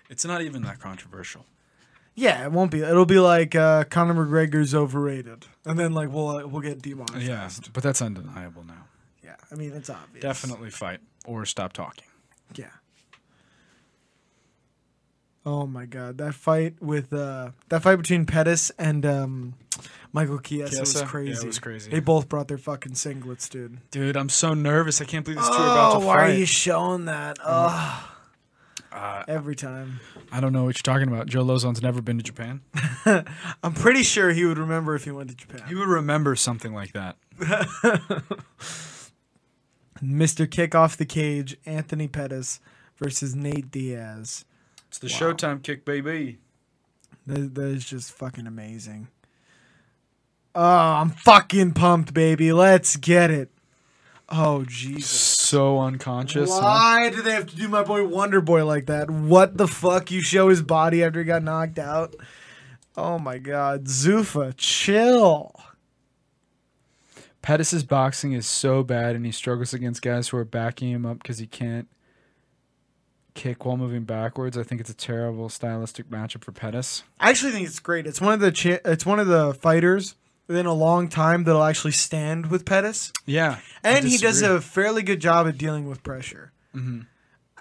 It's not even that controversial. Yeah, it won't be. It'll be like uh, Conor McGregor's overrated, and then like we'll uh, we'll get demonetized. Yeah, but that's undeniable now. yeah. I mean, it's obvious. Definitely fight or stop talking. Yeah. Oh my god, that fight with uh that fight between Pettis and um Michael Chiesa, Chiesa? was Yeah, it crazy. was crazy. They both brought their fucking singlets, dude. Dude, I'm so nervous. I can't believe these two are about to Oh, why fight. Uh, are you showing that? Ugh. Every time. I don't know what you're talking about. Joe Lozon's never been to Japan. I'm pretty sure he would remember if he went to Japan. He would remember something like that. Mr. Kick Off the Cage, Anthony Pettis versus Nate Diaz. It's the Showtime kick, baby. That, that is just fucking amazing. Oh, I'm fucking pumped, baby. Let's get it. Oh, Jesus. So unconscious. huh? Why do they have to do my boy Wonder Boy like that? What the fuck? You show his body after he got knocked out? Oh my god. Zuffa, chill. Pettis' boxing is so bad, and he struggles against guys who are backing him up because he can't kick while moving backwards. I think it's a terrible stylistic matchup for Pettis. I actually think it's great. It's one of the cha- it's one of the fighters in a long time that'll actually stand with Pettis. Yeah, and he does a fairly good job at dealing with pressure. Mm-hmm.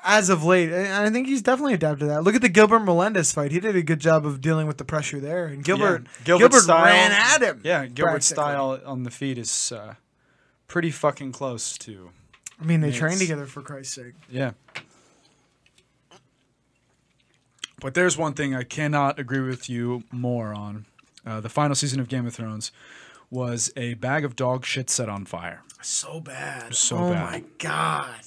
As of late, and I think he's definitely adapted to that. Look at the Gilbert Melendez fight; he did a good job of dealing with the pressure there. And Gilbert, Gilbert, ran at him. Yeah, Gilbert's practically. style on the feet is uh, pretty fucking close to. I mean, they Nate's. trained together for Christ's sake. Yeah. But there's one thing I cannot agree with you more on. Uh, the final season of Game of Thrones was a bag of dog shit set on fire. So bad. So oh bad. my god.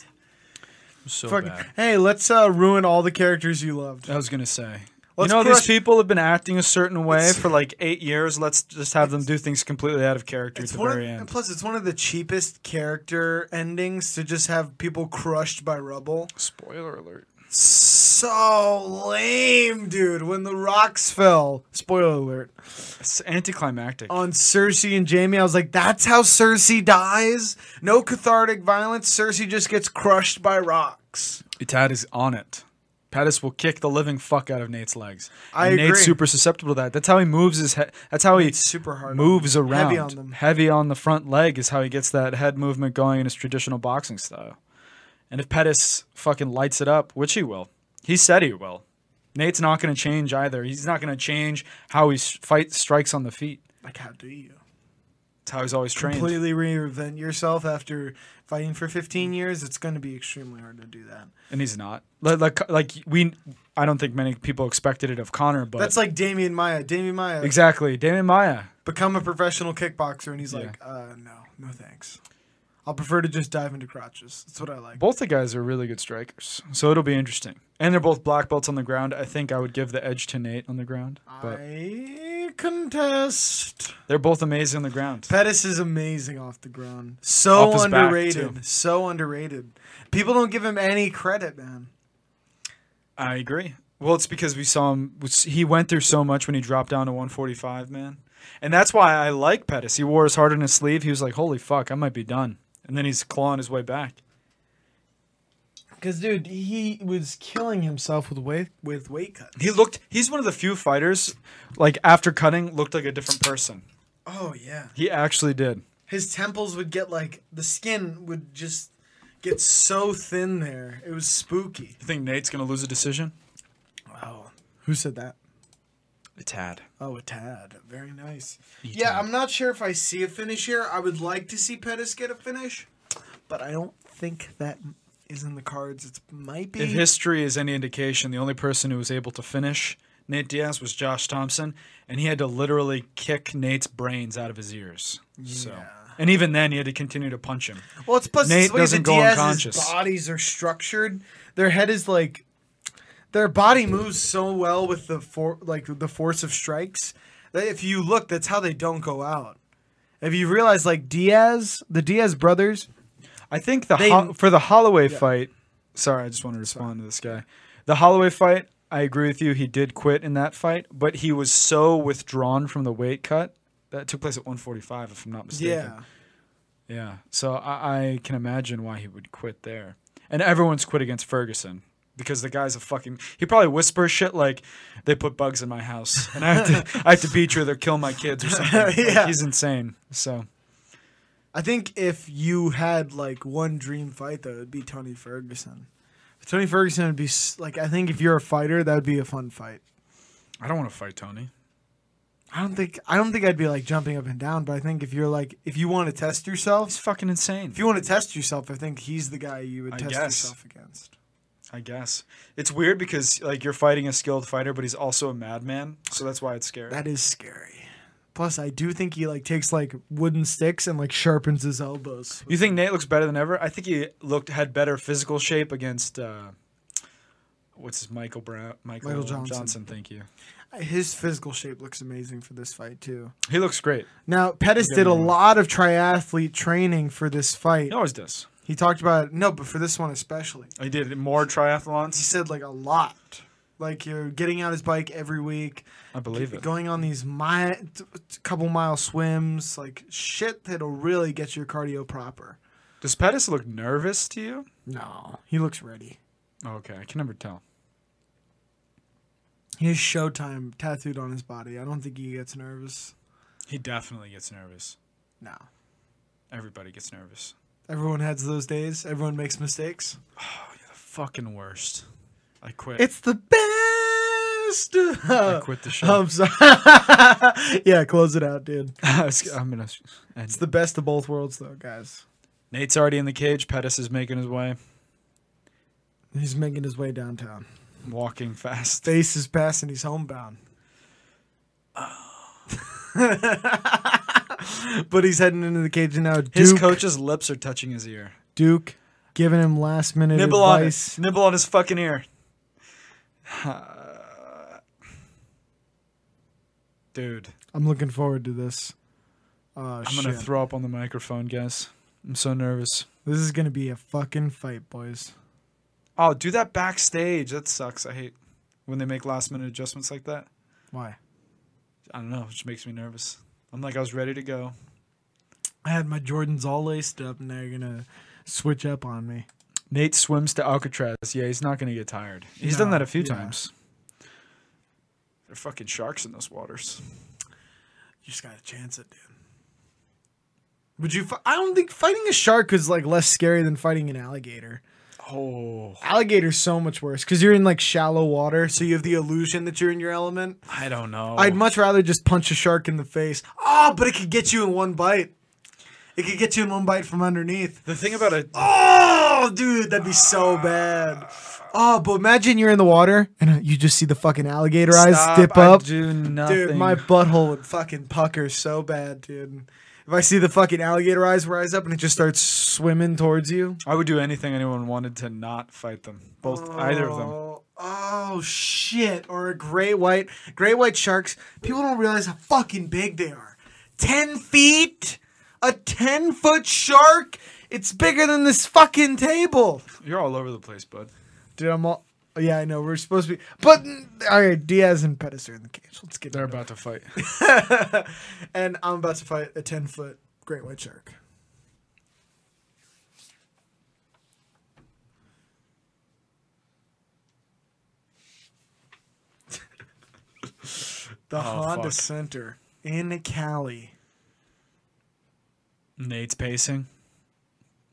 So Fucking. bad. Hey, let's uh, ruin all the characters you loved. I was gonna say. Let's you know, crush- these people have been acting a certain way for like eight years. Let's just have them do things completely out of character at It's the one of- very And end. plus, it's one of the cheapest character endings to just have people crushed by rubble. Spoiler alert. So lame, dude. When the rocks fell, spoiler alert, It's anticlimactic. on Cersei and Jamie, I was like, that's how Cersei dies? No cathartic violence. Cersei just gets crushed by rocks. Itad is on it. Pettis will kick the living fuck out of Nate's legs. I And Nate's agree. super susceptible to that. That's how he moves his head. That's how he super hard on moves them. around. Heavy on them. Heavy on the front leg is how he gets that head movement going in his traditional boxing style. And if Pettis fucking lights it up, which he will, he said he will. Nate's not going to change either. He's not going to change how he s- fight strikes on the feet. Like, how do you? It's how he's always trained. Completely reinvent yourself after fighting for 15 years? It's going to be extremely hard to do that. And he's not. Like, like, like we, I don't think many people expected it of Connor, but That's like Damien Maya. Damien Maya, exactly. Damon Maya. become a professional kickboxer, and he's like, uh, no, no thanks. I'll prefer to just dive into crotches. That's what I like. both the guys are really good strikers, so it'll be interesting. And they're both black belts on the ground. I think I would give the edge to Nate on the ground, but I contest. they're both amazing on the ground. Pettis is amazing off the ground. So Off his back, underrated. too. so underrated. People don't give him any credit, man. I agree. Well, it's because we saw him. He went through so much when he dropped down to 145, man, and that's why I like Pettis. He wore his heart on his sleeve. He was like, "Holy fuck, I might be done," and then he's clawing his way back. Because dude, he was killing himself with weight with weight cuts. He looked. He's one of the few fighters, like after cutting, looked like a different person. Oh yeah. He actually did. His temples would get like the skin would just get so thin there. It was spooky. You think Nate's gonna lose a decision? Wow. Who said that? A tad. Oh, a tad. Very nice. yeah, I'm not sure if I see a finish here. I would like to see Pettis get a finish, but I don't think that is in the cards. It might be. If history is any indication, the only person who was able to finish Nate Diaz was Josh Thompson, and he had to literally kick Nate's brains out of his ears. So yeah. And even then, he had to continue to punch him. Well, it's plus Nate the way doesn't the go Diaz's unconscious. bodies are structured. Their head is like their body moves so well with the for like the force of strikes that if you look, that's how they don't go out. If you realize, like Diaz, the Diaz brothers, I think the They- Ho- for the Holloway fight. Sorry, I just want to respond to this guy. The Holloway fight. I agree with you. He did quit in that fight, but he was so withdrawn from the weight cut that took place at 145, if I'm not mistaken. yeah, Yeah. So I, I can imagine why he would quit there. And everyone's quit against Ferguson because the guy's a fucking. He probably whispers shit like, "They put bugs in my house, and I have to, I have to beat you, or they'll kill my kids, or something." Like, Yeah. he's insane. So I think if you had like one dream fight, though, it'd be Tony Ferguson. Tony Ferguson would be s- like, I think if you're a fighter, that would be a fun fight. I don't want to fight Tony. I don't think I don't think I'd be like jumping up and down, but I think if you're like if you want to test yourself, He's fucking insane. If you want to test yourself, I think he's the guy you would I test guess. yourself against. I guess it's weird because like you're fighting a skilled fighter, but he's also a madman, so that's why it's scary. That is scary. Plus, I do think he like takes like wooden sticks and like sharpens his elbows. you think Nate looks better than ever? I think he looked had better physical shape against uh, what's his Michael Brown Michael, Michael Johnson. Johnson. Thank you. His physical shape looks amazing for this fight too. He looks great. Now, Pettis did a Yeah. lot of triathlete training for this fight. He always does. He talked about no, but for this one especially, He did more he triathlons. said like a lot. Like you're getting out his bike every week, I believe it. going on these mile, t- t- couple mile swims, like shit that'll really get your cardio proper. Does Pettis look nervous to you? No, he looks ready. Okay, I can never tell. He has Showtime tattooed on his body. I don't think he gets nervous. He definitely gets nervous. No. Everybody gets nervous. Everyone has those days. Everyone makes mistakes. The fucking worst. I quit. It's the best. I quit the show. I'm sorry. yeah, close it out, dude. I was- I'm gonna. end It's the best of both worlds, though, guys. Nate's already in the cage. Pettis is making his way, He's making his way downtown. walking fast. Face is passing. He's homebound. but he's heading into the cage now. Duke, His coach's lips are touching his ear. Duke, giving him last minute Nibble advice. on it. Nibble on his fucking ear. Dude, I'm looking forward to this. Oh, I'm shit. gonna throw up on the microphone, guys. I'm so nervous. This is gonna be a fucking fight, boys. Oh, do that backstage. That sucks. I hate when they make last minute adjustments like that. Why? I don't know. It just makes me nervous. I'm like I was ready to go. I had my Jordans all laced up, and they're gonna switch up on me. Nate swims to Alcatraz. Yeah, he's not going to get tired. He's No, done that a few yeah. times. There are fucking sharks in those waters. You just gotta chance it, dude. Would you? Fi- I don't think fighting a shark is like less scary than fighting an alligator. Oh, Alligator's so much worse because you're in like shallow water, so you have the illusion that you're in your element. I don't know. I'd much rather just punch a shark in the face. Oh, but it could get you in one bite. It could get you in one bite from underneath. the thing about a Oh, dude, that'd be so bad. Oh, but imagine you're in the water and uh, you just see the fucking alligator eyes Stop, dip I up. do nothing. Dude, my butthole would fucking pucker so bad, dude. If I see the fucking alligator eyes rise up and it just starts swimming towards you. I would do anything anyone wanted to not fight them. Both, either of them. Oh, oh, shit. Or a gray white. Gray white sharks. People don't realize how fucking big they are. 10 feet? A 10 foot shark? It's bigger than this fucking table. You're all over the place, bud. Dude, I'm all. Yeah, I know. We're supposed to be. But, mm, all right, Diaz and Pettis are in the cage. Let's get They're there. about to fight. and I'm about to fight a 10 foot great white shark. the Honda Oh, fuck. Center in Cali. Nate's pacing.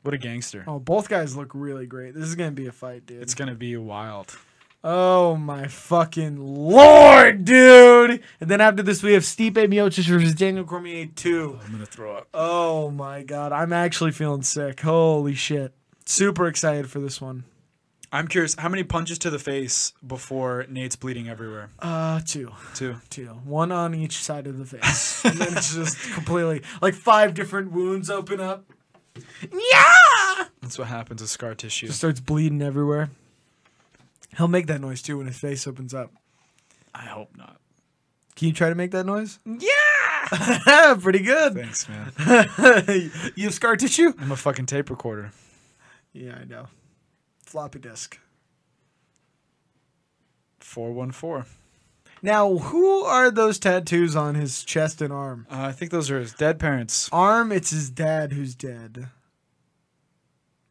What a gangster. Oh, both guys look really great. This is going to be a fight, dude. It's gonna be wild. Oh my fucking lord, dude! And then after this, we have Stipe Miocic versus Daniel Cormier 2. I'm gonna throw up. Oh my god, I'm actually feeling sick. Holy shit. Super excited for this one. I'm curious, how many punches to the face before Nate's bleeding everywhere? Uh, two, Two. two, one on each side of the face, and then it's just completely like five different wounds open up. Yeah, That's what happens with scar tissue. just starts bleeding everywhere. He'll make that noise too when his face opens up. I hope not. Can you try to make that noise? Yeah, pretty good. Thanks, man. you have scar tissue? I'm a fucking tape recorder. Yeah, I know. Floppy disk. 414. Now, who are those tattoos on his chest and arm? Uh, I think those are his dead parents. Arm, it's his dad who's dead.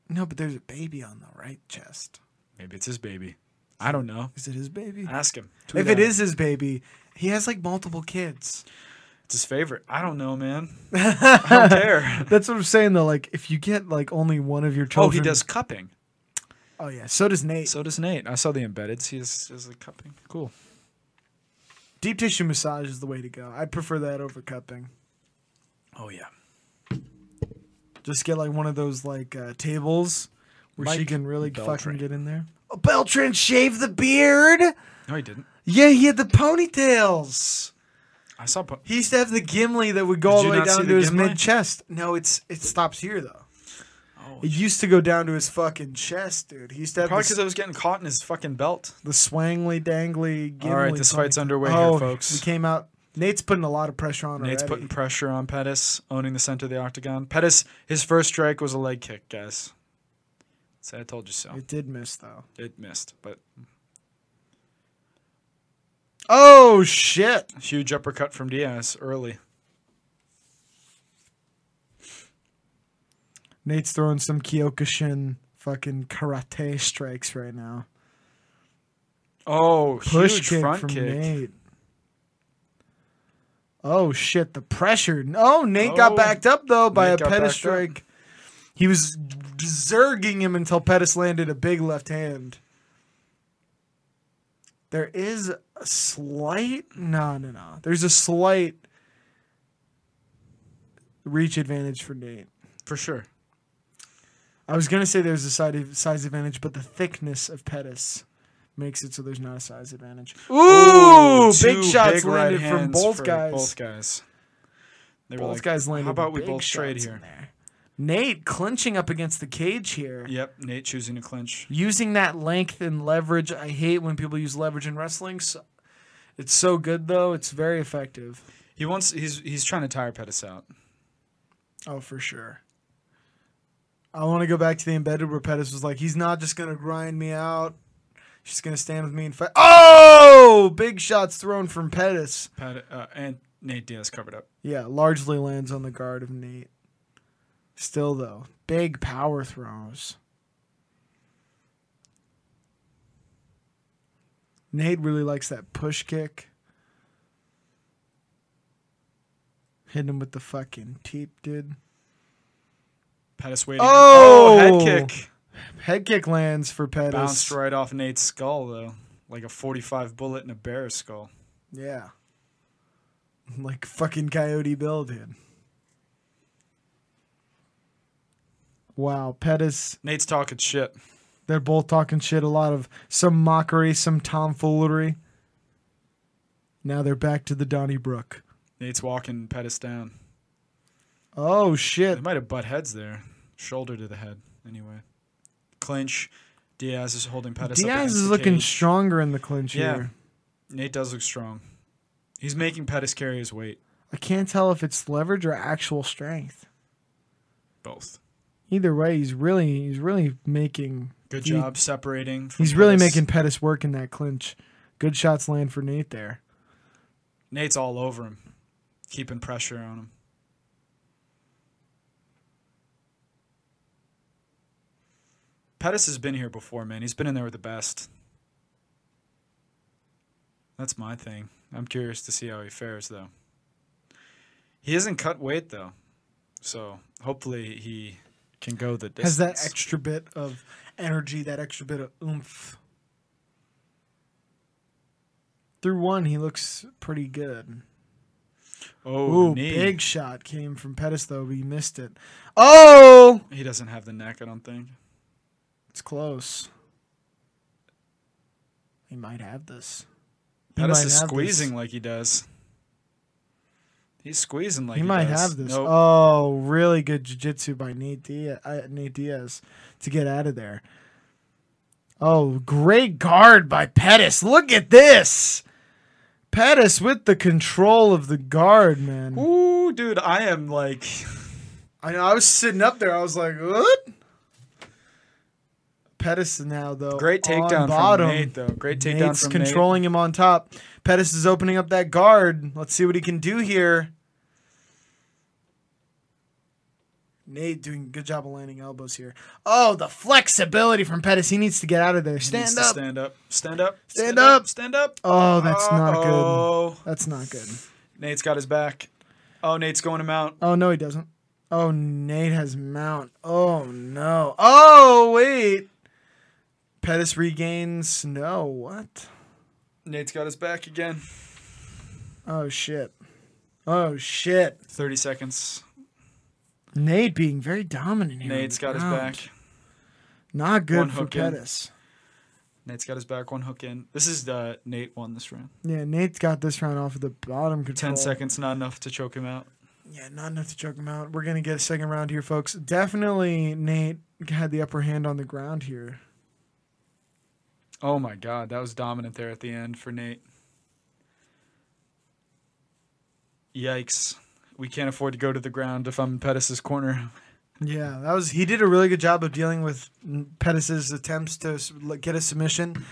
No, but there's a baby on the right chest. Maybe it's his baby. I don't know. Is it his baby? Ask him. Tweet If it at him. is his baby, he has like multiple kids. it's his favorite. I don't know, man. I don't care. That's what I'm saying though. Like, if you get like only one of your Oh, children. he does cupping. Oh yeah. So does Nate. So does Nate. I saw the embedded. He is, is the cupping. Cool. Deep tissue massage is the way to go. I prefer that over cupping. Oh yeah. Just get like one of those like uh, tables where she Mike can really Beltran. fucking get in there. Oh, Beltran shaved the beard. No, he didn't. Yeah, he had the ponytails. I saw. Po- He used to have the gimli that would go Did all the you way not see down the to his Gimli? mid chest. No, it's it stops here though. Oh, It used to go down to his fucking chest, dude. He used to have Probably this, because I was getting caught in his fucking belt. the swangly dangly. Gimli All right, this fight's ponytail. underway Oh, here, folks. We came out. Nate's putting a lot of pressure on Nate's already. putting pressure on Pettis, owning the center of the octagon. Pettis, his first strike was a leg kick, guys. Say I told you so. It did miss though. It missed, but Oh shit! huge uppercut from Diaz early. Nate's throwing some Kyokushin fucking karate strikes right now. Oh, Push huge kick front from kick. Nate. Oh shit! The pressure. Oh, Nate got Oh. backed up though by Nate a got Pettis backed strike. He was zerging him until Pettis landed a big left hand. There is a slight no no no. There's a slight reach advantage for Nate. For sure. I was gonna say there's a side size advantage, but the thickness of Pettis makes it so there's not a size advantage. Ooh, big two shots big right landed from hands both for guys. Both Both, guys. They were like, guys landed. How about we big both trade shots here? in there. Nate clinching up against the cage here, Yep, Nate choosing to clinch. using that length and leverage. I hate when people use leverage in wrestling. So it's so good though; it's very effective. He wants. He's he's trying to tire Pettis out. Oh, for sure. I want to go back to the embedded where Pettis was like, he's not just going to grind me out. She's going to stand with me and fight. Oh, big shots thrown from Pettis. Pet, uh, and Nate Diaz covered up. Yeah, largely lands on the guard of Nate. Still, though, big power throws. Nate really likes that push kick. Hitting him with the fucking teep, dude. Pettis waiting. oh head kick. Head kick lands for Pettis. bounced right off Nate's skull though, like a 45 bullet in a bear's skull. Yeah. Like fucking Coyote Bill did. Wow, Pettis. Nate's talking shit. They're both talking shit. A lot of some mockery, some tomfoolery. Now they're back to the Donnybrook. Nate's walking Pettis down. Oh They shit! might have butt heads there, shoulder to the head. Anyway, clinch. Diaz is holding Pettis. up Diaz against is the looking cage. stronger in the clinch Yeah. here. Nate does look strong. He's making Pettis carry his weight. I can't tell if it's leverage or actual strength. Both. Either way, he's really he's really making Good He- job separating. from He's really Pettis. making Pettis work in that clinch. Good shots land for Nate there. Nate's all over him, keeping pressure on him. Pettis has been here before, man. He's been in there with the best. That's my thing. I'm curious to see how he fares, though. He hasn't cut weight, though. So hopefully he can go the distance. Has that extra bit of energy, that extra bit of oomph. Through one, he looks pretty good. oh, Ooh, knee. big shot came from Pettis though, but he missed it. Oh, He doesn't have the neck, I don't think. it's close. He might have this. He Pettis might is have this. squeezing like he does. He's squeezing like He he, might does. have this. Nope. Oh, really good jiu-jitsu by Nate Diaz, uh, Nate Diaz to get out of there. Oh, great guard by Pettis. Look at this. Pettis with the control of the guard, man. Ooh, dude, I am like, I know. I was sitting up there. I was like, what? Pettis now though. great on takedown bottom. from Nate, though. Great takedown Nate's from Nate. controlling him on top. Pettis is opening up that guard. Let's see what he can do here. Nate doing a good job of landing elbows here. Oh, the flexibility from Pettis. He needs to get out of there. He needs Stand to up. Stand up. Stand up. Stand up. Stand up. Oh, that's not good. Oh, That's not good. Nate's got his back. Oh, Nate's going him out. Oh no, he doesn't. Oh, Nate has mount. Oh no. Oh wait. Pettis regains. No, what? Nate's got his back again. Oh shit. Oh shit. 30 seconds. Nate being very dominant here. on Nate's the got his ground. back. Not One good for hook in. Pettis. Nate's got his back. One hook in. This is the Nate won this round. Yeah, Nate's got this round off of the bottom control. 10 seconds, not enough to choke him out. Yeah, not enough to choke him out. We're gonna get a second round here, folks. Definitely Nate had the upper hand on the ground here. Oh my God, that was dominant there at the end for Nate. Yikes. We can't afford to go to the ground if I'm in Pettis' corner. Yeah, that was he did a really good job of dealing with Pettis's attempts to s- like, get a submission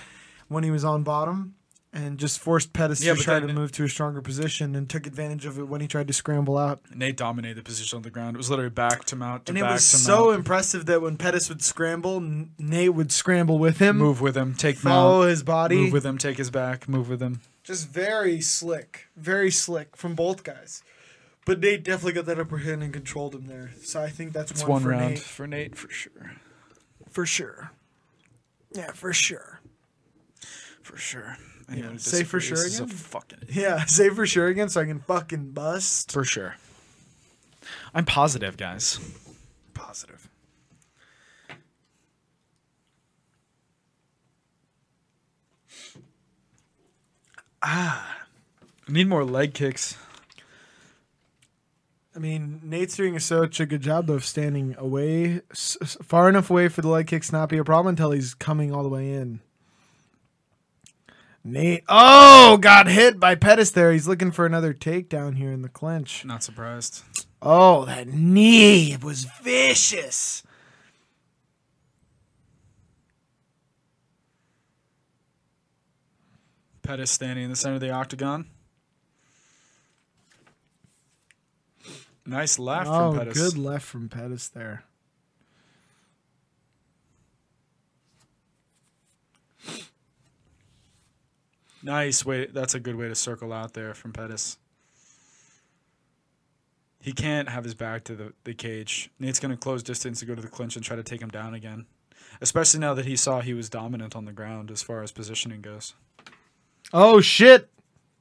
when he was on bottom, and just forced Pettis Yeah, to but try to then- move to a stronger position and took advantage of it when he tried to scramble out. Nate dominated the position on the ground. It was literally back to mount to And it back was to so mount. impressive that when Pettis would scramble, N- Nate would scramble with him, Move with him, take follow mount, his body, move with him, take his back, move with him. just very slick, very slick from both guys. But Nate definitely got that upper hand and controlled him there. So I think that's It's one, one, for round Nate for Nate for sure. for sure. Yeah, for sure. For sure. Anyone who say for disagrees sure is a again? fucking- Yeah, say for sure again so I can fucking bust. for sure. I'm positive, guys. Positive. Ah, I need more leg kicks. I mean, Nate's doing such a good job though of standing away, s- s- far enough away for the leg kicks to not be a problem until he's coming all the way in. Nate, oh, got hit by Pettis there. He's looking for another takedown here in the clinch. Not surprised. Oh, that knee was vicious. Pettis standing in the center of the octagon. Nice left oh, from Pettis. good left from Pettis there. Nice way. That's a good way to circle out there from Pettis. He can't have his back to the, the cage. Nate's going to close distance to go to the clinch and try to take him down again. Especially now that he saw he was dominant on the ground as far as positioning goes. Oh shit!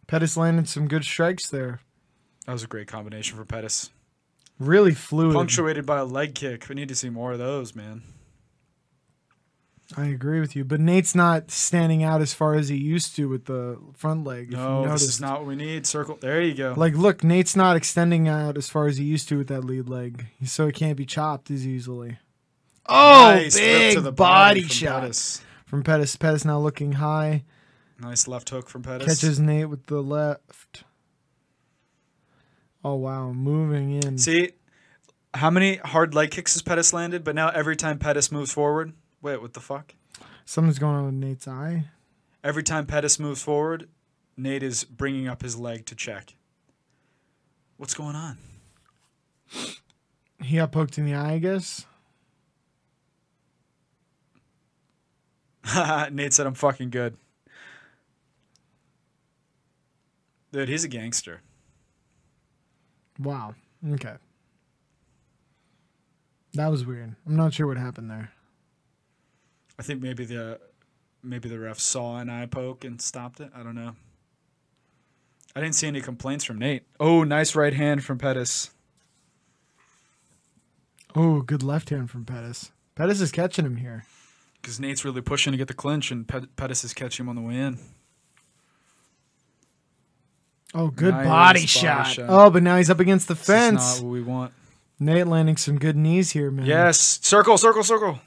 Pettis landed some good strikes there. That was a great combination for Pettis. Really fluid. Punctuated by a leg kick. We need to see more of those, man. I agree with you, but Nate's not standing out as far as he used to with the front leg. if you No, this noticed. is not what we need. Circle. There you go. Like, look, Nate's not extending out as far as he used to with that lead leg, so it can't be chopped as easily. Oh, Nice rip big to the body, from shot Pettis. from Pettis. Pettis now looking high, Nice left hook from Pettis. catches Nate with the left. Oh wow, moving in. See how many hard leg kicks has Pettis landed? But now every time Pettis moves forward, wait, what the fuck? Something's going on with Nate's eye. Every time Pettis moves forward, Nate is bringing up his leg to check. What's going on? He got poked in the eye, I guess. Nate said, "I'm fucking good." Dude, he's a gangster. Wow. Okay. That was weird. I'm not sure what happened there. I think maybe the maybe the ref saw an eye poke and stopped it. I don't know. I didn't see any complaints from Nate. Oh, nice right hand from Pettis. Oh, good left hand from Pettis. Pettis is catching him here. because Nate's really pushing to get the clinch, and Pet- Pettis is catching him on the way in. Oh, good Nice body, body shot. shot. Oh, but now he's up against the This fence. is not what we want. Nate landing some good knees here, man. Yes, circle, circle, circle.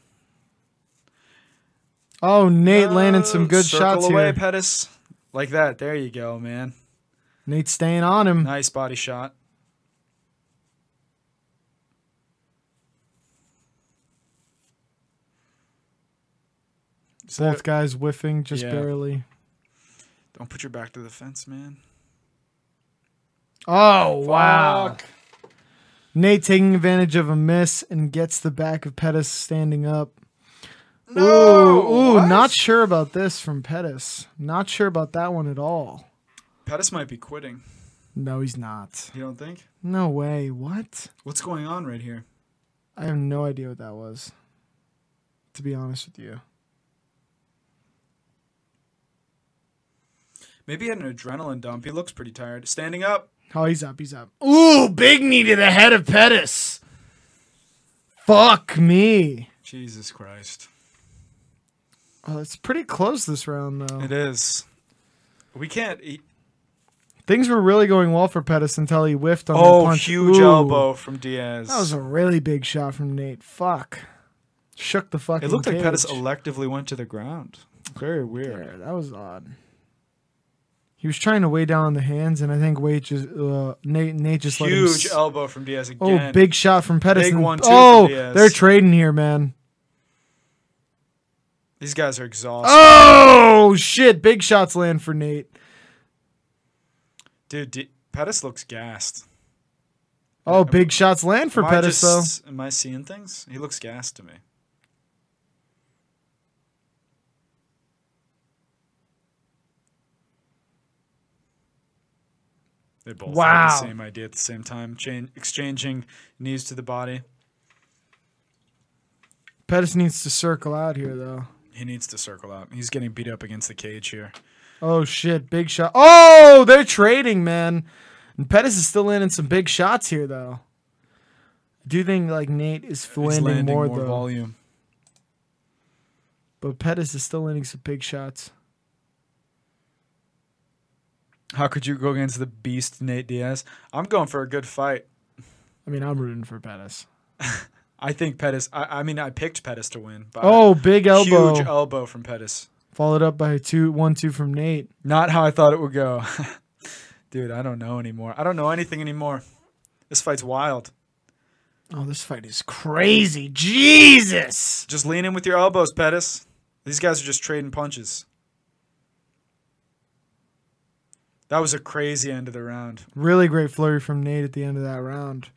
Oh, Nate landing Oh, some good circle shots away, here. Pettis. Like that. There you go, man. Nate staying on him. Nice body shot. Both guys whiffing just Yeah. barely. Don't put your back to the fence, man. Oh, wow. Nate taking advantage of a miss and gets the back of Pettis standing up. ooh, ooh, what? not sure about this from Pettis. Not sure about that one at all. Pettis might be quitting. No, he's not. You don't think? No way. What? What's going on right here? I have no idea what that was. To be honest with you. Maybe he had an adrenaline dump. He looks pretty tired. Standing up. Oh, he's up. He's up. Ooh, big knee to the head of Pettis. Fuck me. Jesus Christ. Oh, it's pretty close this round, though. It is. We can't. Eat. Things were really going well for Pettis until he whiffed on the Oh, punch. huge Ooh, elbow from Diaz. That was a really big shot from Nate. Fuck. Shook the fucking it looked like cage. Pettis electively went to the ground. Very weird. Yeah, that was odd. He was trying to weigh down the hands, and I think Wade just uh, Nate Nate just let him. Huge s- elbow from Diaz oh, again. big shot from Pettis. Big and- one, too, for oh, Diaz. they're trading here, man. These guys are exhausted. Oh shit! Big shots land for Nate. Dude, D- Pettis looks gassed. Oh, big shots land for Am I Pettis though. just- Am I seeing things? He looks gassed to me. They both had Wow. the same idea at the same time, chain, exchanging knees to the body. Pettis needs to circle out here though. He needs to circle out. He's getting beat up against the cage here. Oh shit! Big shot. Oh, they're trading, man. And Pettis is still landing some big shots here though. I do think like Nate is He's landing, more, though. volume. But Pettis is still landing some big shots. How could you go against the beast, Nate Diaz? I'm going for a good fight. I mean, I'm rooting for Pettis. I think Pettis. I, I mean, I picked Pettis to win. But Oh, big elbow. Huge elbow from Pettis. Followed up by a two, one, two from Nate. Not how I thought it would go. Dude, I don't know anymore. I don't know anything anymore. This fight's wild. Oh, this fight is crazy. Jesus. Just lean in with your elbows, Pettis. These guys are just trading punches. That was a crazy end of the round. Really great flurry from Nate at the end of that round.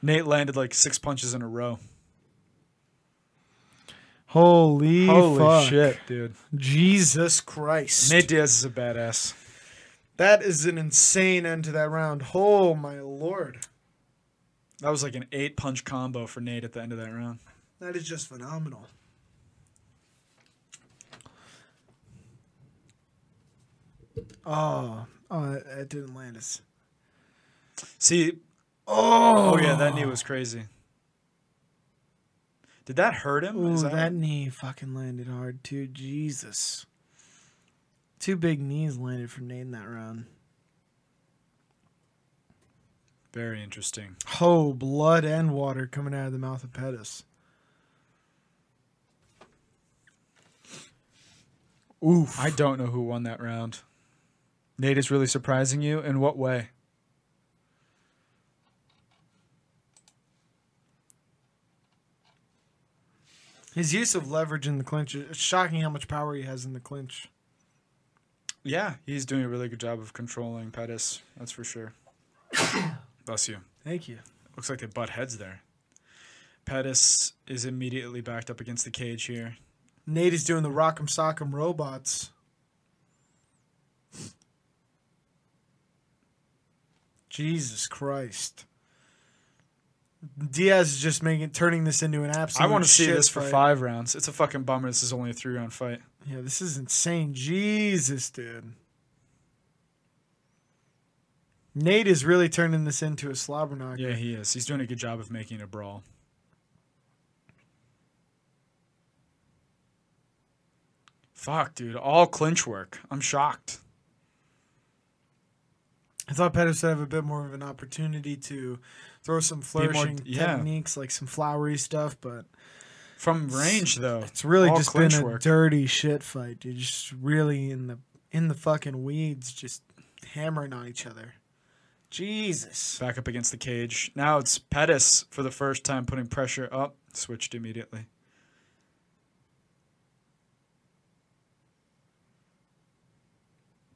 Nate landed like six punches in a row. Holy, Holy fuck. shit, dude. Jesus Christ. Nate Diaz is a badass. That is an insane end to that round. Oh, my lord. That was like an eight punch combo for Nate at the end of that round. That is just phenomenal. Oh, oh, that, that didn't land us. See, oh yeah, that knee was crazy. Did that hurt him? Ooh, Is that, knee fucking landed hard too. Jesus. Two big knees landed for Nate in that round. very interesting. Oh, blood and water coming out of the mouth of Pettis. Oof. I don't know who won that round. Nate is really surprising you. In what way? His use of leverage in the clinch, it's shocking how much power he has in the clinch. Yeah, he's doing a really good job of controlling Pettis. That's for sure. Bless you. Thank you. Looks like they butt heads there. Pettis is immediately backed up against the cage here. Nate is doing the Rock'em Sock'em robots. Jesus Christ. Diaz is just making turning this into an absolute. I want to see shit this for fight. five rounds. It's a fucking bummer. This is only a three round fight. Yeah, this is insane. Jesus, dude. Nate is really turning this into a slobber knocker. Yeah, he is. He's doing a good job of making it a brawl. Fuck, dude. All clinch work. I'm shocked. I thought Pettis would have a bit more of an opportunity to throw some more- flourishing yeah. techniques, like some flowery stuff, but From range though. it's really all just been clinch a work. dirty shit fight, dude. Just really in the in the fucking weeds, just hammering on each other. Jesus. back up against the cage. Now it's Pettis for the first time putting pressure up. Switched immediately.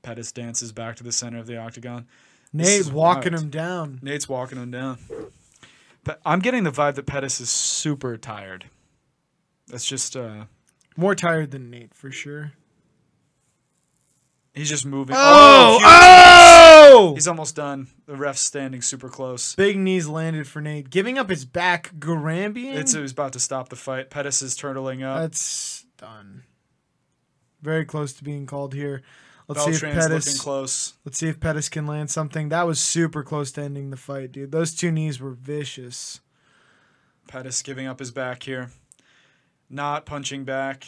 Pettis dances back to the center of the octagon. Nate is walking wild. him down. Nate's walking him down. But I'm getting the vibe that Pettis is super tired. That's just uh More tired than Nate for sure. he's just moving. Oh, huge- oh! He's almost done. The ref's standing super close. Big knees landed for Nate, giving up his back. Garambian. It's uh, he's about to stop the fight. Pettis is turtling up. That's done. Very close to being called here. Let's see if Beltran's looking Pettis. close. Let's see if Pettis can land something. That was super close to ending the fight, dude. Those two knees were vicious. Pettis giving up his back here. Not punching back.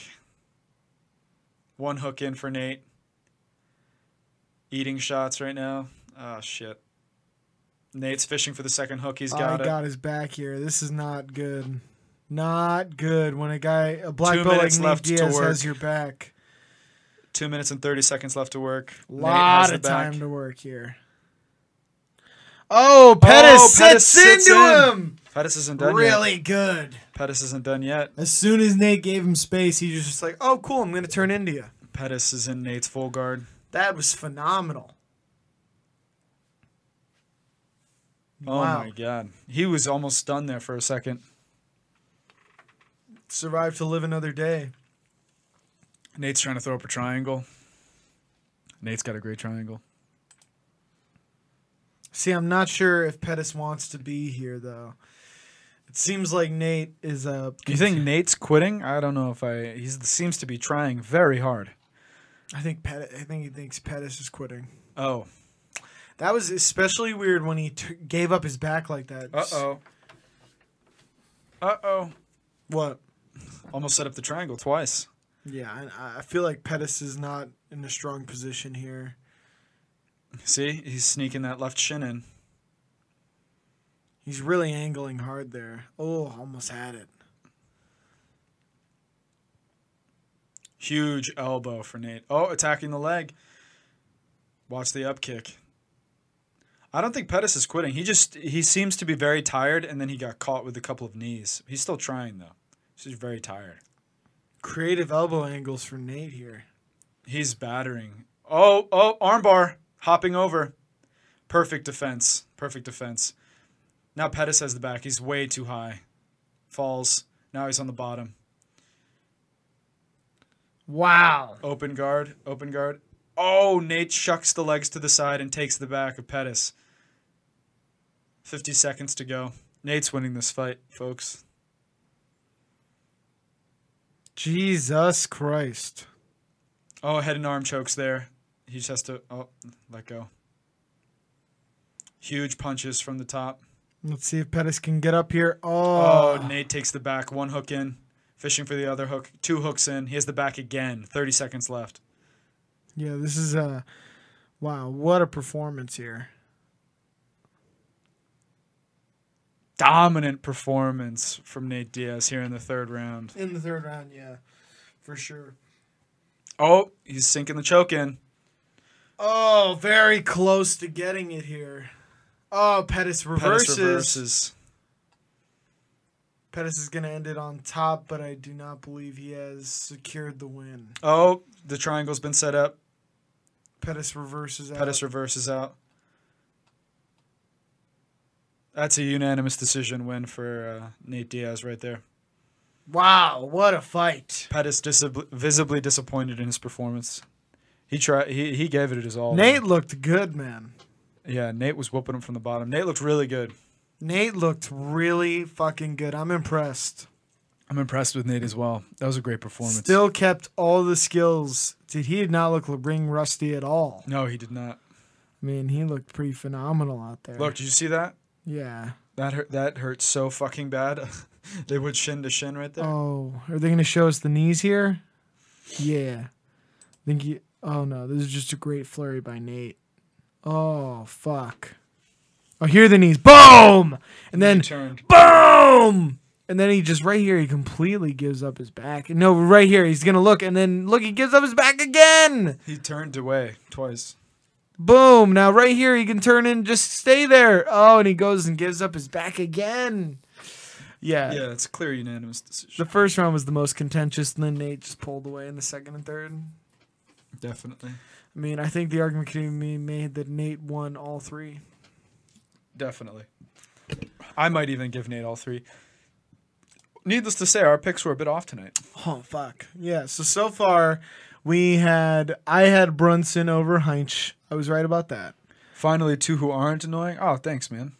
One hook in for Nate. Eating shots right now. Oh, shit. Nate's fishing for the second hook. He's got it. I got his back here. This is not good. Not good when a guy, a black Two belt like minutes Nate left to Diaz work. has your back. Two minutes and 30 seconds left to work. A Nate has lot the of back. time to work here. Oh, Pettis, Pettis sits, sits into in. him. Pettis isn't done yet. Really good. Pettis isn't done yet. As soon as Nate gave him space, he was just like, "Oh, cool, I'm gonna turn India." Pettis is in Nate's full guard. That was phenomenal. Oh, Wow. my God. He was almost done there for a second. Survived to live another day. Nate's trying to throw up a triangle. Nate's got a great triangle. See, I'm not sure if Pettis wants to be here though. It seems like Nate is uh, a. You think Nate's quitting? I don't know if I. He seems to be trying very hard. I think Pettis. I think he thinks Pettis is quitting. Oh. That was especially weird when he t- gave up his back like that. Uh oh. Uh oh. What? Almost set up the triangle twice. Yeah, I, I feel like Pettis is not in a strong position here. See, he's sneaking that left shin in. He's really angling hard there. Oh, almost had it. Huge elbow for Nate. Oh, attacking the leg. Watch the up kick. I don't think Pettis is quitting. He just he seems to be very tired, and then he got caught with a couple of knees. He's still trying though. He's just very tired. Creative elbow angles for Nate here. He's battering. Oh, oh, armbar, hopping over. Perfect defense. Perfect defense. Now Pettis has the back. He's way too high. Falls. Now he's on the bottom. Wow. Open guard. Open guard. Oh, Nate shucks the legs to the side and takes the back of Pettis. 50 seconds to go. Nate's winning this fight, folks. Jesus Christ. Oh, head and arm chokes there. He just has to oh, let go. Huge punches from the top. Let's see if Pettis can get up here. Oh, Oh, Nate takes the back. One hook in. Fishing for the other hook. Two hooks in. He has the back again. 30 seconds left. yeah, this is a wow. What a performance here. Dominant performance from Nate Diaz here in the third round. In the third round, yeah, for sure. Oh, he's sinking the choke in. Oh, very close to getting it here. Oh, Pettis reverses. Pettis Pettis, reverses. is going to end it on top, but I do not believe he has secured the win. Oh, the triangle's been set up. Pettis reverses out. Pettis reverses out. That's a unanimous decision win for uh, Nate Diaz right there. wow, what a fight. Pettis disab- visibly disappointed in his performance. He tried. He, he gave it his all. Nate looked good, man. Yeah, Nate was whooping him from the bottom. Nate looked really good. Nate looked really fucking good. I'm impressed. I'm impressed with Nate as well. That was a great performance. Still kept all the skills. Dude, he did not look ring rusty at all. no, he did not. I mean, he looked pretty phenomenal out there. Look, did you see that? Yeah. That hurt. That hurt so fucking bad. they went shin to shin right there. Oh, are they going to show us the knees here? Yeah. think he. Oh no, this is just a great flurry by Nate. Oh fuck. Oh, here are the knees. Boom! And then Turned. boom! And then he just right here, he completely gives up his back. No, right here, he's gonna look, and then look, he gives up his back again. He turned away twice. Boom! Now right here, he can turn and just stay there. Oh, and he goes and gives up his back again. Yeah. Yeah, it's a clear unanimous The decision. first round was the most contentious, and then Nate just pulled away in the second and third. Definitely. I mean, I think the argument could even be made that Nate won all three. Definitely. I might even give Nate all three. Needless to say, our picks were a bit off tonight. Oh fuck. Yeah. So so far we had I had Brunson over Heinch. I was right about that. Finally, two who aren't annoying. Oh, thanks, man.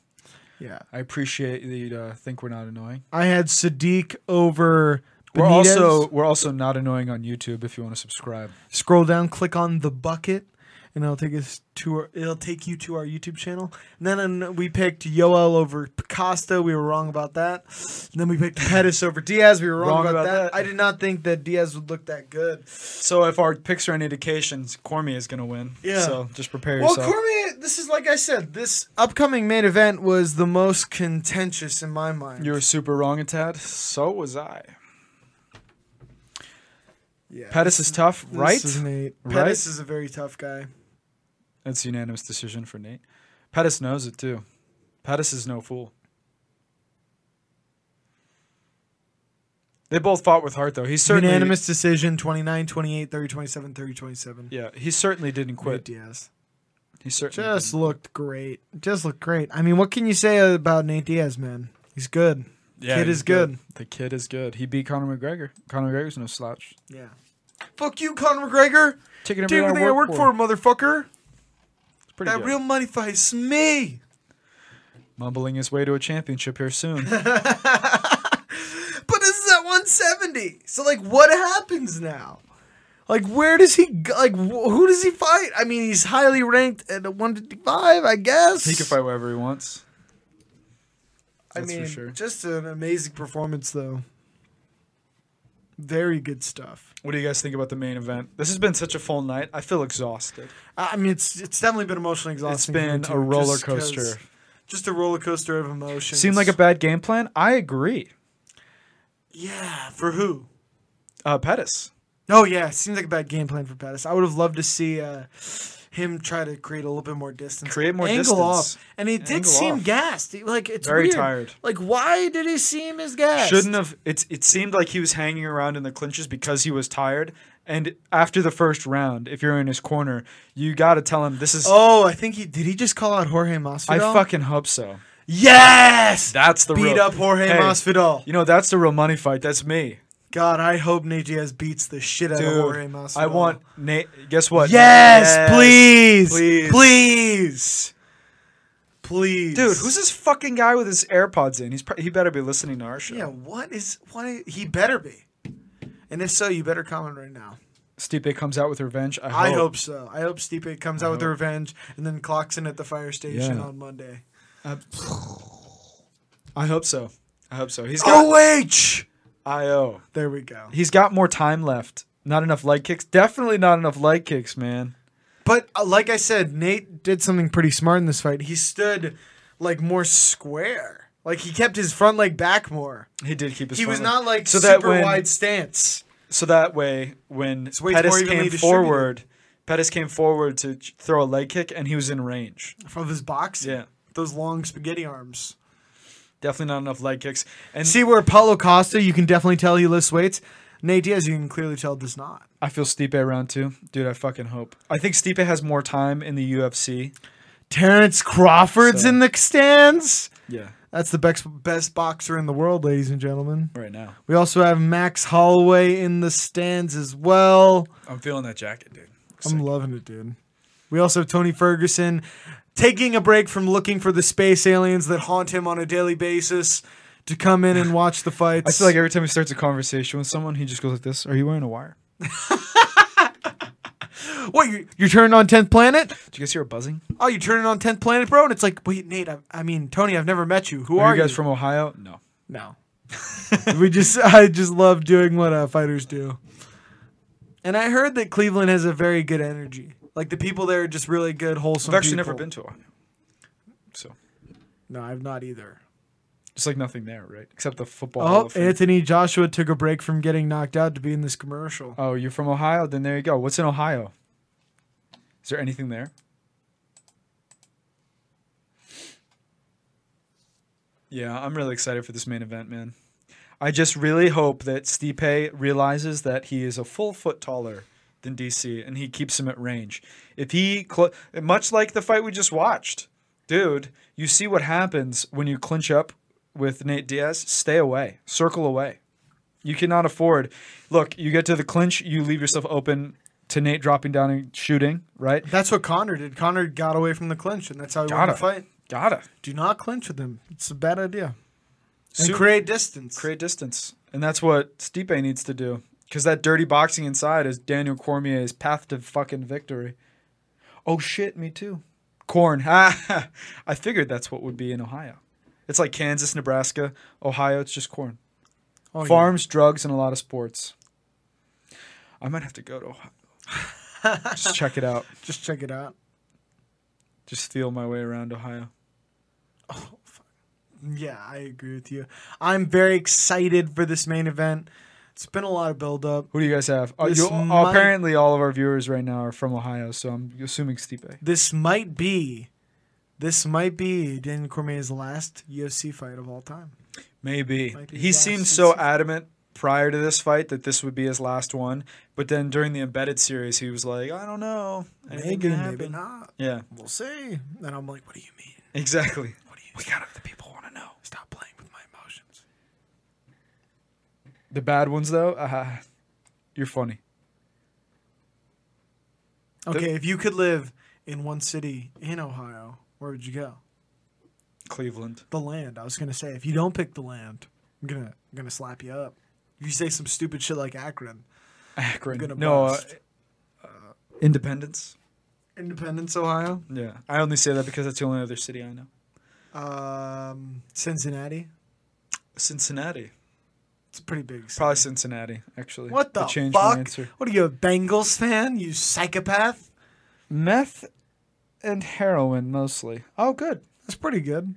Yeah. I appreciate that you uh, think we're not annoying. I had Sadiq over We're Benitez. also we're also not annoying on YouTube if you want to subscribe. scroll down, click on the bucket, and it'll take us to our, it'll take you to our YouTube channel. And then um, we picked Yoel over Costa. We were wrong about that. And then we picked Pettis over Diaz. We were wrong, Wrong about, about that. that. I did not think that Diaz would look that good. So if our picks are any indications, Cormier is gonna win. Yeah. So just prepare Well, yourself. Cormier, this is like I said, this upcoming main event was the most contentious in my mind. you were super wrong at that. So was I. yeah. Pettis is tough, This right? is Nate. Right? Pettis is a very tough guy. That's unanimous decision for Nate. Pettis knows it too. Pettis is no fool. They both fought with heart though. He certainly Unanimous decision 29, 28, 30, 27, 30, 27. Yeah, he certainly didn't Nate quit. Diaz. He certainly Just didn't. looked great. Just looked great. I mean, what can you say about Nate Diaz, man? He's good. Yeah, kid he's is good. The kid is good. He beat Conor McGregor. Conor McGregor's no slouch. Yeah. Fuck you, Conor McGregor. Taking Do everything I work for, motherfucker. It's pretty That good. real money fights me. Mumbling his way to a championship here soon. But this is at 170. So like, what happens now? Like, where does he go? Like, wh- who does he fight? I mean, he's highly ranked at 155, I guess. he can fight wherever he wants. I That's mean, for sure. just an amazing performance, though. Very good stuff. What do you guys think about the main event? This has been such a full night. I feel exhausted. I I mean, it's it's definitely been emotionally It's exhausting. for me, been too, a roller just 'cause- coaster. Just a roller coaster of emotions. Seemed like a bad game plan. I agree. yeah for who? Uh, Pettis. Oh yeah, it seems like a bad game plan for Pettis. I would have loved to see uh, him try to create a little bit more distance, Create more angle distance. off, and he did Angle seem off. gassed. He- Like it's Very weird. tired. Like why did he seem as gassed? Shouldn't have. It's. It seemed like he was hanging around in the clinches because he was tired. And after the first round, if you're in his corner, you got to tell him this is. Oh, I think he did. He just call out Jorge Masvidal. I fucking hope so. yes. That's the beat real, up Jorge Hey, Masvidal. You know that's the real money fight. That's me, God, I hope Nate Diaz beats the shit out dude. of Jorge Masvidal. I want Nate. Guess what? Yes, please, please. please, please, please, dude. Who's this fucking guy with his AirPods in? He's pr- he better be listening to our show. yeah? What is what? Is, he better be, and if so, you better comment right now. Stipe comes out with revenge. I hope. I hope so. I hope Stipe comes out with the revenge and then clocks in at the fire station Yeah. on Monday. I hope so. I hope so. He's got Oh wait, IO. there we go. He's got more time left. Not enough leg kicks. Definitely not enough leg kicks, man. But uh, like I said, Nate did something pretty smart in this fight. He stood like more square. Like he kept his front leg back more. He did keep his. He front was leg. not like so super that when, wide stance. So that way, when weight's more Pettis evenly came distributed. forward, Pettis came forward to ch- throw a leg kick, and he was in range. of his box. Yeah. Those long spaghetti arms. Definitely not enough leg kicks. And See where Paulo Costa, you can definitely tell he lifts weights. Nate Diaz, you can clearly tell does not. I feel Stipe round two, dude. I fucking hope. I think Stipe has more time in the UFC. Terrence Crawford's So- in the stands. Yeah, That's the best best boxer in the world, ladies and gentlemen. right now. We also have Max Holloway in the stands as well. I'm feeling that jacket, dude. I'm loving it, dude. We also have Tony Ferguson taking a break from looking for the space aliens that haunt him on a daily basis to come in and watch the fights. I feel like every time he starts a conversation with someone, he just goes like this: "Are you wearing a wire? what you you turned on 10th Planet? Did you guys hear a buzzing? Oh, you turned on 10th Planet, bro? And it's like, wait, Nate, I, I mean, Tony, I've never met you. Who Are, are, you guys from Ohio? No. No. we just, I just love doing what uh, fighters do. And I heard that Cleveland has a very good energy. Like the people there are just really good, wholesome. I've actually never people. been to Ohio. So No, I've not either. it's like nothing there, right? Except the football. Hall Oh, of Fame. Anthony Joshua took a break from getting knocked out to be in this commercial. oh, you're from Ohio? Then there you go. What's in Ohio? Is there anything there? Yeah, I'm really excited for this main event, man. I just really hope that Stipe realizes that he is a full foot taller than DC and he keeps him at range. If he, cl- much like the fight we just watched, dude, you see what happens when you clinch up with Nate Diaz, stay away, circle away. You cannot afford. Look, you get to the clinch, you leave yourself open to Nate dropping down and shooting, right? That's what Connor did. Connor got away from the clinch, and that's how he won Gotta. the fight. Gotta Do not clinch with him. It's a bad idea. And Su- create distance. create distance. And that's what Stipe needs to do. Because that dirty boxing inside is Daniel Cormier's path to fucking victory. Oh shit, me too. Corn. Ah, I figured that's what would be in Ohio. It's like Kansas, Nebraska, Ohio, it's just corn. Oh, yeah. Farms, drugs, and a lot of sports. I might have to go to Ohio. just check it out. Just check it out. Just feel my way around Ohio. Yeah, I agree with you. I'm very excited for this main event. It's been a lot of build up. Who do you guys have? Uh, This you, might- Apparently, all of our viewers right now are from Ohio, so I'm assuming Stipe. This might be, this might be Daniel Cormier's last UFC fight of all time. Maybe. Might be He his last seemed so season. adamant prior to this fight that this would be his last one, but then during the embedded series, he was like, "I don't know, anything Maybe, can maybe happen." not. Yeah, We'll see. And I'm like, what do you mean? exactly. What do you? We gotta. The people want to know. Stop playing with my emotions. The bad ones, though. Uh, you're funny. Okay, if you could live in one city in Ohio, where would you go? Cleveland. The land. I was gonna say, if you don't pick the land, I'm gonna I'm gonna slap you up. If you say some stupid shit like Akron, Akron. gonna No. Uh, bust. uh, Independence. Independence, Ohio, Yeah, I only say that because that's the only other city I know. um, Cincinnati. Cincinnati. It's a pretty big. City. Probably Cincinnati, actually. What I the changed my fuck? answer. What are you, a Bengals fan? You psychopath. Meth and heroin mostly. Oh, good. That's pretty good.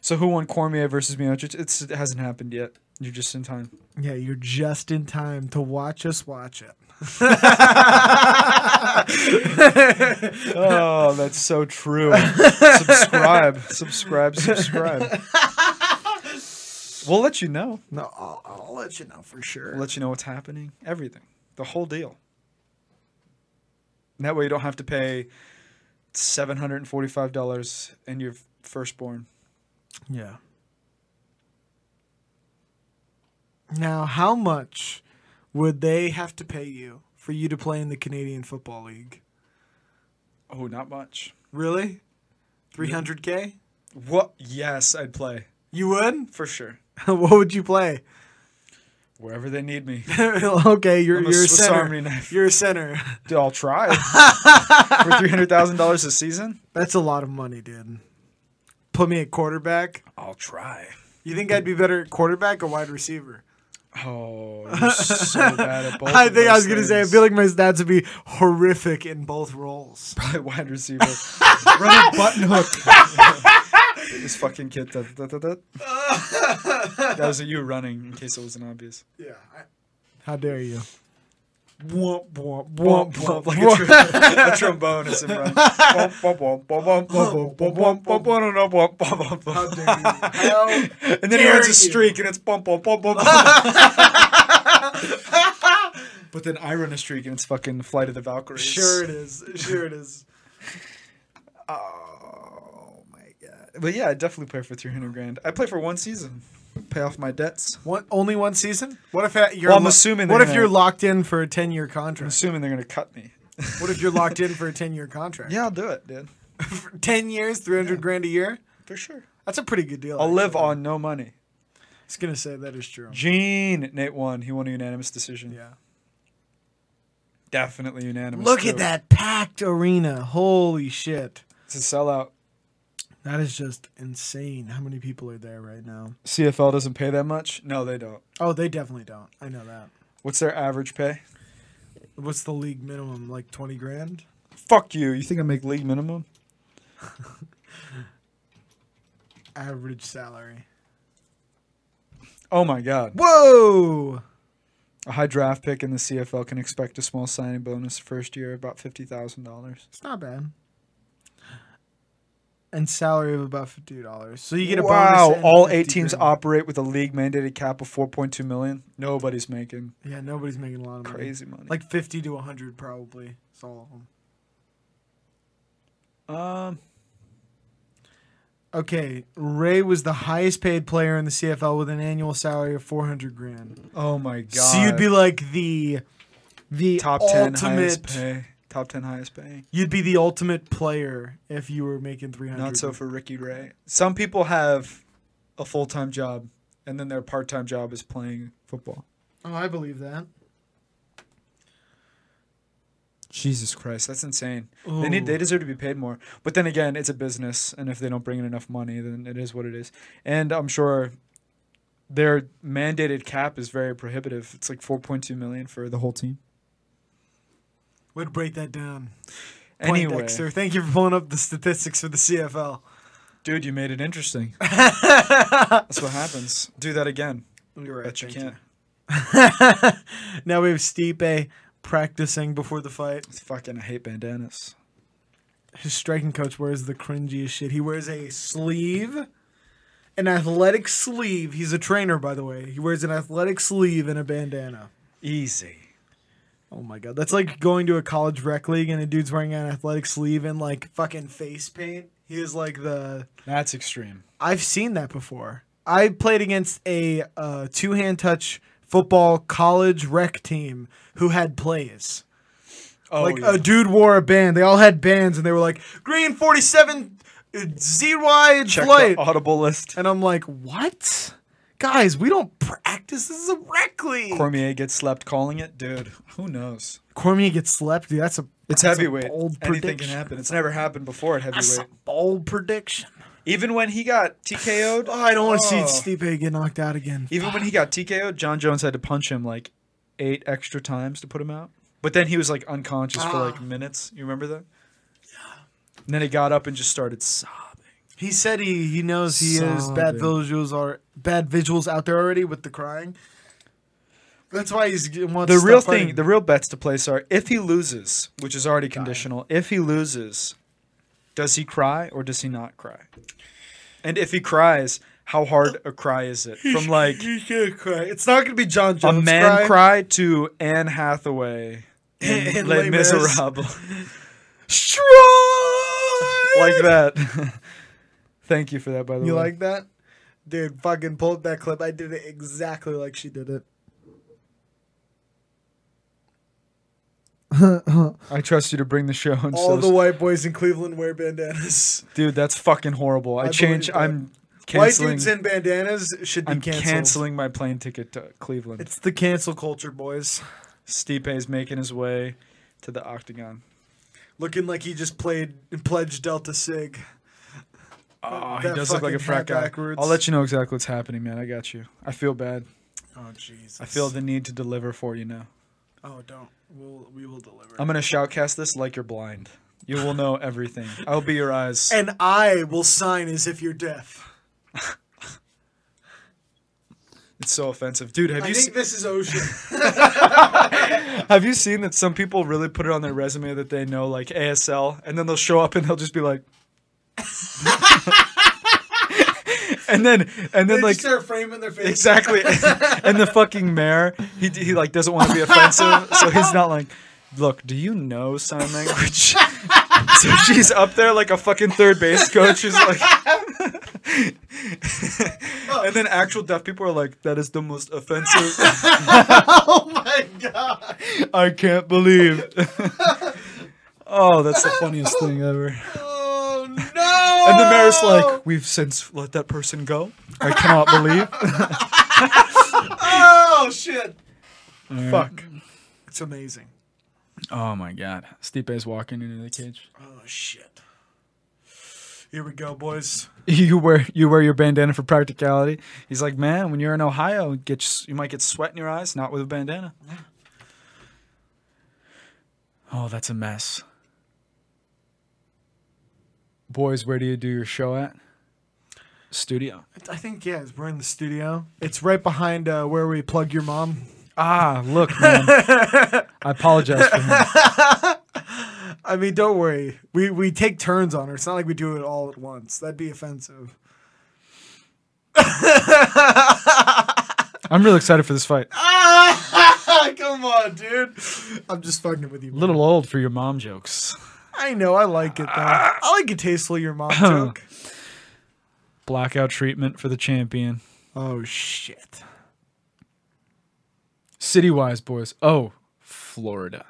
So who won Cormier versus Miocic? It's, it hasn't happened yet. You're just in time. Yeah, you're just in time to watch us watch it. Oh, that's so true. subscribe, subscribe, subscribe. we'll let you know. No, I'll, I'll let you know for sure. We'll let you know what's happening. Everything. The whole deal. And that way you don't have to pay $745 and your firstborn. Yeah. Now, how much would they have to pay you for you to play in the Canadian Football League? Oh, not much. Really? 300K? What? Yes, I'd play. You would? For sure. what would you play? Wherever they need me. okay, you're, I'm a you're a Swiss center. Army knife. You're a center. Dude, I'll try. For $300,000 a season? That's a lot of money, dude. Put me at quarterback. I'll try. You think I'd be better at quarterback or wide receiver? Oh, you're so bad at both. I of think I those was going to say, I things. feel like my stats would be horrific in both roles. Probably wide receiver. Run a button hook. this fucking kid. Da, da, da, da. that was you running, in case it wasn't obvious. Yeah. I- How dare you? Bump, bump, like a, tr- a trombone is in front. Bump, bump, bump, bump, bump, bump, bump, bump, bump, bump, bump, bump, bump, bump. How And then he dare runs a you. streak, and it's bump, bump, bump, bump. bump. But then I run a streak and it's fucking Flight of the Valkyries. Sure it is. Sure it is. Oh my god. But yeah, I definitely play for 300 grand. I play for one season. Pay off my debts. One, only one season? What if uh, you're? Well, I'm assuming What they're if you're gonna- locked in for a ten-year I'm contract? assuming they're going to cut me. What if you're locked in for a ten-year contract? Yeah, I'll do it, dude. ten years, three hundred grand a year. For sure. That's a pretty good deal. I'll live actually. on no money. I was gonna say that is true. Gene, Nate won. He won a unanimous decision. Yeah. Definitely unanimous. Look too. at that packed arena. Holy shit. It's a sellout. That is just insane. How many people are there right now? CFL doesn't pay that much. No, they don't. Oh, they definitely don't. I know that. What's their average pay? What's the league minimum? Like twenty grand? Fuck you. You think I make league minimum? Average salary. Oh my god. Whoa! A high draft pick in the CFL can expect a small signing bonus first year, about fifty thousand dollars. It's not bad. And salary of about fifty dollars. So you get a wow! bonus. and All 50 eight teams grand. operate with a league mandated cap of four point two million. Nobody's making Yeah, nobody's making a lot of money. crazy money. Like fifty to hundred, probably. It's all of them. um, Okay, Ray was the highest paid player in the CFL with an annual salary of four hundred grand. oh my god. So you'd be like the the top ten highest ultimate. pay. Top ten highest pay. You'd be the ultimate player if you were making three hundred. Not so for Ricky Ray. Some people have a full time job, and then their part time job is playing football. Oh, I believe that. Jesus Christ, that's insane. They need they deserve to be paid more. But then again, it's a business, and if they don't bring in enough money, then it is what it is. And I'm sure their mandated cap is very prohibitive. It's like 4.2 million for the whole team. Would break that down. Anyway, Poindexter, thank you for pulling up the statistics for the CFL. dude, you made it interesting. that's what happens. Do that again. You're right. Bet you can't. now we have Stipe practicing before the fight. Fucking, I hate bandanas. His striking coach wears the cringiest shit. He wears a sleeve, an athletic sleeve. He's a trainer, by the way. He wears an athletic sleeve and a bandana. Easy. Oh my god, that's like going to a college rec league and a dude's wearing an athletic sleeve and like fucking face paint. He is like the That's extreme. I've seen that before. I played against a uh, two hand touch football college rec team who had plays. Oh, like yeah. a dude wore a band. They all had bands and they were like green 47 uh, ZY Check flight. the audible list. and I'm like, "What? Guys, we don't practice. This is a rec league." Cormier gets slept calling it, dude. Who knows? Cormier gets slept, dude. That's a It's that's a heavyweight. bold Anything can prediction. happen. It's never happened before at heavyweight. That's a bold prediction. Even when he got TKO'd, Oh, I don't want to Oh. see Stipe get knocked out again. even when he got TKO'd, John Jones had to punch him like eight extra times to put him out. But then he was like unconscious for like minutes. You remember that? Yeah. And then he got up and just started sobbing. He said he, he knows he has bad Sobbing. visuals are bad visuals out there already with the crying. That's why he's g- wants The to real stop thing, fighting. the real bets to place are if he loses, which is already conditional. If he loses, does he cry or does he not cry? And if he cries, how hard a cry is it? From like He can't cry. It's not gonna be John a Jones. man cry. cry. to Anne Hathaway in In Les Les Mis. Miserables. Strike! like that. Thank you for that, by the You way. like that, dude? Fucking pull up that clip. I did it exactly like she did it. I trust you to bring the show. And All so the white boys in Cleveland wear bandanas. dude, that's fucking horrible. I, I change. believe that. I'm White canceling. dudes in bandanas should be I'm canceled. canceling my plane ticket to Cleveland. It's the cancel culture, boys. Stipe's making his way to the Octagon. Looking like he just played pledged Delta Sig. Oh, he that does look like a fucking frat hat guy. backwards. I'll let you know exactly what's happening, man. I got you. I feel bad. Oh jeez. I feel the need to deliver for you now. Oh, don't. We'll we will deliver. I'm gonna shoutcast this like you're blind. You will know everything. I'll be your eyes. and I will sign as if you're deaf. It's so offensive, dude. Have I you think seen? this is ocean. Have you seen that some people really put it on their resume that they know like ASL, and then they'll show up and they'll just be like, and then and then they like just start framing their face. exactly, and the fucking mayor he he like doesn't want to be offensive, so he's not like, look, do you know sign language? so she's up there like a fucking third base coach who's like. and then actual deaf people are like, that is the most offensive. Oh my god. I can't believe. oh, that's the funniest thing ever. Oh no. And the mayor's like, we've since let that person go. I cannot believe. oh shit. Fuck. It's amazing. Oh my god. Stipe's walking into the cage. Oh shit. Here we go, boys. You wear you wear your bandana for practicality. He's like, man, when you're in Ohio, you get you might get sweat in your eyes, not with a bandana. Oh, that's a mess. Boys, where do you do your show at? Studio. I think yeah, it's- we're in the studio. It's right behind uh, where we plug your mom. Ah, look, man. I apologize for him. I mean, don't worry. We we take turns on her. It's not like we do it all at once. That'd be offensive. I'm really excited for this fight. A Ah! Come on, dude. I'm just fucking with you. bro. little old for your mom jokes. I know. I like it though. I like a tasteful your mom joke. Blackout treatment for the champion. Oh shit. City wise, boys. Oh, Florida.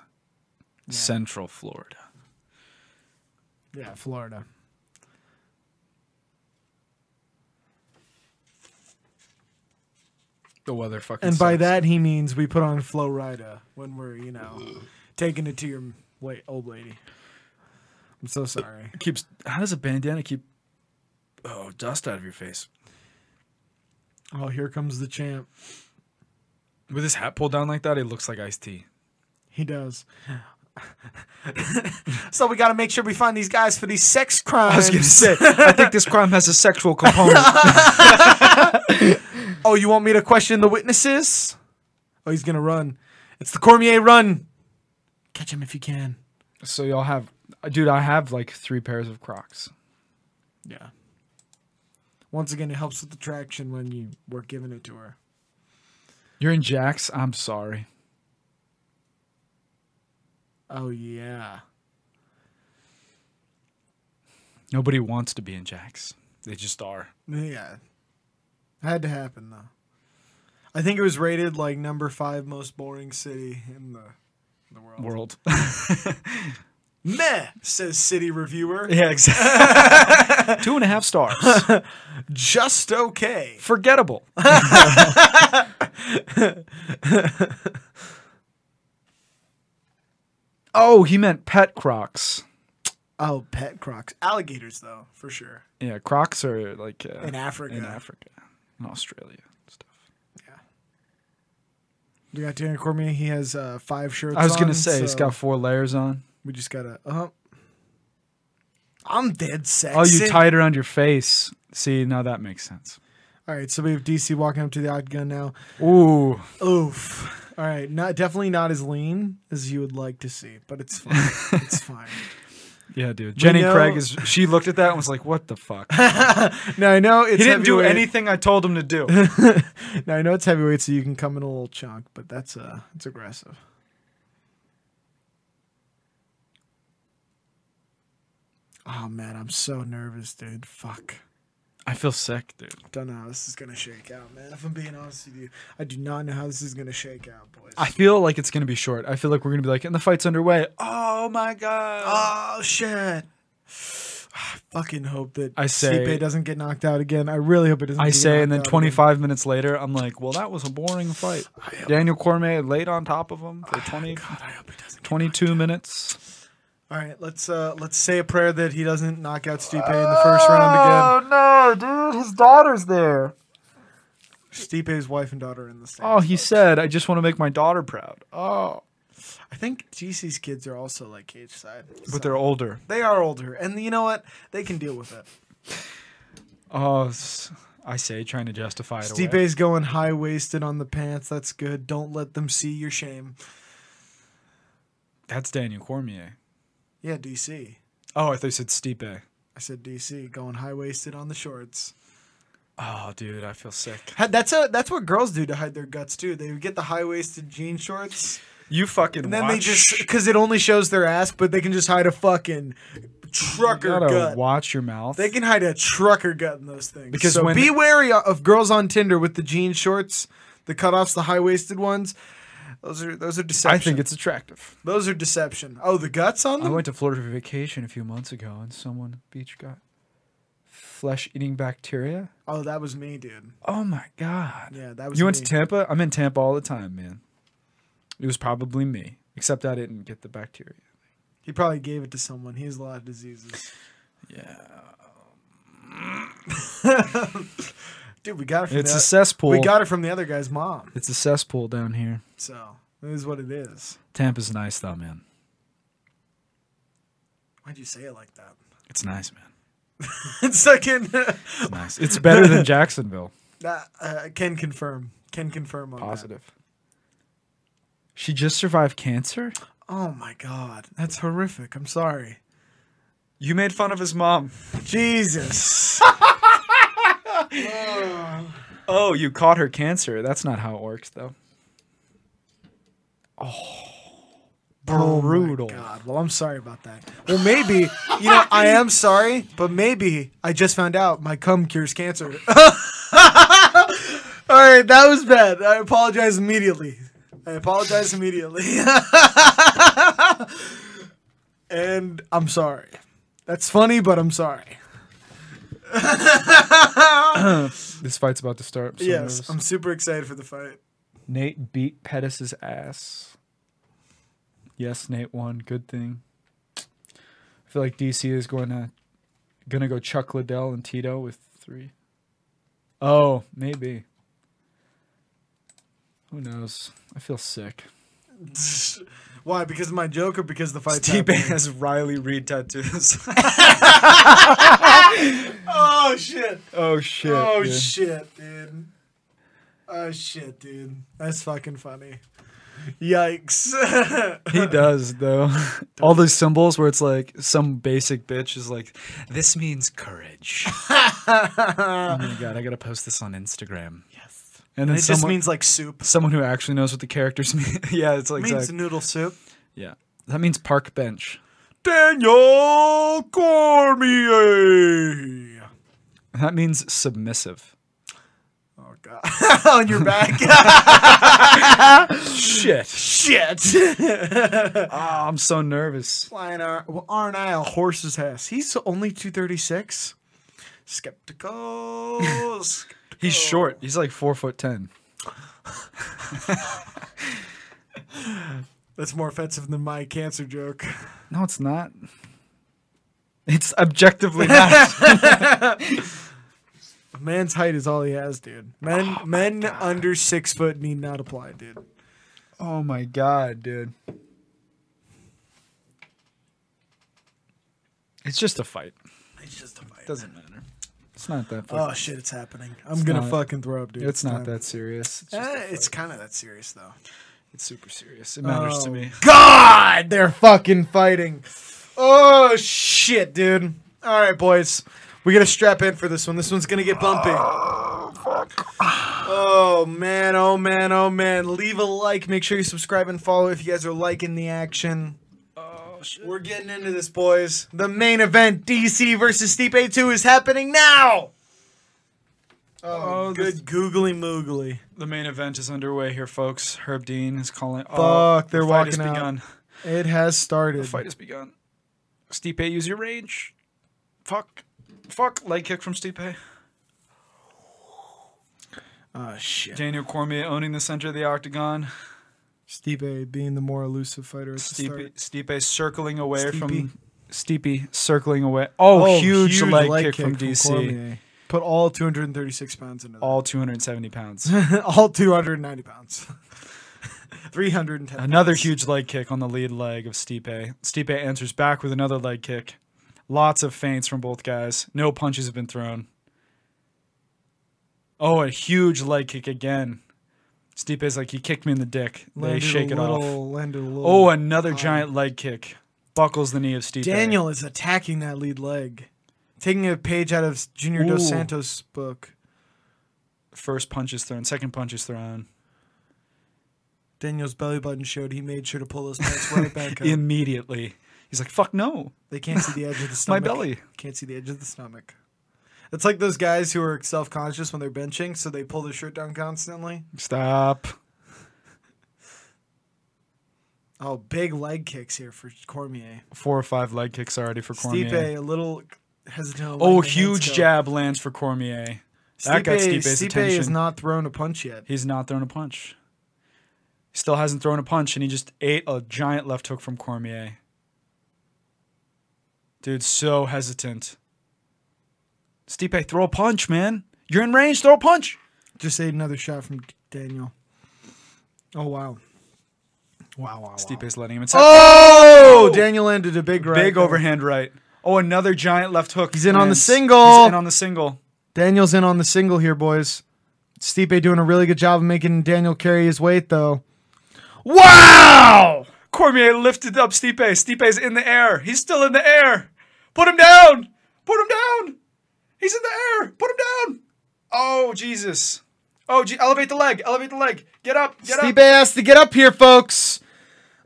Central Florida. Yeah, Florida. The weather fucking And by sucks. that he means we put on Flow Rida when we're you know taking it to your late old lady. I'm so sorry. It keeps how does a bandana keep oh dust out of your face? Oh, here comes the champ. With his hat pulled down like that, it looks like iced tea. He does. so we got to make sure we find these guys for these sex crimes. I was gonna say, I think this crime has a sexual component. oh, you want me to question the witnesses? Oh, he's gonna run. It's the Cormier run. Catch him if you can. so y'all have dude, I have like three pairs of crocs. Yeah. Once again, it helps with the traction when you were giving it to her. You're in Jack's? I'm sorry. Oh yeah. Nobody wants to be in Jack's. They just are. Yeah. Had to happen though. I think it was rated like number five most boring city in the the world. World. Meh, says city reviewer. yeah, exactly. Two and a half stars. Just okay. Forgettable. oh, he meant pet crocs. Oh, pet crocs. Alligators, though, for sure. Yeah, crocs are like uh, In Africa. in Africa, in Australia. and Stuff. We got Darren Cormier. He has uh, five shirts. I was gonna on, say he's so got four layers on. We just got to. Uh, I'm dead sexy. Oh, you tied around your face. See, now that makes sense. All right, so we have DC walking up to the odd gun now. Ooh, Oof. All right, not definitely not as lean as you would like to see, but it's fine. it's fine. yeah, dude. Jenny know- Craig is. She looked at that and was like, "What the fuck?" Now I know it's he didn't do heavyweight- anything I told him to do. Now I know it's heavyweight, so you can come in a little chunk, but that's uh, it's aggressive. Oh man, I'm so nervous, dude. Fuck. I feel sick, dude. Don't know how this is gonna shake out, man. If I'm being honest with you, I do not know how this is gonna shake out, boys. I feel like it's gonna be short. I feel like we're gonna be like, and the fight's underway. Oh my god. oh shit. I fucking hope that I say- Stipe doesn't get knocked out again. I really hope it doesn't. I get say, and then knocked out 25 again. minutes later, I'm like, well, that was a boring fight. Daniel Cormier laid on top of him for 20, God, I hope it doesn't. 22 minutes. All right, let's uh let's say a prayer that he doesn't knock out Stipe in the first round again. no, dude, his daughter's there. Stipe's wife and daughter are in the Oh, stands. he said, I just want to make my daughter proud. Oh, I think GC's kids are also like cage side, so- but they're older. they are older, and you know what? They can deal with it. Oh, s- I say, trying to justify it. away. Stipe's going high waisted on the pants. That's good. Don't let them see your shame. That's Daniel Cormier. Yeah, DC. Oh, I thought you said Stipe. I said DC going high waisted on the shorts. Oh, dude, I feel sick. Ha- That's a that's what girls do to hide their guts too. They get the high waisted jean shorts, You fucking and then watch. they just because it only shows their ass, but they can just hide a fucking You trucker gotta gut. watch your mouth. They can hide a trucker gut in those things. Because so when- be wary of girls on Tinder with the jean shorts, the cutoffs, the high waisted ones. Those are those are deception. I think it's attractive. those are deception. Oh, the guts on I them. went to Florida for vacation a few months ago, and someone at the beach got flesh-eating bacteria. oh, that was me, dude. Oh my god! Yeah, that was you went me. to Tampa? I'm in Tampa all the time, man. It was probably me, except I didn't get the bacteria. He probably gave it to someone. He has a lot of diseases. Yeah. dude, we got it from It's the, a cesspool. we got it from the other guy's mom. it's a cesspool down here. So it is what it is. Tampa's nice though, man. Why'd you say it like that? It's nice, man. it's fucking. It's nice. It's better than Jacksonville. Uh, uh, can confirm. Can confirm on that. She just survived cancer? Oh my god, that's horrific. I'm sorry. You made fun of his mom. Jesus. Oh, you caught her cancer. That's not how it works, though. Oh, brutal. God. Well, I'm sorry about that. Well, maybe you know I am sorry, but maybe I just found out my cum cures cancer. All right, that was bad. I apologize immediately. I apologize immediately. and I'm sorry. That's funny, but I'm sorry. this fight's about to start. I'm so yes, um, nervous. I'm super excited for the fight. Nate beat Pettis' ass. Yes, Nate won. Good thing. I feel like DC is going to gonna go Chuck Liddell and Tito with three. Oh, maybe. Who knows? I feel sick. Why? Because of my joke or because the fight? has Riley Reed tattoos. Oh shit. oh shit. Oh dude. shit, dude. Oh shit, dude. That's fucking funny. Yikes. He does though. All those symbols where it's like some basic bitch is like, this means courage. oh my god, I gotta post this on Instagram. Yes. And then it just someone, means like soup. someone who actually knows what the characters mean. yeah, it's like means exact- noodle soup. yeah. That means park bench. Daniel Cormier. That means submissive. Oh god. On your back. Ah, Shit. shit. Oh, I'm so nervous. Flying our well, aren't I a horse's ass? He's only 236. Skeptical. He's short. He's like four foot ten. That's more offensive than my cancer joke. No, it's not. It's objectively not. A man's height is all he has, dude. Men men under six foot need not apply, dude. oh my god, dude. It's just a fight. It's just a fight. Doesn't matter. It's not that. Fucking, Oh shit, it's happening. I'm gonna not- fucking throw up, dude. it's not time. that serious. It's, just, Eh, it's kind of that serious though. it's super serious. It matters to Oh. me. God, they're fucking fighting. Oh shit, dude. All right, boys, we gotta strap in for this one. This one's gonna get bumpy. Oh man, oh man, oh man. Leave a like. Make sure you subscribe and follow if you guys are liking the action. We're getting into this, boys. The main event, DC versus Stipe 2, is happening now. Oh, Oh, good this- googly moogly. The main event is underway here, folks. Herb Dean is calling. Fuck, they're Oh, the fight has walking out. Begun. It has started. The fight has begun. Stipe, use your range. Fuck. Fuck. Leg kick from Stipe. Oh shit. Daniel Cormier owning the center of the octagon. Stipe being the more elusive fighter at the start. Stipe, Stipe circling away Stipe. from Stipe circling away. Oh, huge, leg, kick, from, DC. Cormier. Put all 236 pounds into that. All 270 pounds. all 290 pounds. 310. another pounds. huge leg kick on the lead leg of Stipe. Stipe answers back with another leg kick. Lots of feints from both guys. No punches have been thrown. Oh, a huge leg kick again. Stipe's like he kicked me in the dick. They Landed a shake it off. little- landed a little- Oh, another giant leg kick. Buckles the knee of Stipe. Daniel is attacking that lead leg, taking a page out of Junior Ooh. Dos Santos' book. First punch is thrown. Second punch is thrown. Daniel's belly button showed he made sure to pull his pants right back up. Immediately. He's like, fuck no. They can't see the edge of the My stomach. belly. Can't see the edge of the stomach. It's like those guys who are self conscious when they're benching, so they pull their shirt down constantly. Stop. Oh, big leg kicks here for Cormier. Four or five leg kicks already for Cormier. Stipe, a little hesitant. on Oh, letting the hands huge go. jab lands for Cormier. That got Stipe, Stipe's Stipe attention. is not thrown a punch yet. He's not thrown a punch. Still hasn't thrown a punch, and he just ate a giant left hook from Cormier. Dude, so hesitant. Stipe, throw a punch, man. You're in range. Throw a punch. Just ate another shot from Daniel. Oh wow. Wow, wow, wow. Stipe's letting him. It's Oh, Daniel landed a big right. big there. overhand right. Oh, another giant left hook. He's in on the Wins. single. He's in on the single. Daniel's in on the single here, boys. Stipe doing a really good job of making Daniel carry his weight, though. Wow! Cormier lifted up Stipe. Stipe's in the air. He's still in the air. Put him down. Put him down. He's in the air. Put him down. Oh, Jesus. Oh, gee, elevate the leg. Elevate the leg. Get up. Get Stipe up. has to get up here, folks.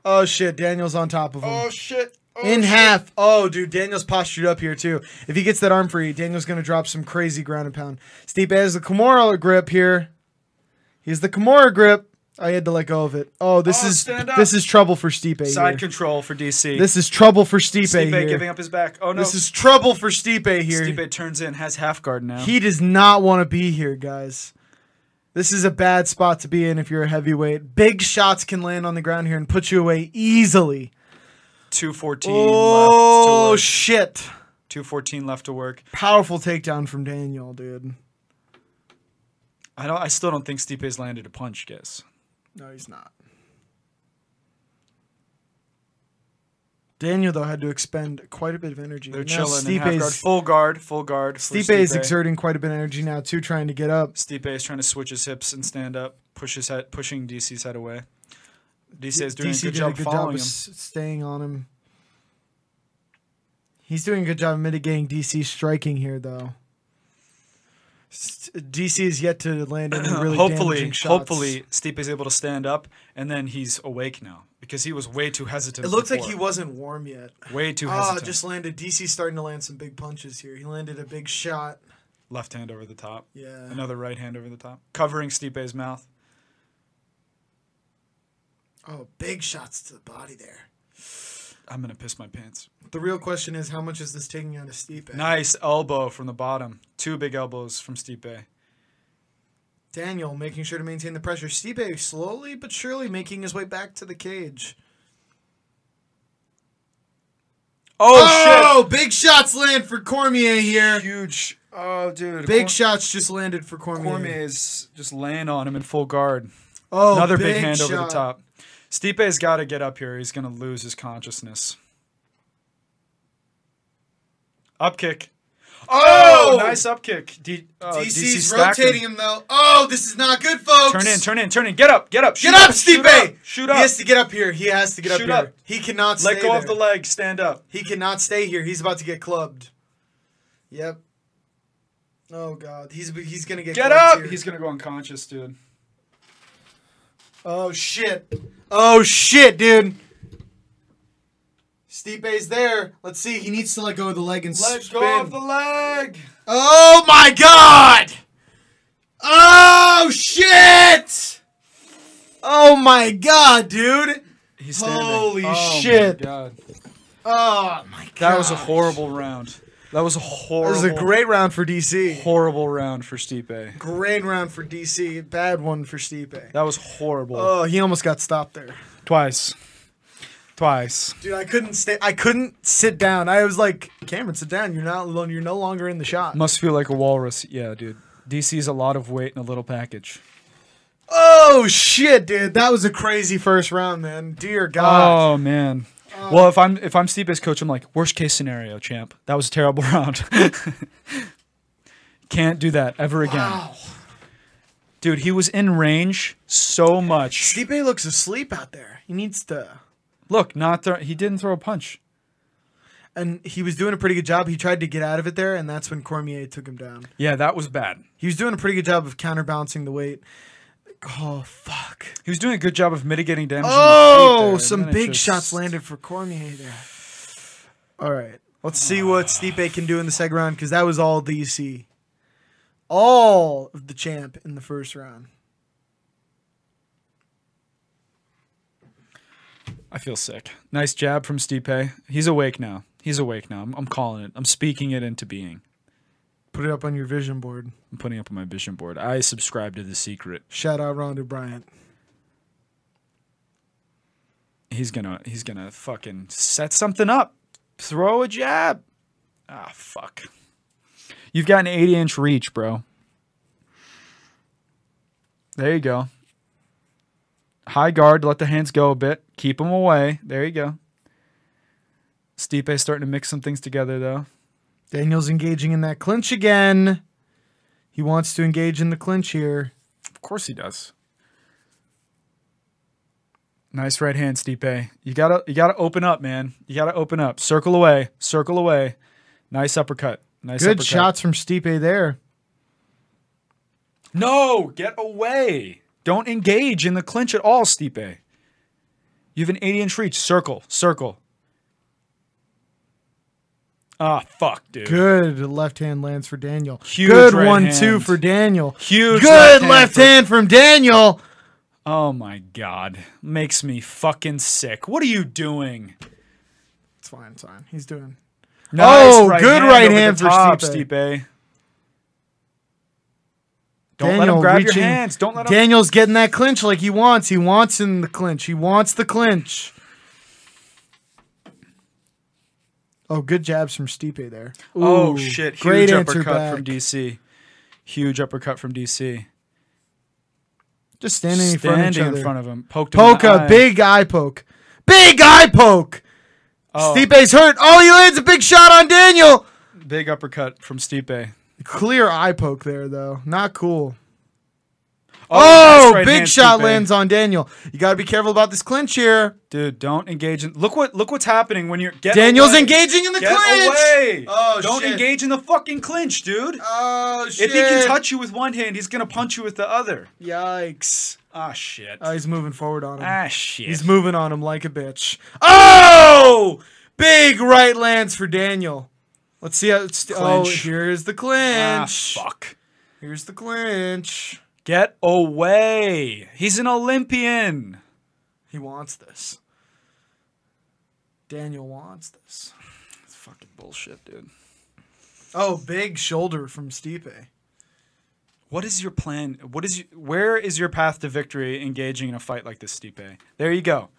Oh shit, Daniel's on top of him. Oh, shit. Oh, in shit. half. Oh, dude, Daniel's postured up here too. If he gets that arm free, Daniel's gonna drop some crazy ground and pound. Stipe has the Kimura grip here. He's the Kimura grip. I had to let go of it. Oh, this Oh, is stand up. this is trouble for Stipe. Side here. control for DC. This is trouble for Stipe, Stipe here. giving up his back. Oh, no. This is trouble for Stipe here. Stipe turns in, has half guard now. He does not want to be here, guys. This is a bad spot to be in if you're a heavyweight. Big shots can land on the ground here and put you away easily. 214 Oh left to work. shit. 214 left to work. Powerful takedown from Daniel, dude. I don't I still don't think Stipe's landed a punch, guess. No, he's not. Daniel though had to expend quite a bit of energy. They're Now chilling in half guard. Stipe's, Full guard, full guard. for Stipe is Stipe. exerting quite a bit of energy now too, trying to get up. Stipe is trying to switch his hips and stand up, push his head, pushing DC's head away. DC is doing DC a good did job of following him. s- staying on him. He's doing a good job of mitigating DC striking here though. S- DC is yet to land any really hopefully, damaging shots. hopefully, Stipe is able to stand up, and then he's awake now because he was way too hesitant. It looks like he before. wasn't warm yet. way too Ah, hesitant. just landed. DC's starting to land some big punches here. He landed a big shot. left hand over the top, Yeah. another right hand over the top, covering Stipe's mouth. Oh, big shots to the body there. I'm gonna piss my pants. The real question is how much is this taking out of Stipe? Nice elbow from the bottom. Two big elbows from Stipe. Daniel making sure to maintain the pressure. Stipe slowly but surely making his way back to the cage. Oh, big shots land for Cormier here. shit! Huge. Oh, dude. Big Cor- shots just landed for Cormier. Cormier is just laying on him in full guard. Oh, Another big, hand over the shot. top. Stipe's got to get up here. He's going to lose his consciousness. Up kick. Oh, nice up kick. D- uh, DC DC's stacked rotating him. though. Oh, this is not good, folks. Turn in, turn in, turn in. Get up, get up. Shoot Get up, shoot Stipe! Shoot up. He has to get up here. He has to get up Shoot here. up. He cannot stay Let go of there. the leg. Stand up. He cannot stay here. He's about to get clubbed. Yep. Oh god, he's he's gonna get. Get clubbed up. here. He's going to go unconscious, dude. Oh shit. Oh shit, dude. Stipe's there. Let's see. He needs to let go of the leg and Let spin. go of the leg. oh my god. Oh shit. Oh my god, dude. He's standing. Holy Oh my shit. God. Oh my god. That was a horrible round. That was a horrible. That was a great round for DC. horrible round for Stipe. Great round for DC. Bad one for Stipe. That was horrible. Oh, he almost got stopped there. Twice. Twice. Dude, I couldn't stay. I couldn't sit down. I was like, Cameron, sit down. You're not alone. You're no longer in the shot. Must feel like a walrus. Yeah, dude. DC's a lot of weight in a little package. Oh shit, dude, that was a crazy first round, man. Dear God. Oh man. well, if I'm if I'm Stipe's coach, I'm like worst case scenario, champ. That was a terrible round. Can't do that ever again. Oh. Dude, he was in range so much. Stipe looks asleep out there. He needs to. Look, not throw, he didn't throw a punch. And he was doing a pretty good job. He tried to get out of it there, and that's when Cormier took him down. Yeah, that was bad. He was doing a pretty good job of counterbalancing the weight. Oh fuck! He was doing a good job of mitigating damage. on the feet there, Oh, and some then it big just- shots landed for Cormier there. All right, let's see what Stipe can do in the second round because that was all DC, all of the champ in the first round. I feel sick. Nice jab from Stipe. He's awake now. He's awake now. I'm, I'm calling it. I'm speaking it into being. Put it up on your vision board. I'm putting up on my vision board. I subscribe to the secret. Shout out Ronda Bryant. He's gonna he's gonna fucking set something up. Throw a jab. Ah fuck. You've got an 80 inch reach, bro. There you go. High guard, let the hands go a bit. Keep him away. There you go. Stipe's starting to mix some things together, though. Daniel's engaging in that clinch again. He wants to engage in the clinch here. Of course he does. Nice right hand, Stipe. You gotta you gotta open up, man. You gotta open up. Circle away. Circle away. Nice uppercut. Nice Good uppercut. shots from Stipe there. No, get away. Don't engage in the clinch at all, Stipe. You have an 80 inch reach. Circle, circle. Ah, fuck, dude. Good left hand lands for Daniel. Huge Good right one hand. two for Daniel. Huge. Good left for- hand from Daniel. Oh my god. Makes me fucking sick. What are you doing? It's fine. It's fine. He's doing. Nice good right over the hand for top, Stipe. Don't let him Daniel grab reaching- your hands. Don't let him. Daniel's getting that clinch like he wants. He wants in the clinch. He wants the clinch. Oh, good jabs from Stipe there. oh Ooh, shit! Huge Great answer uppercut back. from DC. Huge uppercut from DC. Just standing in front of each Standing other. in front of him. Poked him in poke the a eye. big eye poke. Big eye poke. Oh, Stipe's hurt. Oh, he lands a big shot on Daniel. Big uppercut from Stipe. Clear eye poke there though. Not cool. nice Oh, right big hand, shot Stipe. lands on Daniel. You got to be careful about this clinch here. Dude, don't engage in. Look what look what's happening when you're. Get Daniel's away. engaging in the Get clinch. away! Oh, don't shit. engage in the fucking clinch, dude. Oh shit! if he can touch you with one hand, he's gonna punch you with the other. yikes! Ah shit. Oh, he's moving forward on him. ah shit. He's moving on him like a bitch. Oh! Big right lands for Daniel. Let's see how. It's, oh, Clinch. here's the ah, clinch. fuck. Here's the clinch. Get away. He's an Olympian. He wants this. Daniel wants this. It's fucking bullshit, dude. Oh, big shoulder from Stipe. What is your plan? What is your, where is your path to victory engaging in a fight like this, Stipe? There you go.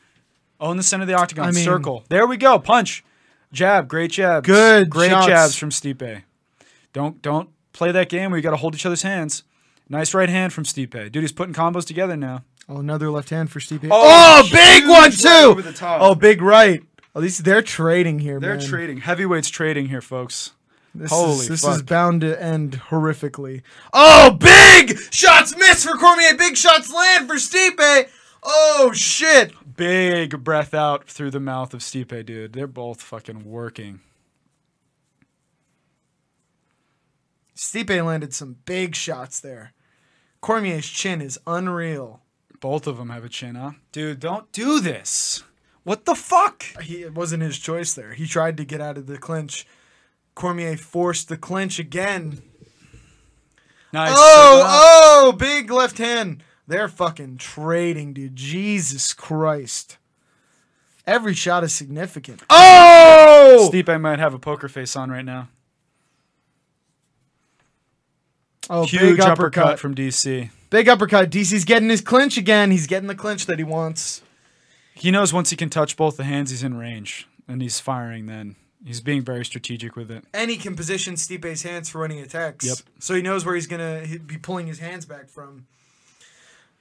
Own the center of the octagon. I mean- circle. There we go. Punch. Jab. Great jabs. Good Great shots. jabs from Stipe. Don't don't play that game where you got to hold each other's hands. Nice right hand from Stipe. Dude, he's putting combos together now. Oh, another left hand for Stipe. Oh, Oh, big huge one right too. over the top. Oh, big right. At least they're trading here, They're man. trading. Heavyweights trading here, folks. This Holy is, this fuck. is bound to end horrifically. Oh, big shots miss for Cormier. Big shots land for Stipe. Oh shit! Big breath out through the mouth of Stipe, dude. They're both fucking working. Stipe landed some big shots there. Cormier's chin is unreal. Both of them have a chin, huh? Dude, don't do this. What the fuck? He, it wasn't his choice there. He tried to get out of the clinch. Cormier forced the clinch again. Nice. Oh, Circle out. oh, big left hand. They're fucking trading, dude. Jesus Christ. Every shot is significant. Oh! Stipe might have a poker face on right now. Oh, Huge big uppercut. uppercut. from DC. Big uppercut. DC's getting his clinch again. He's getting the clinch that he wants. He knows once he can touch both the hands, he's in range, and he's firing. Then he's being very strategic with it. And he can position Stipe's hands for when he attacks. Yep. So he knows where he's going to be pulling his hands back from.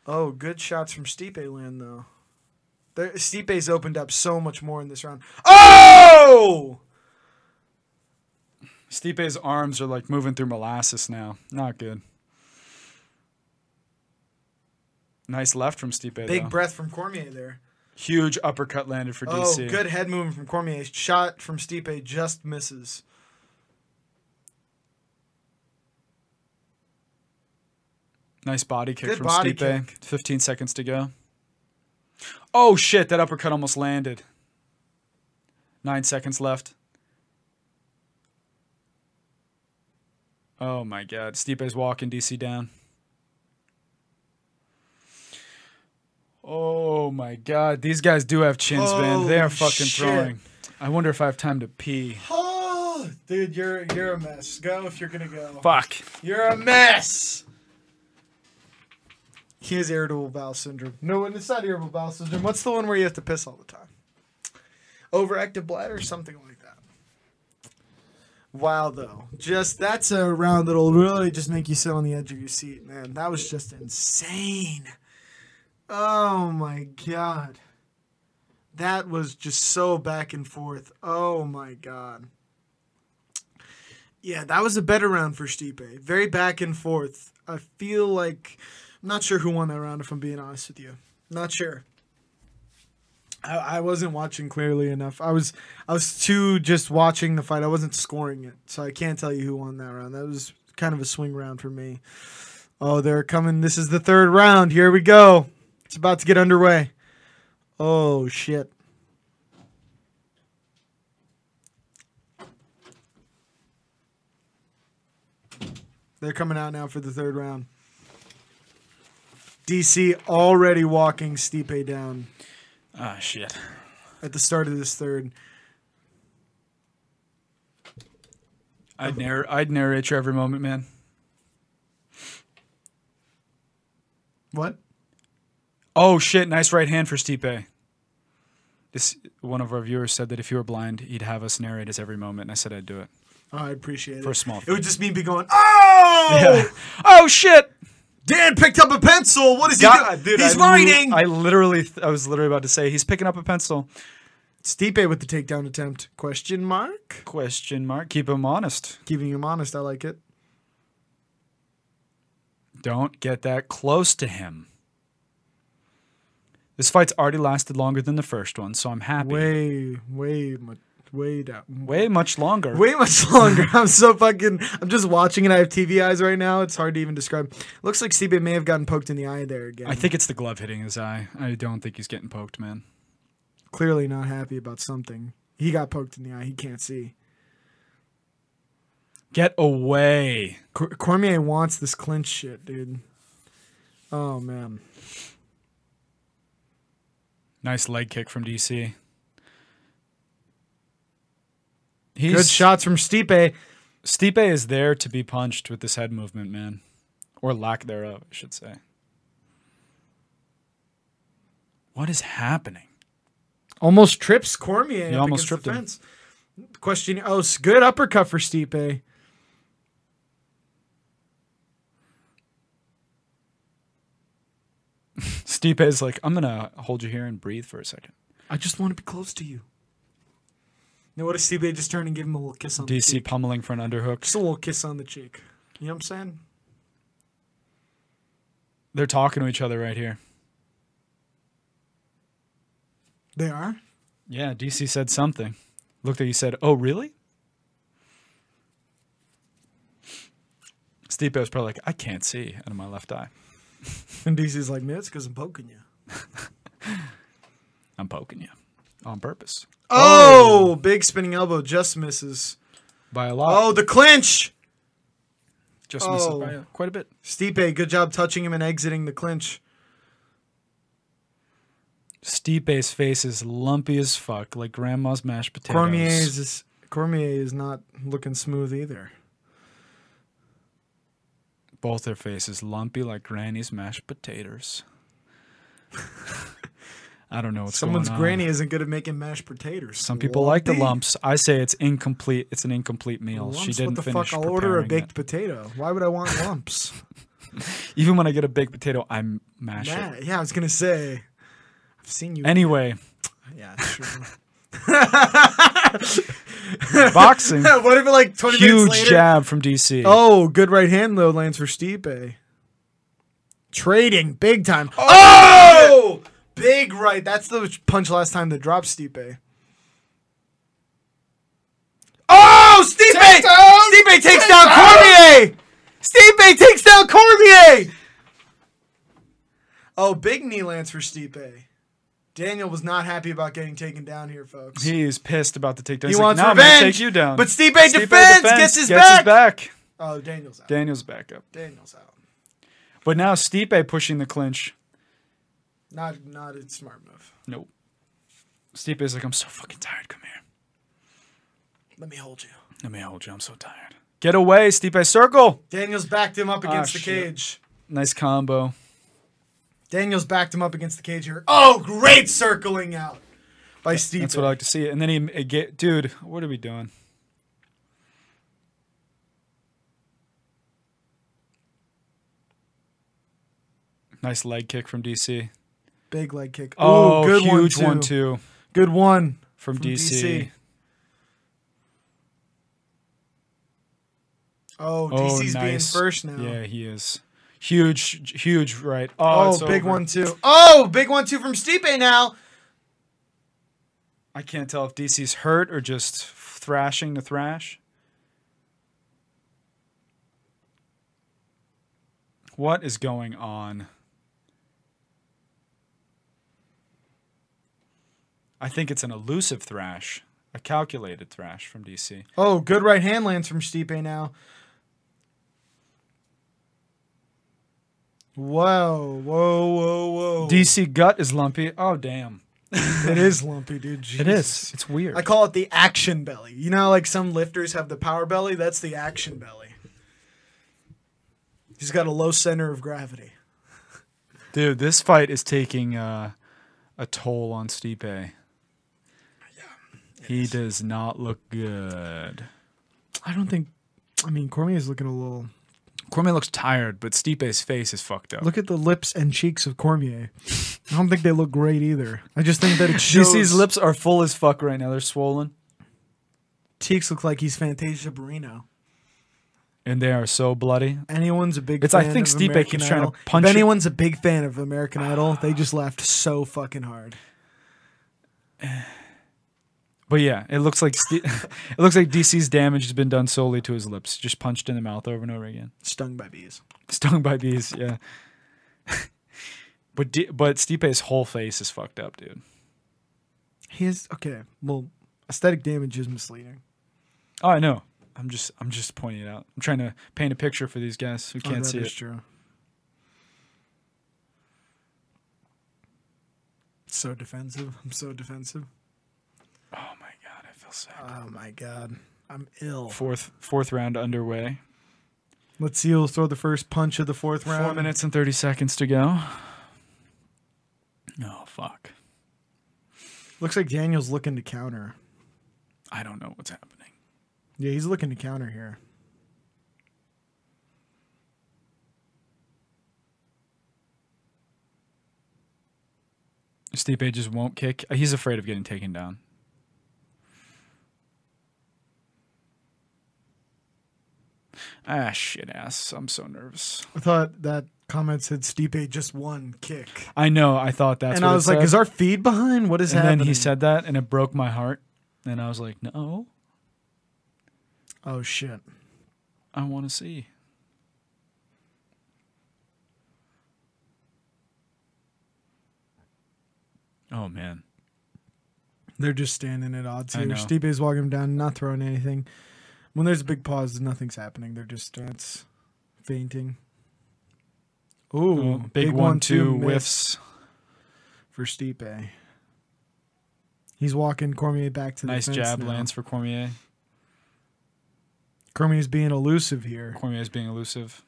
Oh, good shots from Stipe land, though. There, Stipe's opened up so much more in this round. Oh! Stipe's arms are like moving through molasses now. Not good. Nice left from Stipe. Big though. breath from Cormier there. Huge uppercut landed for Oh, DC. good head movement from Cormier. Shot from Stipe just misses. Nice body kick Good from body Stipe. kick. 15 seconds to go. Oh shit, that uppercut almost landed. Nine seconds left. Oh my god. Stipe's walking DC down. Oh my god. These guys do have chins, man. They are Holy fucking Oh, shit. throwing. I wonder if I have time to pee. Oh, dude, you're you're a mess. Go if you're gonna go. Fuck. You're a mess. He has irritable bowel syndrome. No, and it's not irritable bowel syndrome. What's the one where you have to piss all the time? Overactive bladder, something like that. Wow, though, just that's a round that'll really just make you sit on the edge of your seat, man. That was just insane. Oh my god. That was just so back and forth. Oh my god. Yeah, that was a better round for Stipe. Very back and forth. I feel like I'm not sure who won that round if I'm being honest with you. Not sure. I, I wasn't watching clearly enough. I was I was too just watching the fight. I wasn't scoring it. So I can't tell you who won that round. That was kind of a swing round for me. Oh, they're coming. This is the third round. Here we go. It's about to get underway. Oh shit. They're coming out now for the third round. DC already walking Stipe down Ah, shit. at the start of this third. Oh. I'd, narr- I'd narrate your every moment, man. What? Oh, shit. Nice right hand for Stipe. This one of our viewers said that if you were blind, he'd have us narrate his every moment, and I said I'd do it. Oh, I appreciate it. For a small It would fee. just mean be going, oh! oh, shit. Dan picked up a pencil. What is he doing? He's I li- writing. I literally, th- I was literally about to say he's picking up a pencil. Stipe with the takedown attempt. Question mark. Question mark. Keep him honest. Keeping him honest, I like it. Don't get that close to him. This fight's already lasted longer than the first one, so I'm happy. Way, way, much, way down. Way much longer. Way much longer. I'm so fucking. I'm just watching it. I have TV eyes right now. It's hard to even describe. Looks like Stipe may have gotten poked in the eye there again. I think it's the glove hitting his eye. I don't think he's getting poked, man. clearly not happy about something. He got poked in the eye. He can't see. Get away. Cor- Cormier wants this clinch shit, dude. Oh man. Nice leg kick from DC. He's, Good shots from Stipe. Stipe is there to be punched with this head movement, man. Or lack thereof, I should say. What is happening? Almost trips Cormier. up almost against tripped the him. fence. Question. Oh, s- good uppercut for Stipe. Stipe is like, I'm going to hold you here and breathe for a second. I just want to be close to you. Now what if Stipe just turned and gave him a little kiss on the DC cheek? pummeling for an underhook. Just a little kiss on the cheek. You know what I'm saying? They're talking to each other right here. They are. Yeah, DC said something. Looked at you said, Oh, really? Stipe was probably like, I can't see out of my left eye. And DC's like, man, it's because I'm poking you. I'm poking you on purpose. Oh, big spinning elbow just misses. By a lot. Oh, the clinch. just misses oh. by quite a bit. Stipe, good job touching him and exiting the clinch. Stipe's face is lumpy as fuck, like grandma's mashed potatoes. Cormier's is, Cormier is not looking smooth either. Both their faces lumpy like granny's mashed potatoes. I don't know what's Someone's going on. granny isn't good at making mashed potatoes. Some people like the Lumpy. lumps. I say it's incomplete. It's an incomplete meal. Lumps? she didn't what the finish fuck? I'll order a preparing baked potato. Why would I want lumps? it. Even when I get a baked potato, I m- mash yeah, it. yeah, I was gonna say. I've seen you. Anyway, yeah, sure. boxing. what if it like twenty minutes huge later? jab from DC. Oh, good right hand though lands for Stipe. Trading big time. Oh, Oh! big right. That's the punch last time that dropped Stipe. Oh, Stipe! Stipe takes down Cormier. Stipe takes down Cormier. Oh, big knee lands for Stipe. Daniel was not happy about getting taken down here, folks. He is pissed about the takedown. He He's wants like, "No, I'm gonna revenge, take you down. but Stipe defends, gets his back. oh, Daniel's out. Daniel's back up. Daniel's out. But now Stipe pushing the clinch. Not not a smart move. Nope. Stipe is like, I'm so fucking tired. Come here. Let me hold you. Let me hold you. I'm so tired. Get away, Stipe. Circle. Daniels backed him up against the Ah, shit. cage. Nice combo. Daniels backed him up against the cage here. Oh, great circling out by Steve. That's what I like to see. And then he it get, dude. What are we doing? Nice leg kick from DC. Big leg kick. Oh, Ooh, good huge one, one too. too, Good one. from, From DC. DC. Oh, Oh, DC's being nice. first now. Yeah, he is. Huge, huge, right? Oh, Oh, it's big over. one too. Oh, big one too from Stipe now. I can't tell if DC's hurt or just thrashing to thrash. What is going on? I think it's an elusive thrash, a calculated thrash from DC. Oh, good right hand lands from Stipe now. Whoa, whoa, whoa, whoa. DC gut is lumpy. Oh, damn. it is lumpy, dude. Jesus. It's weird. I call it the action belly. You know, how, like some lifters have the power belly. That's the action belly. He's got a low center of gravity. Dude, this fight is taking uh, a toll on Stipe. Yeah, he does not look good. I don't think. I mean, Cormier's looking a little. Cormier looks tired, but Stipe's face is fucked up. Look at the lips and cheeks of Cormier. I don't think they look great either. I just think that it shows. DC's lips are full as fuck right now. They're swollen, cheeks look like he's Fantasia Barrino. and they are so bloody. anyone's a big It's- I fan think of Stipe American keeps trying to Idol. punch If it. anyone's a big fan of American Idol, they just laughed so fucking hard. But yeah, it looks like Sti- it looks like DC's damage has been done solely to his lips, just punched in the mouth over and over again, Stung by bees. stung by bees. Yeah. But D- but Stipe's whole face is fucked up, dude. He is okay, well, aesthetic damage is misleading. Oh, I know. I'm just I'm just pointing it out. I'm trying to paint a picture for these guys who can't Oh, that see is it. true. So defensive. I'm so defensive. Oh my god, I feel sick. Oh my god. I'm ill. Fourth fourth round underway. Let's see who'll throw the first punch of the fourth round. Four minutes and thirty seconds to go. Oh fuck. Looks like Daniel's looking to counter. I don't know what's happening. Yeah, he's looking to counter here. Stipe just won't kick. He's afraid of getting taken down. Ah shit ass. I'm so nervous. I thought that comment said Stipe just one kick. I know, I thought that's and what I it was like, said. "Is our feed behind? What is and happening?" then he said that and it broke my heart. And I was like, No, "Oh shit!" I wanna see. Oh man. They're just standing at odds I here. know. Stipe's walking him down, not throwing anything. When there's a big pause, nothing's happening. They're just that's fainting. Ooh, Oh, big, one two whiffs. for Stipe. He's walking Cormier back to the Nice fence jab now. lands for Cormier. Cormier's being elusive here. Cormier's being elusive.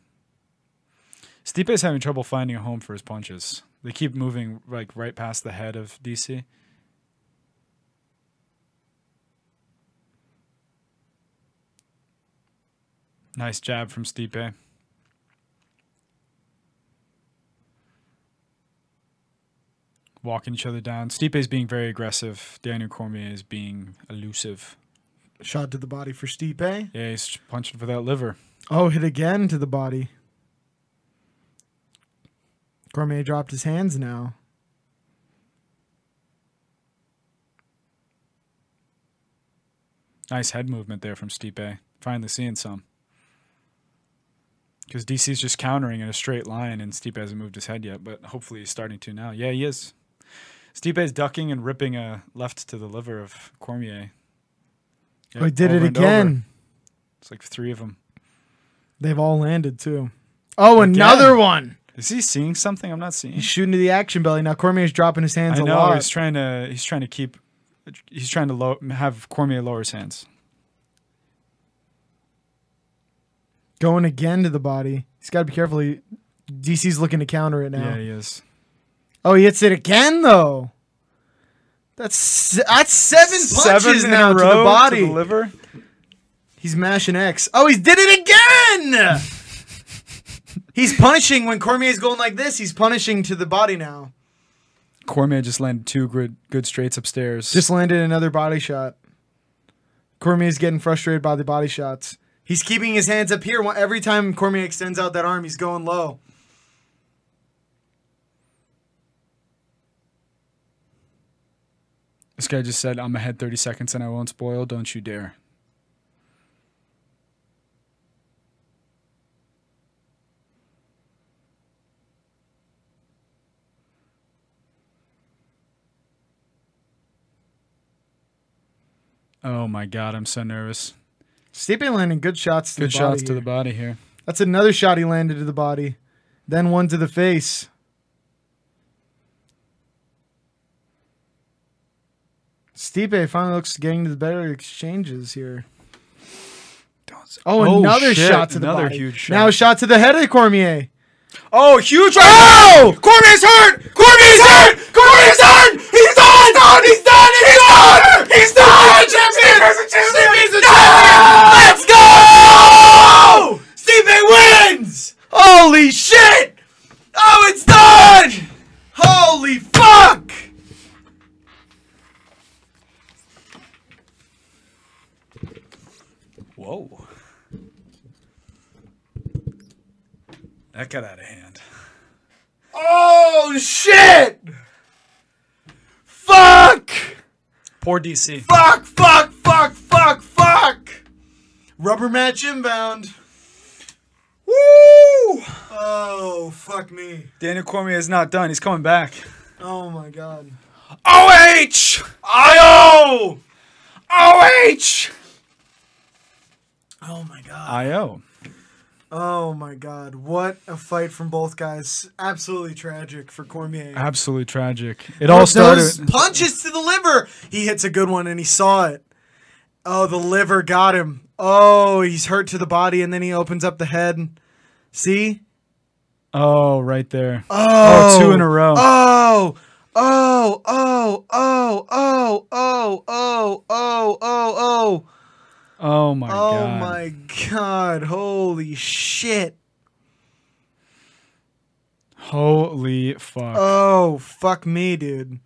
Stipe's having trouble finding a home for his punches. They keep moving like right past the head of DC. Nice jab from Stipe. Walking each other down. Stipe is being very aggressive. Daniel Cormier is being elusive. Shot to the body for Stipe. Yeah, he's punching for that liver. Oh, hit again to the body. Cormier dropped his hands now. Nice head movement there from Stipe. Finally seeing some. Because DC's just countering in a straight line, and Stipe hasn't moved his head yet, but hopefully he's starting to now. Yeah, he is. Stipe's ducking and ripping a left to the liver of Cormier. Oh, he did over it and over. again. It's like three of them. They've all landed too. Oh, another one. Is he seeing something I'm not seeing? He's shooting to the action belly. Now Cormier's dropping his hands I a know lot. he's trying to. He's trying to keep. He's trying to low, have Cormier lower his hands. Going again to the body. He's got to be careful. He, DC's looking to counter it now. Yeah, he is. Oh, he hits it again though. That's se- that's seven punches Seven in now a to row the body. to the liver. he's mashing X. Oh, he's did it again. he's punishing when Cormier's going like this. He's punishing to the body now. Cormier just landed two good good straights upstairs. Just landed another body shot. Cormier's getting frustrated by the body shots. He's keeping his hands up here. Every time Cormier extends out that arm, he's going low. this guy just said, "I'm ahead 30 seconds and I won't spoil. Don't you dare." Oh my god, I'm so nervous. Stipe landing good shots to Good the body. shots to the here. body here. That's another shot he landed to the body. Then one to the face. Stipe finally looks getting to the better exchanges here. Oh, another shit, shot to the another body. huge shot. Now a shot to the head of Cormier. Oh, huge! Oh! Cormier's hurt! Cormier's hurt! Cormier's hurt! He's done! He's done! He's done! He's done! He's done! Let's go! Stipe wins! Holy shit! Oh, it's done! Holy fuck! Whoa. That got out of hand. Oh shit! Fuck! Poor DC. Fuck! Fuck! Fuck! Fuck! Fuck! Rubber match inbound. Woo! Oh, fuck me. Daniel Cormier is not done. He's coming back. Oh my god. OH! IO! OH! Oh my god. IO. Oh my god. What a fight from both guys. Absolutely tragic for Cormier. Absolutely tragic. It all Those started. punches to the liver. He hits a good one and he saw it. Oh, the liver got him. Oh, he's hurt to the body and then he opens up the head. See? Oh, right there. Oh, Oh, two in a row. Oh, oh, oh, oh, oh, oh, oh, oh, oh, oh. Oh my Oh god. my god. Holy shit. Holy fuck. Oh, fuck me, dude.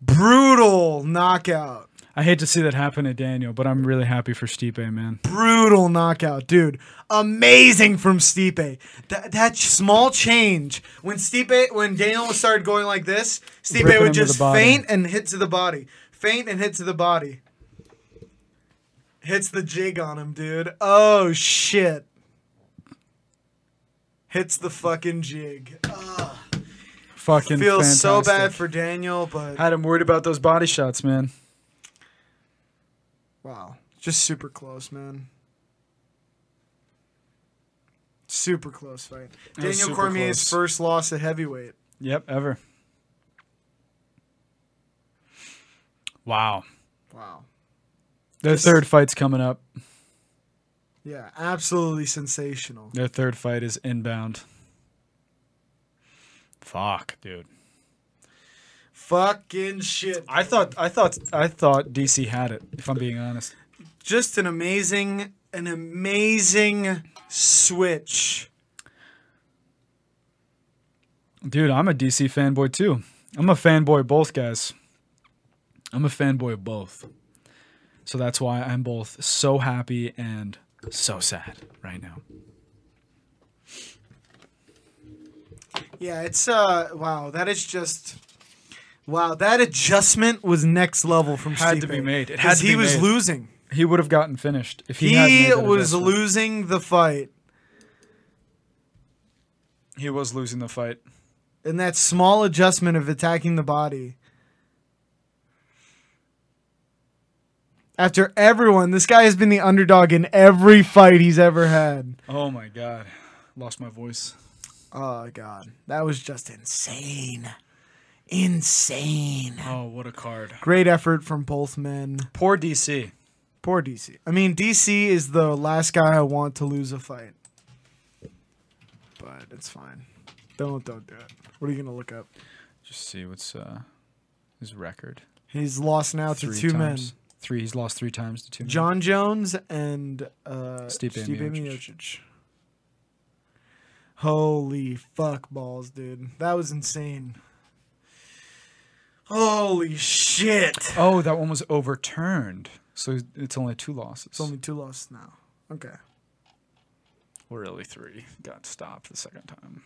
Brutal knockout. I hate to see that happen to Daniel, but I'm really happy for Stipe, man. brutal knockout, dude. Amazing from Stipe. That that small change when Stipe when Daniel started going like this, Stipe Ripping him would to just the body. faint and hit to the body, faint and hit to the body. Hits the jig on him, dude. Oh shit. Hits the fucking jig. Fucking Feels so fantastic. bad for Daniel, but Had him worried about those body shots, man. wow, just super close, man. Super close fight. That was super Daniel Cormier's close. first loss at heavyweight. Yep, ever. Wow. Wow. Their third fight's coming up. Yeah, absolutely sensational. Their third fight is inbound. Fuck, dude. Fucking shit. I thought I thought I thought DC had it, if I'm being honest. Just an amazing, an amazing switch. Dude, I'm a DC fanboy too. I'm a fanboy of both guys. I'm a fanboy of both. So that's why I'm both so happy and so sad right now. Yeah, it's uh wow, that is just wow, that adjustment was next level from Had to Stipe. be made. It had 'Cause to he be was made. losing. He would have gotten finished if he, had made He that was adjustment. losing the fight. He was losing the fight. And that small adjustment of attacking the body. After everyone, this guy has been the underdog in every fight he's ever had. Oh my god. Lost my voice. Oh god, that was just insane, insane. Oh, what a card. Great effort from both men. Poor DC. Poor DC. I mean, DC is the last guy I want to lose a fight, but it's fine. Don't don't do it. What are you gonna look up? Just see what's uh his record. He's lost now to Three two times. men, Three. He's lost three times to two men. John Jones and uh, Stipe Miocic. Miocic. Holy fuck balls, dude! That was insane. Holy shit. Oh, that one was overturned. So it's only two losses. Only two losses now. Okay. really three. Got stopped the second time.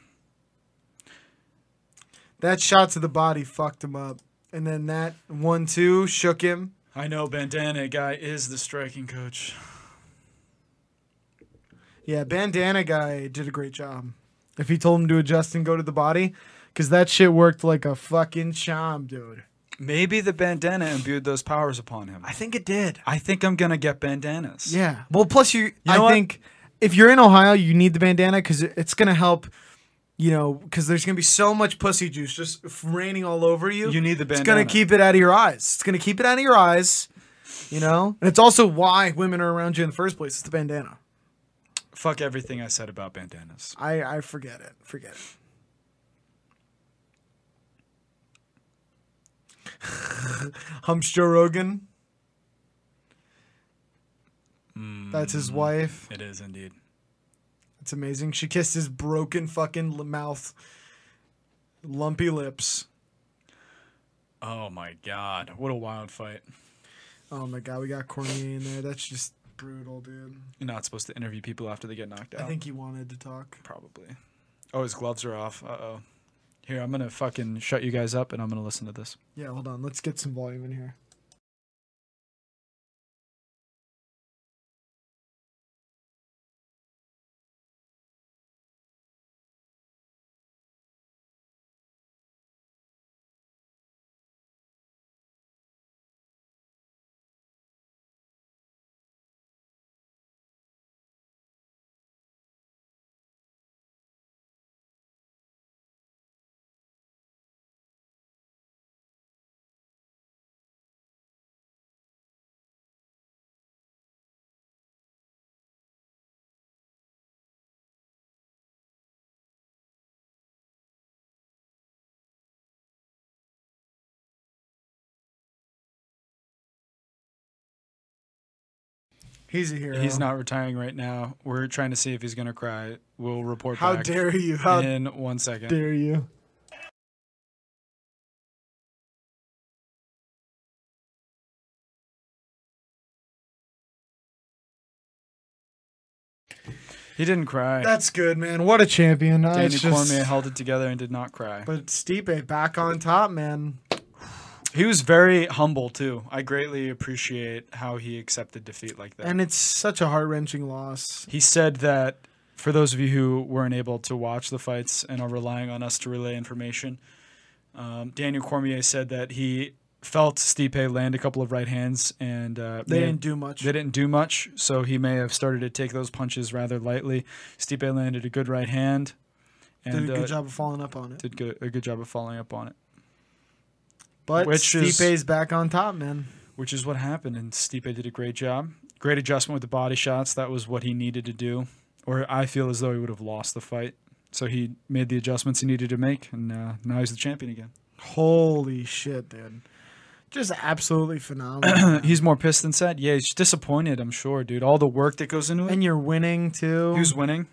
That shot to the body fucked him up. And then that one two shook him. I know Bandana guy is the striking coach. Yeah, bandana guy did a great job. If he told him to adjust and go to the body, because that shit worked like a fucking charm, dude. Maybe the bandana imbued those powers upon him. I think it did. I think I'm gonna get bandanas. Yeah. Well, plus you, I know what? think if you're in Ohio, you need the bandana because it's gonna help. You know, because there's gonna be so much pussy juice just f- raining all over you. You need the It's bandana. gonna keep it out of your eyes. It's gonna keep it out of your eyes. You know, and it's also why women are around you in the first place. It's the bandana. Fuck everything I said about bandanas. I I forget it. Forget it. Humps Joe Rogan. That's his Mm-hmm. wife. Mm, It is indeed. It's amazing. She kissed his broken fucking l- mouth, lumpy lips. Oh my god. What a wild fight. Oh my god, we got Cormier in there. That's just brutal, dude. You're not supposed to interview people after they get knocked out. I think he wanted to talk. probably. Oh, his gloves are off. Uh oh. Here, I'm gonna fucking shut you guys up and I'm gonna listen to this. Yeah, hold on. Let's get some volume in here. He's a hero. He's not retiring right now. We're trying to see if he's gonna cry. We'll report How back dare you? How in one second. dare you? He didn't cry. That's good, man. What a champion. Uh, Danny it's just- Cormier held it together and did not cry. But Stipe back on top, man. He was very humble too. I greatly appreciate how he accepted defeat like that. And it's such a heart wrenching loss. he said that for those of you who weren't able to watch the fights and are relying on us to relay information, um, Daniel Cormier said that he felt Stipe land a couple of right hands and uh, They may- didn't do much. They didn't do much, so he may have started to take those punches rather lightly. Stipe landed a good right hand Did and a good uh, job of following up on it. did good, a good job of following up on it, But which is- Stipe's back on top, man. which is what happened. And Stipe did a great job, great adjustment with the body shots. That was what he needed to do, or I feel as though he would have lost the fight. So he made the adjustments he needed to make, and uh, now he's the champion again. Holy shit, dude. Just absolutely phenomenal. he's more pissed than sad. Yeah, he's disappointed. I'm sure, dude. All the work that goes into it. and you're winning too. Who's winning?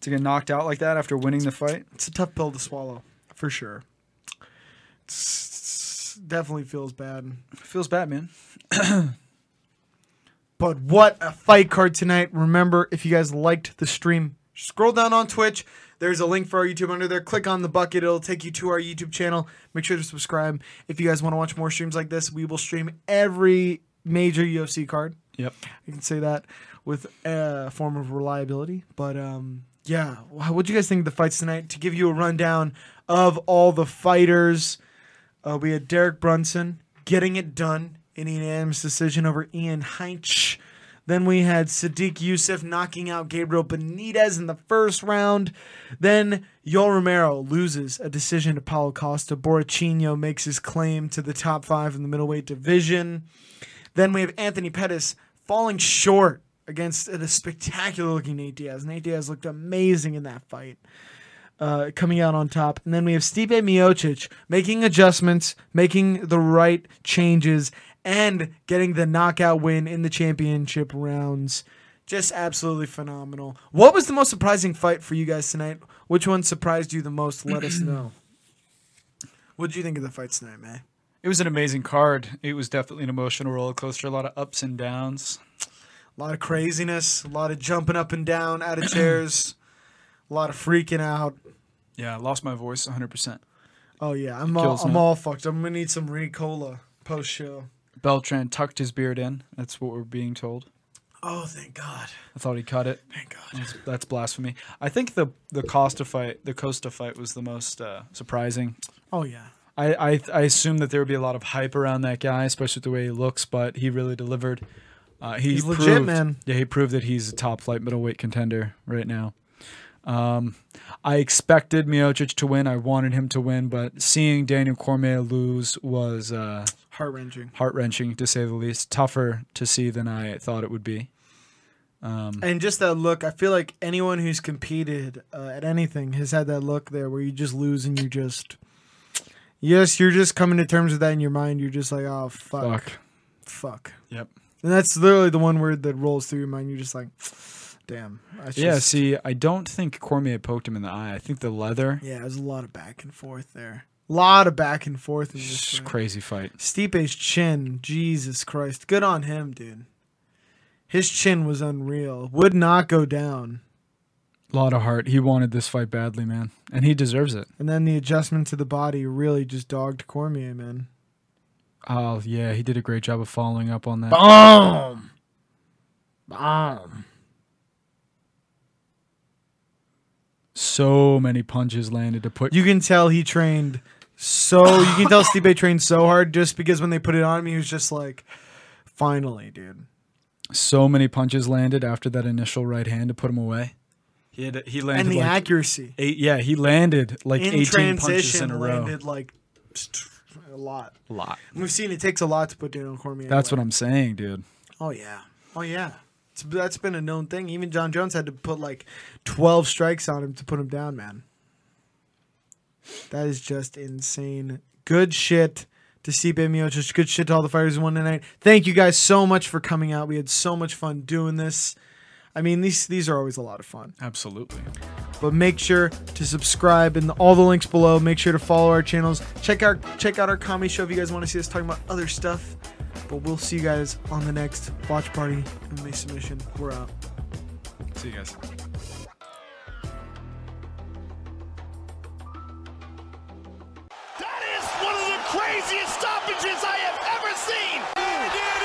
To get knocked out like that after winning the fight. it's a tough pill to swallow, for sure. It's, definitely feels bad. Feels bad, man. But what a fight card tonight. Remember, if you guys liked the stream, scroll down on Twitch. There's a link for our YouTube under there. Click on the bucket, it'll take you to our YouTube channel. Make sure to subscribe. If you guys want to watch more streams like this, we will stream every major UFC card. Yep. I can say that with a form of reliability. But um, yeah, wha- what do you guys think of the fights tonight? To give you a rundown of all the fighters, uh, we had Derek Brunson getting it done in a unanimous decision over Ian Heinch. Then we had Sadiq Youssef knocking out Gabriel Benitez in the first round. Then Yoel Romero loses a decision to Paulo Costa. Borichinho makes his claim to the top five in the middleweight division. Then we have Anthony Pettis falling short against a spectacular looking Nate Diaz. Nate Diaz looked amazing in that fight, uh, coming out on top. And then we have Stipe Miocic making adjustments, making the right changes, and getting the knockout win in the championship rounds. Just absolutely phenomenal. What was the most surprising fight for you guys tonight? Which one surprised you the most? Let us know. What did you think of the fights tonight, man? It was an amazing card. It was definitely an emotional roller coaster, a lot of ups and downs. A lot of craziness, a lot of jumping up and down out of chairs, a lot of freaking out. Yeah, I lost my voice 100%. Oh yeah, I'm kills, all, I'm man. all fucked. I'm gonna need some re cola post show. Beltran tucked his beard in. That's what we're being told. Oh thank God, I thought he cut it. thank God. That's, that's blasphemy. I think the the Costa fight, the Costa fight, was the most uh, surprising. Oh yeah, I, I I assume that there would be a lot of hype around that guy, especially with the way he looks. But he really delivered. Uh, he He's proved, legit, man. Yeah, he proved that he's a top flight middleweight contender right now. Um, I expected Miocic to win. I wanted him to win, but seeing Daniel Cormier lose was uh, heart wrenching. heart wrenching to say the least. Tougher to see than I thought it would be. Um, And just that look, I feel like anyone who's competed uh, at anything has had that look there where you just lose and you just. Yes, you're just coming to terms with that in your mind. You're just like, oh, fuck. Fuck. Fuck. Yep. And that's literally the one word that rolls through your mind. You're just like, damn. I just, yeah, see, I don't think Cormier poked him in the eye. I think the leather. Yeah, there's a lot of back and forth there. A lot of back and forth in this. It's fight. crazy fight. Stipe's chin, Jesus Christ. Good on him, dude. His chin was unreal. Would not go down. lot of heart. He wanted this fight badly, man, and he deserves it. And then the adjustment to the body really just dogged Cormier, man. Oh yeah, he did a great job of following up on that. Boom. Boom. So many punches landed to put. You can tell he trained so. You can tell Stipe trained so hard just because when they put it on him, he was just like, finally, dude. so many punches landed after that initial right hand to put him away. He had, he landed And the like accuracy eight. Yeah, he landed like in eighteen punches transition in a row. landed like st- a lot. A lot. And We've seen it takes a lot to put Daniel Cormier. That's what I'm saying, dude. Oh yeah. Oh yeah. It's, that's been a known thing. Even John Jones had to put like twelve strikes on him to put him down, man. That is just insane. Good shit to see Bimio. Just good shit to all the fighters who won tonight. Thank you guys so much for coming out. We had so much fun doing this. I mean, these these are always a lot of fun Absolutely. but make sure to subscribe and all the links below. Make sure to follow our channels. Check our check out our comedy show if you guys want to see us talking about other stuff. But we'll see you guys on the next watch party MMA submission. We're out. See you guys. That is one of the craziest stoppages I have ever seen.